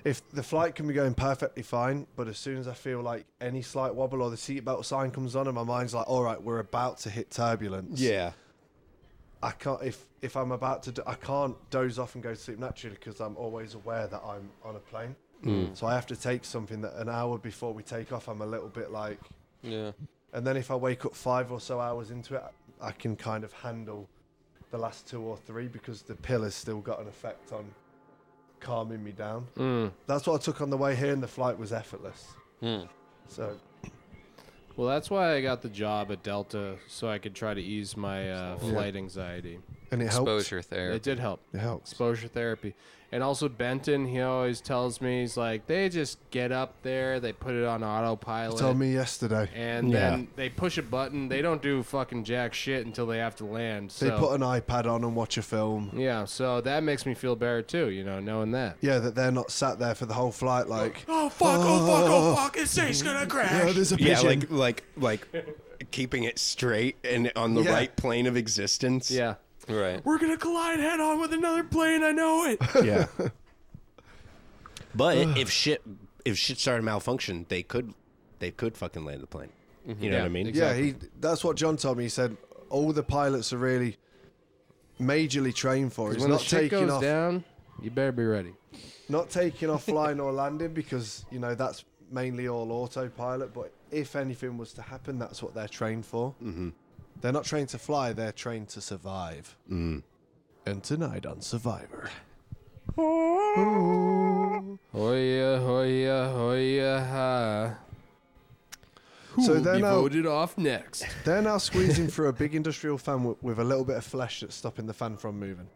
E: if the flight can be going perfectly fine, but as soon as I feel like any slight wobble or the seatbelt sign comes on, and my mind's like, all right, we're about to hit turbulence.
D: Yeah.
E: I can't if if I'm about to do, I can't doze off and go to sleep naturally because I'm always aware that I'm on a plane. So I have to take something that an hour before we take off, I'm a little bit like,
A: yeah.
E: and then if I wake up five or so hours into it, I can kind of handle the last two or three because the pill has still got an effect on calming me down.
C: Mm.
E: That's what I took on the way here, and the flight was effortless.
A: Hmm.
E: So
C: Well, that's why I got the job at Delta so I could try to ease my uh,
A: Absolutely.
C: flight anxiety.
E: and it helps.
A: Exposure
C: It
A: therapy.
C: did help.
E: It helps.
C: exposure therapy. And also Benton, he always tells me he's like they just get up there, they put it on autopilot,
E: Told me yesterday.
C: and
D: Yeah.
C: then they push a button. They don't do fucking jack shit until they have to land. So
E: They put an iPad on and watch a film.
C: yeah, so that makes me feel better too, you know, knowing that.
E: Yeah, that they're not sat there for the whole flight like,
G: Oh fuck, oh fuck, oh fuck, this thing's gonna crash.
E: oh, there's a
D: Yeah,
E: pigeon.
D: like like like keeping it straight and on the
E: Yeah.
D: right plane of existence.
C: Yeah.
A: Right.
G: We're gonna collide head on with another plane, I know it.
D: Yeah. but if shit if shit started malfunction, they could they could fucking land the plane. You know
C: Yeah,
D: what I mean?
C: ex-
E: yeah, he. That's what John told me. He said all the pilots are really majorly trained for.
C: 'Cause
E: it. It's
C: when the
E: not
C: shit
E: taking
C: goes
E: off,
C: down, you better be ready.
E: not taking off, flying or landing because you know that's mainly all autopilot. But if anything was to happen, that's what they're trained for. Mm-hmm. They're not trained to fly. They're trained to survive.
C: Mm.
E: And tonight on Survivor,
C: Hoya, hoya, hoya, ha.
E: so uh,
C: We'll
E: they're
C: be
E: now
C: voted off next.
E: they're now squeezing through a big industrial fan with, with a little bit of flesh that's stopping the fan from moving.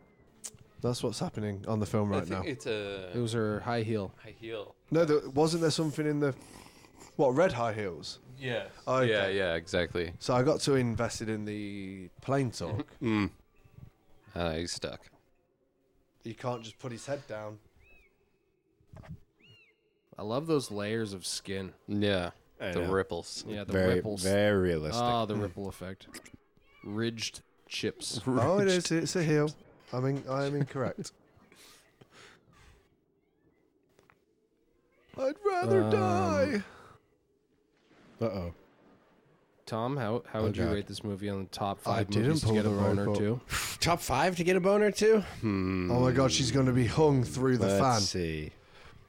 E: That's what's happening on the film
A: I
E: right
A: think
E: now.
A: it's
C: It
A: a
C: was her high heel.
A: high heel.
E: No, there, wasn't there something in the what red high heels?
A: Yeah.
E: Okay.
A: Yeah, yeah, exactly.
E: So I got too invested in the plane talk.
D: Mm.
A: Uh, he's stuck.
E: you can't just put his head down.
C: I love those layers of skin.
A: Yeah.
D: I
A: the
D: know.
A: ripples.
C: Yeah, the
D: very
C: ripples.
D: very realistic.
C: Ah, the ripple effect. Ridged chips.
E: Oh, it is. It's a heel. I mean, I am incorrect. I'd rather
C: Um,
E: die.
D: Uh oh.
C: Tom, how how
D: Oh,
C: would you
D: God.
C: rate this movie on the top
E: I
C: five
E: didn't
C: movies to
E: pull
C: get a
E: the right
C: boner
E: book.
C: to?
D: top five to get a boner to?
E: Oh my god, she's going to be hung through the
D: Let's
E: fan.
D: see.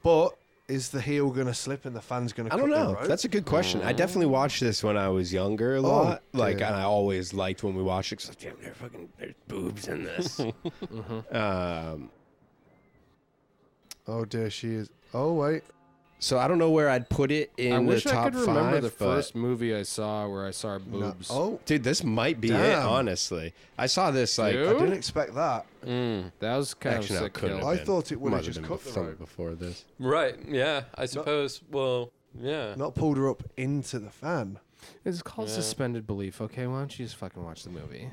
E: But is the heel going to slip and the fan's going to?
D: I don't know. That's a good question. I definitely watched this when I was younger a lot. like,
E: dear.
D: and I always liked when we watched it. 'cause, damn, there fucking there's boobs in this. um,
E: oh dear, she is. Oh wait,
D: so I don't know where I'd put it in
C: I wish
D: the top
C: I could remember
D: five,
C: the
D: but-
C: first movie I saw where I saw
E: no.
C: boobs.
E: oh
D: Dude, this might be it.
E: Damn.
D: Honestly, I saw this like
C: Dude.
E: I didn't expect that.
C: That was kind
D: Actually,
C: of
D: no,
C: sick.
D: couldn't
C: kill.
D: have
E: I
D: been.
E: thought it would have
D: Might
E: just
D: been
E: cut the
D: some
E: rope.
D: before this.
A: Right. Yeah. I suppose. Well. Yeah.
E: Not pulled her up into the fan.
C: It's called suspended belief. Okay, why don't you just fucking watch the movie?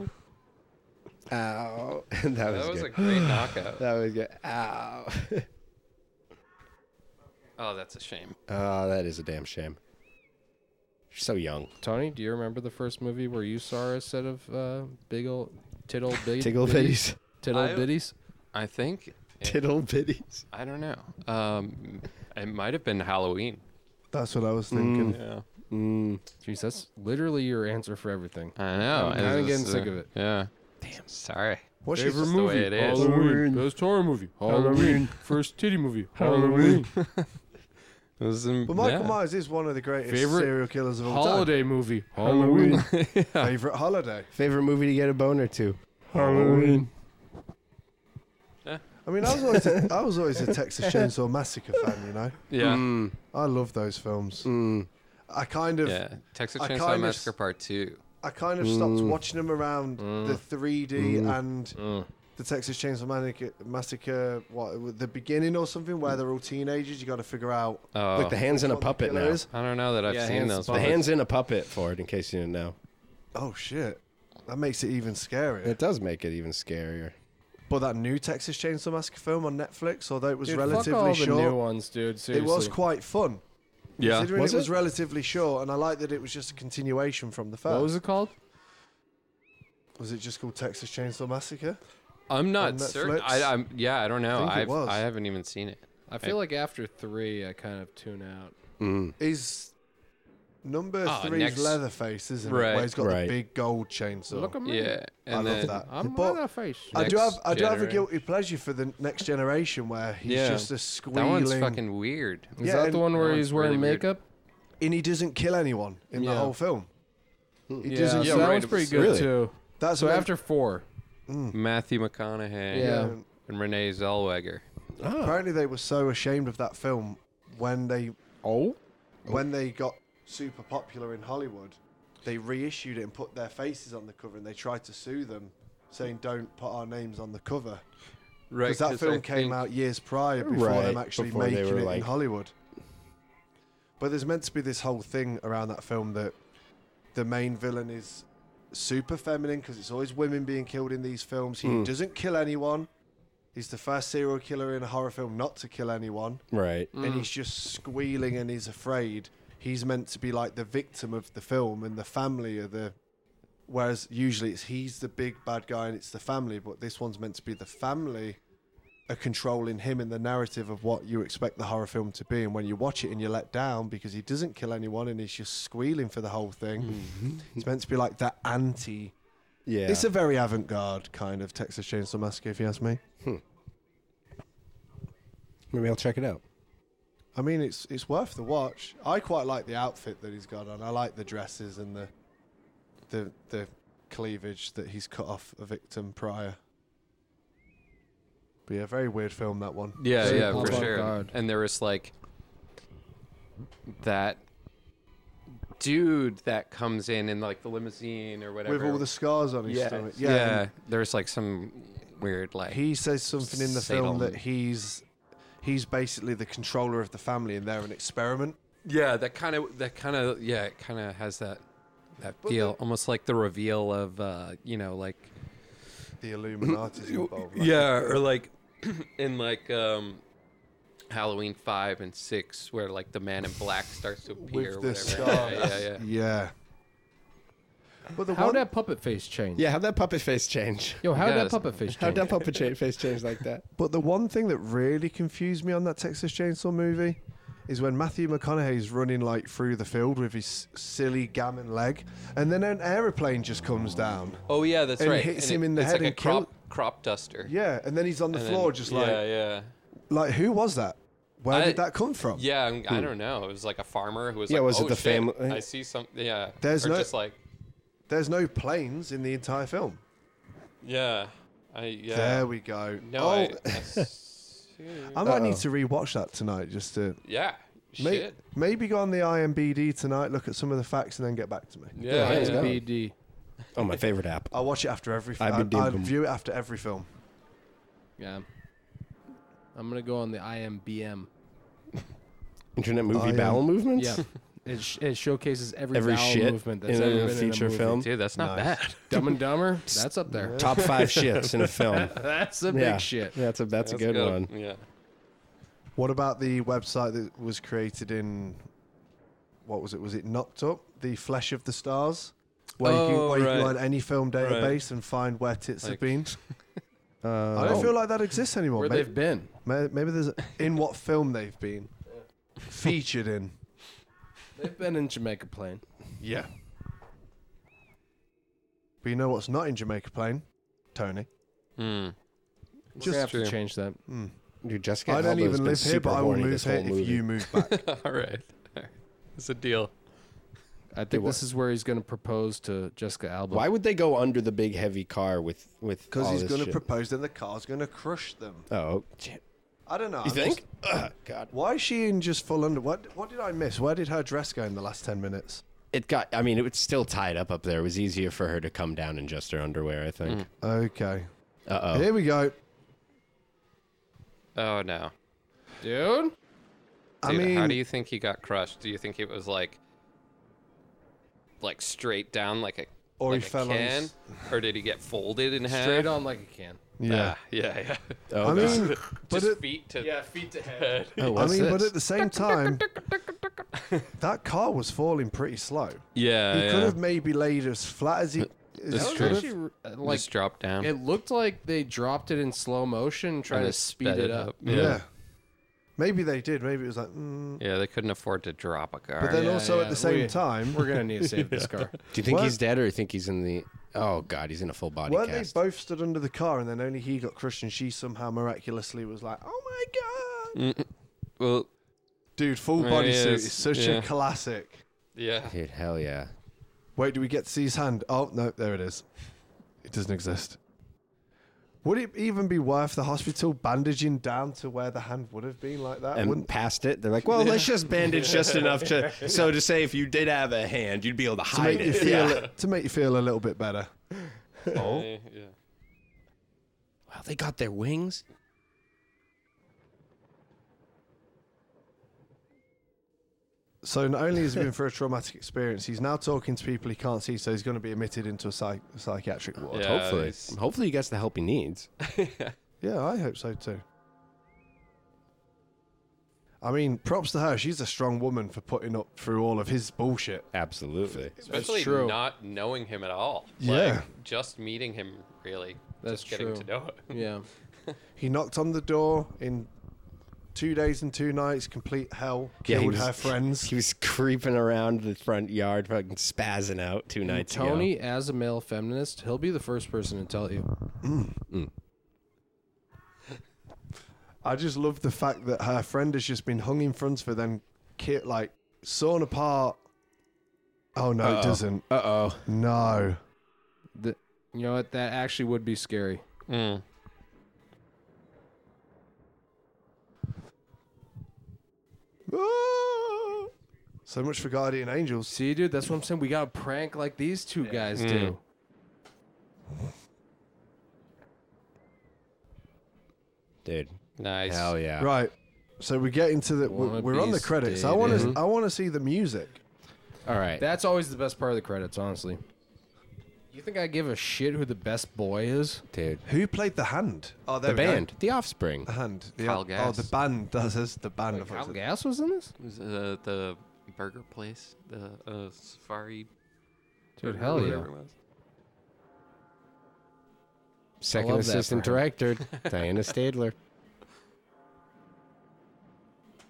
D: Ow! that was,
A: That was
D: good.
A: a great knockout.
D: that was good. Ow!
A: Oh, that's a shame.
D: oh, that is a damn shame. She's so young.
C: Tony, do you remember the first movie where you saw a set of uh, big old tittle bitty
D: Tickle
C: bitties?
D: bitties.
C: Tittle
A: I-
C: bitties?
A: I think.
D: Tittle bitties.
A: I don't know. Um, it might have been Halloween.
E: That's what I was thinking.
A: Yeah.
D: Mm.
C: Jeez, that's literally your answer for everything.
A: I know.
C: I'm kinda
A: it's
C: getting
A: just,
C: sick
A: uh,
C: of it.
A: Yeah. Damn. Sorry.
E: What's she?
A: Favorite just the way it is.
C: Halloween. Best horror movie. Halloween. First titty movie. Halloween.
A: It was in-
E: But Michael
A: yeah.
E: Myers is one of the greatest
C: Favorite
E: serial killers of all
C: Holiday movie. Halloween.
E: time. Favorite holiday.
D: Favorite movie to get a boner to?
C: Halloween.
E: I mean, I was always a, I was always a Texas Chainsaw Massacre fan. You know,
A: Yeah.
D: Mm,
E: I love those films.
D: mm.
E: I kind of
A: Yeah. Texas
E: I
A: Chainsaw
E: kinda
A: Massacre
E: s-
A: Part Two.
E: I kind of stopped watching them around the 3D and the Texas Chainsaw Massacre, Massacre. What the beginning or something where they're all teenagers? You got to figure out.
A: Oh.
D: Like the hands in a
E: what the
D: puppet
E: killer
D: now.
E: is.
A: I don't know that I've
C: Yeah,
A: seen
C: hands
A: those.
D: The
C: above
A: but-
D: hands in a puppet for it, in case you didn't know.
E: Oh shit, that makes it even scarier.
D: It does make it even scarier.
E: but that new Texas Chainsaw Massacre film on Netflix, although it was
C: Dude,
E: relatively
C: fuck all
E: short,
C: the new ones, dude.
E: it
C: Seriously.
E: was quite fun.
A: Yeah.
E: Considering
D: Was
E: it was
D: it?
E: relatively short, and I like that it was just a continuation from the first.
C: What was it called?
E: Was it just called Texas Chainsaw Massacre?
A: I'm
E: on
A: not certain.
E: Netflix?
A: I, I'm. Yeah. I don't know.
E: think it
A: I've,
E: was.
A: I haven't even seen it.
C: I feel like after three, I kind of tune out.
D: Mm.
E: Is number
A: Ah,
E: three's
A: next-
E: Leatherface, isn't it?
A: Right.
E: Where he's got
D: Right.
E: the big gold
D: Oh.
E: chainsaw.
C: Look at me.
A: Yeah. And
E: I
A: then,
E: love that.
C: I'm
E: But
C: on Mm. that face.
E: I do have
A: Next
E: I do have a
A: genera-
E: guilty pleasure for the next generation where he's
A: Yeah.
E: just a
A: That
E: squealing
A: one's fucking weird.
C: Is
E: Yeah,
C: that
E: and-
C: the one where
A: That
C: he's
A: one's
C: wearing
A: really weird.
C: makeup?
E: and he doesn't kill anyone in the
C: Yeah.
E: whole film. He
C: Yeah,
E: doesn't.
C: so
A: Yeah,
C: that
A: right,
C: one's
A: it
C: pretty
A: was-
C: good
D: Really?
C: too.
E: That's
C: So
E: what-
C: after four,
A: Matthew McConaughey.
C: Yeah.
A: And Renee Zellweger.
D: Oh.
E: apparently they were so ashamed of that film when they
D: oh.
E: when they got super popular in Hollywood, they reissued it and put their faces on the cover, and they tried to sue them, saying don't put our names on the cover
A: Right.
E: because that
A: 'cause I
E: film came
A: think-
E: out years prior before
D: Right,
E: them actually
D: before they
E: making
D: were
E: it
D: like-
E: in Hollywood. But there's meant to be this whole thing around that film that the main villain is super feminine because it's always women being killed in these films.
D: Hmm.
E: He doesn't kill anyone. He's the first serial killer in a horror film not to kill anyone
D: Right.
C: Mm.
E: and he's just squealing and he's afraid. He's meant to be like the victim of the film and the family are the. Whereas usually it's he's the big bad guy and it's the family, but this one's meant to be the family are controlling him in the narrative of what you expect the horror film to be. And when you watch it and you're let down because he doesn't kill anyone and he's just squealing for the whole thing, it's meant to be like that anti.
D: Yeah.
E: It's a very avant garde kind of Texas Chainsaw Massacre, if you ask me.
D: Maybe I'll check it out.
E: I mean, it's it's worth the watch. I quite like the outfit that he's got on. I like the dresses and the the the cleavage that he's cut off a victim prior. But yeah, very weird film that one.
A: Yeah,
C: Very
A: yeah, for
C: avant-garde.
A: sure. And there was like that dude that comes in in like the limousine or whatever.
E: With all the scars on his
A: yeah,
E: stomach.
A: yeah.
E: Yeah. and
A: There's like some weird like
E: He says something in the film
A: Satan.
E: that he's he's basically the controller of the family and they're an experiment.
A: yeah that kind of that kind of yeah it kind of has that that feel almost like the reveal of uh you know like
E: The Illuminati's involved. right?
A: yeah or like in like um Halloween five and six where like the man in black starts to appear or
E: the
A: whatever.
E: scars.
A: Yeah, yeah, yeah.
E: Yeah. But the
C: how'd
E: one
C: that puppet face change?
D: Yeah, how'd that puppet face change?
C: Yo, how'd
A: Yeah,
C: that
A: it's-
C: puppet face change?
D: How'd that puppet cha- face change like that?
E: But the one thing that really confused me on that Texas Chainsaw movie is when Matthew McConaughey's running like through the field with his silly gammon leg, and then an aeroplane just comes down.
A: Oh yeah, that's
E: And
A: right.
E: hits him in the
A: it's
E: head
A: like a
E: and
A: crop, crop duster.
E: Yeah, and then he's on the
A: And then-
E: floor, just like,
A: yeah, yeah,
E: like who was that? Where
A: I-
E: did that come from?
A: yeah. I'm- I don't know. It was like a farmer who was
D: Yeah,
A: like,
D: was it
A: "Oh,
D: the
A: shit,
D: family-
A: I see some. Yeah,
E: There's
A: or
E: no-
A: just like
E: There's no planes in the entire film.
A: yeah, I yeah.
E: There we go.
A: no,
E: oh,
A: I,
E: I,
A: I s-
E: might
D: Uh-oh.
E: need to rewatch that tonight just to
A: yeah.
E: may-
A: Shit.
E: maybe go on the IMBD tonight, look at some of the facts, and then get back to me.
A: Yeah,
D: there
A: yeah.
D: you go.
C: BD.
D: Oh, my favorite app.
E: I'll watch it after every.
D: I've
E: I'll,
D: been
E: I'll
D: doing-
E: view it after every film.
C: Yeah. I'm gonna go on the IMBM.
D: Internet movie
E: I am-
D: bowel movements.
C: Yeah. It, sh- it showcases every,
D: Every
C: bowel
D: shit
C: movement that's
D: in
C: ever
D: a
C: been
D: feature
C: in a movie.
D: film.
A: Dude, that's not
E: Nice.
A: bad.
C: Dumb and Dumber. That's up there.
D: Top five shits in a film.
C: That's a big
D: yeah.
C: shit.
D: That's a that's, a good, one.
A: Yeah.
E: What about the website that was created in? What was it? Was it Knocked Up? The Flesh of the Stars, where you can,
A: Oh,
E: where you
A: right.
E: can go on any film database and find where tits have
A: Like-
E: been. oh.
D: Uh,
E: I don't feel like that exists anymore.
C: Where
E: Maybe,
C: they've been.
E: may- maybe there's in what film they've been featured in.
C: They've been in Jamaica Plain.
E: Yeah. But you know what's not in Jamaica Plain, Tony.
A: Hmm.
C: We're
A: Just
C: gonna have
A: true.
C: to change that.
E: Mm.
D: dude, Jessica.
E: I don't
D: Alba's
E: even
D: been
E: live here,
D: super
E: but I will
D: horny
E: move
D: this
E: here
D: whole
E: if
D: movie.
E: you move back.
A: All right. It's a deal.
C: I think this is where he's gonna propose to Jessica Alba.
D: Why would they go under the big heavy car with with?
E: Because
D: all
E: he's
D: this
E: going to
D: shit?
E: propose, then the car's going to crush them.
D: Oh shit!
E: I don't know.
D: You
E: I'm
D: think?
E: just-
D: Ugh, God,
E: why is she in just full under? What What did I miss? Where did her dress go in the last ten minutes?
D: it got. I mean, it was still tied up up there. It was easier for her to come down in just her underwear. I think.
E: Hmm. Okay,
D: Uh oh.
E: here we go.
A: Oh no.
C: dude?
E: I
A: Dude,
E: mean,
A: how do you think he got crushed? Do you think it was like, like straight down, like a
E: Or he
A: like a
E: fell on
A: can,
E: his-
A: or did he get folded in half?
C: Straight on like a can.
E: yeah.
A: Ah, yeah, yeah.
D: Oh,
E: I
D: God.
E: mean, but
A: Just
E: it,
A: feet to yeah, feet to head.
D: Oh,
E: I
D: what's
E: mean, but
D: this?
E: at the same time, that car was falling pretty slow.
A: Oh, Yeah,
E: He could have maybe laid as flat as he. as
A: That's
E: he
A: true.
E: could have.
C: Actually, uh, like
A: Just drop down.
C: it looked like they dropped it in slow motion, trying
A: and
C: to
A: it
C: speed
A: sped
C: it up.
E: Yeah. Maybe they did. Maybe it was like, mm.
A: Yeah, they couldn't afford to drop a car.
E: but then
C: yeah,
E: also
C: yeah,
E: at the same
C: we-
E: time,
C: We're gonna need to save this car.
D: do you think
E: what?
D: he's dead or you think he's in the? Oh God, he's in a full body
E: weren't
D: cast.
E: they both stood under the car and then only he got crushed and she somehow miraculously was like, oh my god,
D: Mm.
A: well,
E: dude, full
A: Yeah,
E: bodysuit
A: yeah,
E: is such a
A: yeah.
E: classic.
A: yeah.
D: Dude, hell yeah.
E: Wait, do we get to see his hand? Oh no, there it is. It doesn't exist. Would it even be worth the hospital bandaging down to where the hand would have been like that?
D: And
E: Wouldn't
D: past it, they're like, "Well, let's just bandage just enough to so to say if you did have a hand, you'd be able to
E: to make
D: hide
E: you
D: it."
E: feel
D: Yeah.
E: to make you feel a little bit better.
A: Oh.
D: Wow, they got their wings.
E: So not only has he been through a traumatic experience, he's now talking to people he can't see, so he's going to be admitted into a psych- psychiatric ward.
A: Yeah,
D: hopefully,
A: Uh, it's-
D: hopefully he gets the help he needs.
E: Yeah, I hope so too. I mean, props to her. She's a strong woman for putting up through all of his bullshit.
D: Absolutely.
A: Especially
C: true.
A: not knowing him at all.
E: Yeah.
A: Like, just meeting him, really.
C: That's
A: just getting
C: true.
A: to know him.
C: Yeah.
E: He knocked on the door in two days and two nights, complete hell,
D: Yeah, he
E: killed
D: was-
E: her friends.
D: He was creeping around the front yard, fucking spazzing out two nights
C: Mm, Tony,
D: ago.
C: as a male feminist, he'll be the first person to tell you.
E: I just love the fact that her friend has just been hung in front of her, then kit like sawn apart. Oh no, it doesn't.
D: Uh oh.
E: No.
C: The, you know what? That actually would be scary.
A: Mm.
E: Ah! So much for guardian angels.
C: See, dude, that's what I'm saying. We got to prank like these two guys do.
D: Dude.
A: Nice.
D: Hell yeah.
E: Right. So we get into the
C: Wanna
E: we're, we're on
C: be
E: the credits. I want
C: stated.
E: to I want to see the music.
D: All right.
C: That's always the best part of the credits, honestly. You think I give a shit who the best boy is?
D: Dude.
E: Who played the hand? Oh, there
D: The
E: we go.
D: band, The Offspring.
E: The hand. The,
A: Kyle
E: oh,
A: Gass.
E: the band. That says the band. I thought it
C: Kyle
E: said-
C: Gass was in this?
A: Was, uh, the burger place, the uh, safari.
C: Dude, hell yeah.
A: whatever it was.
D: Second
C: love that for
D: assistant
C: him.
D: director, Diana Stadler.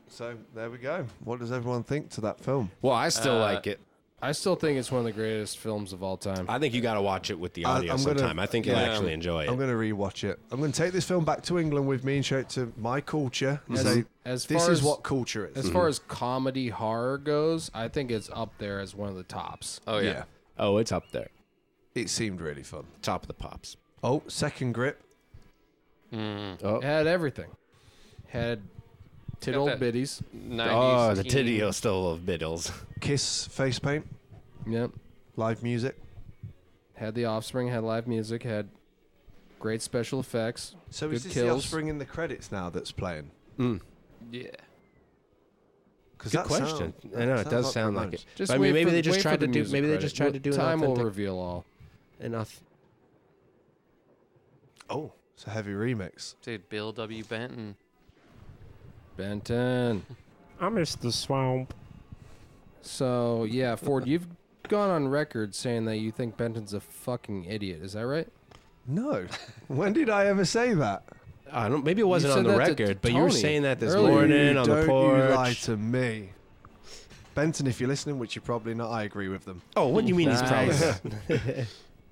E: So there we go. What does everyone think to that film?
D: Well, I still
A: Uh,
D: like it.
C: I still think it's one of the greatest films of all time.
D: I think you got to watch it with the
E: I-
D: audio
E: I'm gonna-
D: sometime. I think you'll
E: yeah.
D: actually enjoy it.
E: I'm going to rewatch it. I'm going to take this film back to England with me and show it to my culture and
C: As-
E: say,
C: as
E: this
C: far
E: is
C: as-
E: what culture is.
D: Mhm.
E: Mm-hmm.
C: as far as comedy horror goes, I think it's up there as one of the tops.
A: Oh yeah.
D: oh, it's up there,
E: It seemed really fun.
D: top of the pops.
E: Oh, second grip.
C: It had everything. Had tiddled
A: that-
C: bitties.
D: Oh,
A: 90s
C: Oh,
A: teen-
D: still of biddles.
E: Kiss face paint.
C: Yep.
E: Live music.
C: Had the offspring. Had live music. Had great special effects.
E: So
C: good
E: is this
C: kills.
E: the offspring in the credits now that's playing?
A: Yeah.
E: Because
D: Good question. I know it does sound like it. But I mean,
C: wait
D: maybe
C: for-
D: they just
C: wait for
D: tried
C: the
D: to do.
C: music
D: Maybe they
C: credit.
D: just tried to do an
C: Time will
D: authentic
C: reveal all.
D: enough.
E: Oh, it's a heavy remix.
A: Dude, Bill W. Benton.
C: Benton.
D: I miss the swamp.
C: So yeah, Ford, you've gone on record saying that you think Benton's a fucking idiot. Is that right?
E: No. when did I ever say that?
D: I don't. Maybe it wasn't
C: said
D: on the
C: that to
D: record, but you were
C: Tony
D: saying that this
C: earlier.
D: morning on the
E: don't you lie
D: porch.
E: to me. Benton, if you're listening, which you're probably not, I agree with them.
D: Oh, what do you mean he's
C: Nice.
D: nice?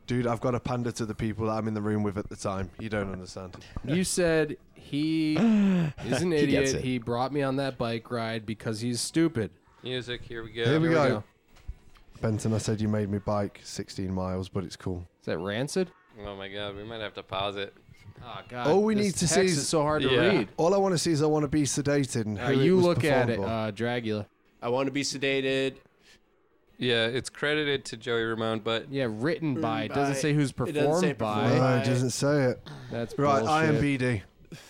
E: Dude, I've got to pander to the people that I'm in the room with at the time. You don't understand.
C: You said he is an
D: He gets
C: idiot.
D: it.
C: he brought me on that bike ride because he's stupid.
A: Music, here we go.
E: Here we
C: Here
E: go.
C: we
E: Benton, I said you made me bike 16 miles, but it's cool.
C: Is that rancid?
A: Oh my god, we might have to pause it.
C: Oh god.
E: All we
C: this
E: need to
C: text
E: see
C: is
E: is-
C: so hard to
A: Yeah.
C: read.
E: All I want to see is I want to be sedated. And
C: Uh,
E: who it
C: you
E: was
C: look at
E: performed
C: it,
E: by.
C: uh, Dragula.
D: I want to be sedated.
A: Yeah, it's credited to Joey Ramone, but
C: Yeah, written by. It doesn't
D: by-
C: say who's
D: it doesn't
C: performed
D: say
C: by.
E: no,
D: performed
E: it doesn't say it.
C: That's
E: Right,
C: bullshit.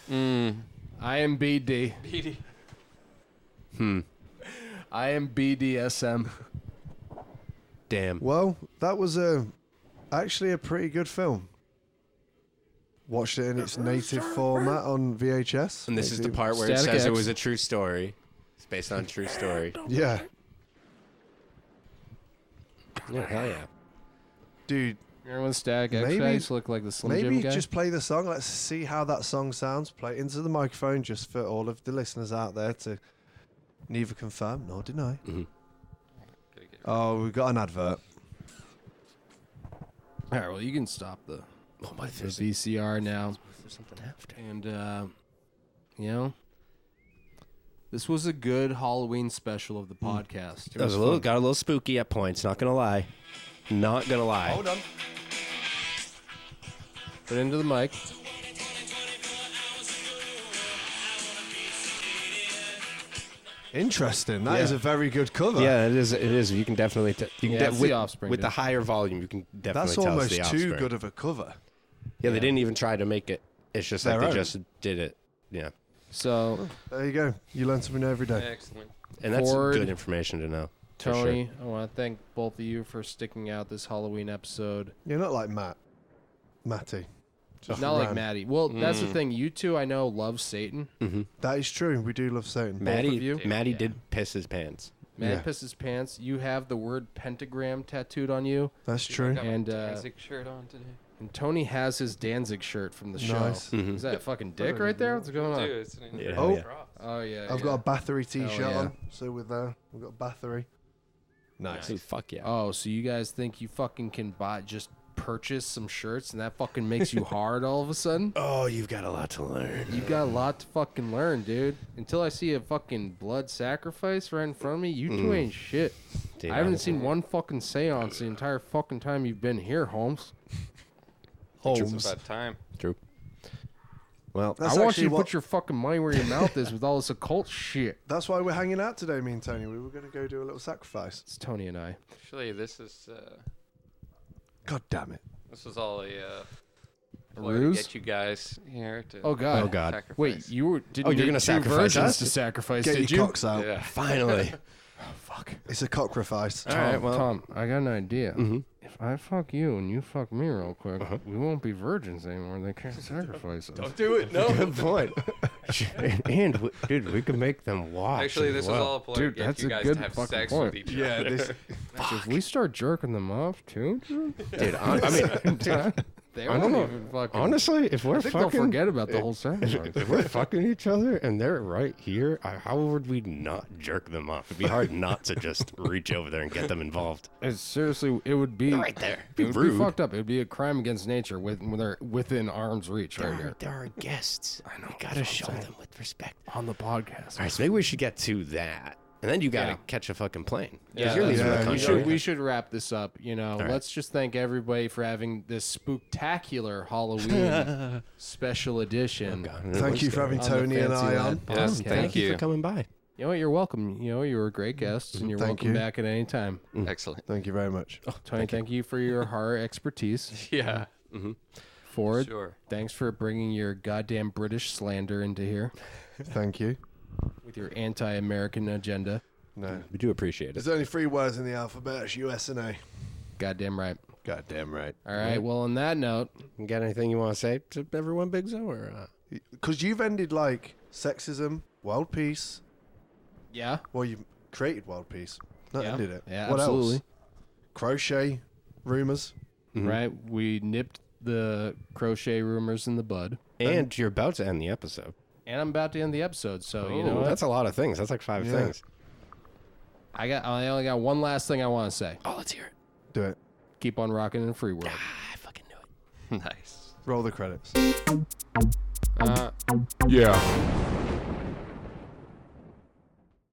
E: IMBD.
C: IMBD. Hmm. IMBDSM.
D: Damn.
E: Well, that was a actually a pretty good film. Watched it in its native format on VHS.
D: And this is the part where it
C: Static
D: says it
C: X.
D: was a true story. It's based on a true story.
E: Yeah,
D: yeah, hell yeah.
E: dude.
C: Remember when Static X
E: Maybe-
C: guys looked like the Slim
E: Maybe
C: Jim guy?
E: just play the song. Let's see how that song sounds. Play it into the microphone just for all of the listeners out there to neither confirm nor deny.
D: Mm-hmm.
E: Oh, we've got an advert.
C: All right, well, you can stop the,
D: Oh my,
C: the
D: there's,
C: VCR now.
D: there's something after.
C: And, uh, you know, this was a good Halloween special of the podcast. It
D: That was a
C: fun.
D: little, got a little spooky at points. Not gonna lie. Not gonna lie.
E: on.
C: Put it into the mic.
E: Interesting. That is
D: Yeah.
E: a very good cover.
D: Yeah, it is. It is. You can definitely. T- you can
C: Yeah,
D: de-
C: it's the
D: with,
C: Offspring,
D: with the
C: dude.
D: higher volume, you can definitely
E: That's
D: tell it's
E: almost
D: the
E: too
D: Offspring.
E: good of a cover.
D: Yeah, they didn't even try to make it. It's just like
E: Their
D: they
E: own.
D: just did it. Yeah,
C: So,
E: There you go. You learn something every day.
A: excellent.
D: and that's
C: Ford.
D: good information to know. for sure.
C: Tony, I want to thank both of you for sticking out this Halloween episode.
E: You're not like Matt. Matty. Just
C: Not like
E: ran.
C: Maddie. Well, that's the thing. You two, I know, love Satan.
E: That is true. We do love Satan.
D: Maddie,
C: of you?
D: Maddie
C: Yeah.
D: did piss his pants.
C: Man
E: Yeah.
C: pissed his pants. You have the word pentagram tattooed on you,
E: That's true.
A: Got
C: And,
A: my
C: uh,
A: Danzig shirt on today.
C: and Tony has his Danzig shirt from the show.
E: Nice.
C: Is that a fucking dick right there? What's going on?
A: Dude, it's an
D: Yeah,
E: Oh.
D: yeah.
C: Oh yeah.
E: I've
C: yeah.
E: got a Bathory t-shirt
C: yeah.
E: on, so we're there. We've got Bathory.
D: nice. Fuck yeah.
C: Oh, so you guys think you fucking can buy just purchase some shirts and that fucking makes you hard all of a sudden?
D: Oh, you've got a lot to learn.
C: You got a lot to fucking learn, dude. Until I see a fucking blood sacrifice right in front of me, you two ain't shit.
D: Mm. Dude,
C: I haven't
D: honestly.
C: seen one fucking seance the entire fucking time you've been here, Holmes.
A: It's
E: Holmes.
A: about time.
D: True. Well,
E: That's
C: I want
E: actually
C: you to
E: what-
C: put your fucking money where your mouth is with all this occult shit.
E: That's why we're hanging out today, me and Tony. We were going to go do a little sacrifice.
C: It's Tony and I.
A: Actually, this is uh,
E: God damn it.
A: this is all a uh,
C: A
A: ploy to
C: ruse?
A: get you guys here. To
C: Oh god.
D: Oh, God.
A: sacrifice.
C: Wait, you were did
D: Oh, you're gonna
C: two
D: sacrifice
C: virgins
D: us?
C: to sacrifice,
E: Get
C: did
E: your
C: you? Oh,
E: cocks out.
A: Yeah.
D: finally.
E: It's a cockrifice.
D: All right. Well, Mm-hmm.
C: Tom, I got an idea. If I fuck you and you fuck me real quick,
D: Uh-huh.
C: we won't be virgins anymore. They can't sacrifice us.
A: do it. No.
D: good point. and we- dude, we could make them watch.
A: Actually,
D: as
A: this is
D: well.
A: all a ploy
C: Dude,
A: to get
C: that's
A: you
C: a
A: guys
C: good
A: to have
C: fucking
A: sex
C: point.
A: with each
E: Yeah,
A: other.
E: this,
C: If we start jerking them off too, dude,
D: Dude, hon- I mean,
C: time, They
D: I don't
C: won't
D: know.
C: even fucking-
D: Honestly, if we're
C: I think
D: fucking
C: they'll forget about the whole ceremony.
D: if we're fucking each other and they're right here, I, how would we not jerk them off? It'd be hard not to just reach over there and get them involved.
C: It's seriously, it would be
D: Right there.
C: It
D: Be
C: would be
D: rude.
C: fucked up. It would be a crime against nature with when they're within arm's reach right here
D: There are guests. I know. Gotta show them with respect.
C: on the podcast.
D: All right, so maybe we should get to that, and then you gotta
C: Yeah.
D: catch a fucking plane. 'Cause
C: Yeah,
D: you're
C: that's
D: leaving the
E: right. You
C: We
D: country.
C: should, we should wrap this up. You know,
D: right.
C: let's just thank everybody for having this spectacular Halloween special edition.
E: Thank you for having
C: on the
E: Tony and
C: Fancy Lad
E: I on.
A: Yes,
C: podcast.
A: thank
D: you
A: you.
D: for coming by.
C: You know what? You're welcome. You know, you were great guests, and you're
E: Mm, Thank
C: welcome
E: you.
C: back at any time.
A: Excellent.
E: Thank you very much.
C: Tony, thank, you. for your horror expertise.
A: Yeah.
C: For it.
A: Sure.
C: Thanks for bringing your goddamn British slander into here
E: Thank you.
C: with your anti-American agenda.
E: No.
D: We do appreciate
E: There's only three words in the alphabet. It's US and A.
C: Goddamn right.
E: Goddamn right.
C: All right. Well, on that note,
D: You got anything you want to say to everyone, Big Zo? Or uh,
E: Because you've ended like sexism, world peace.
C: yeah,
E: Well, you created world peace. Not
C: Yeah.
E: ended it.
C: Yeah,
E: what
C: absolutely.
E: else? Crochet, rumors.
C: right. We nipped the crochet rumors in the bud,
D: and you're about to end the episode.
C: and I'm about to end the episode. So you know,
D: Ooh,
C: what?
D: that's a lot of things. That's like five
E: Yeah.
D: things.
C: I got. I only got one last thing I want to say.
D: Oh, let's hear it.
E: Do it.
C: Keep on rocking in free world.
D: I fucking knew it.
A: Nice.
E: Roll the credits.
C: Uh,
B: Yeah.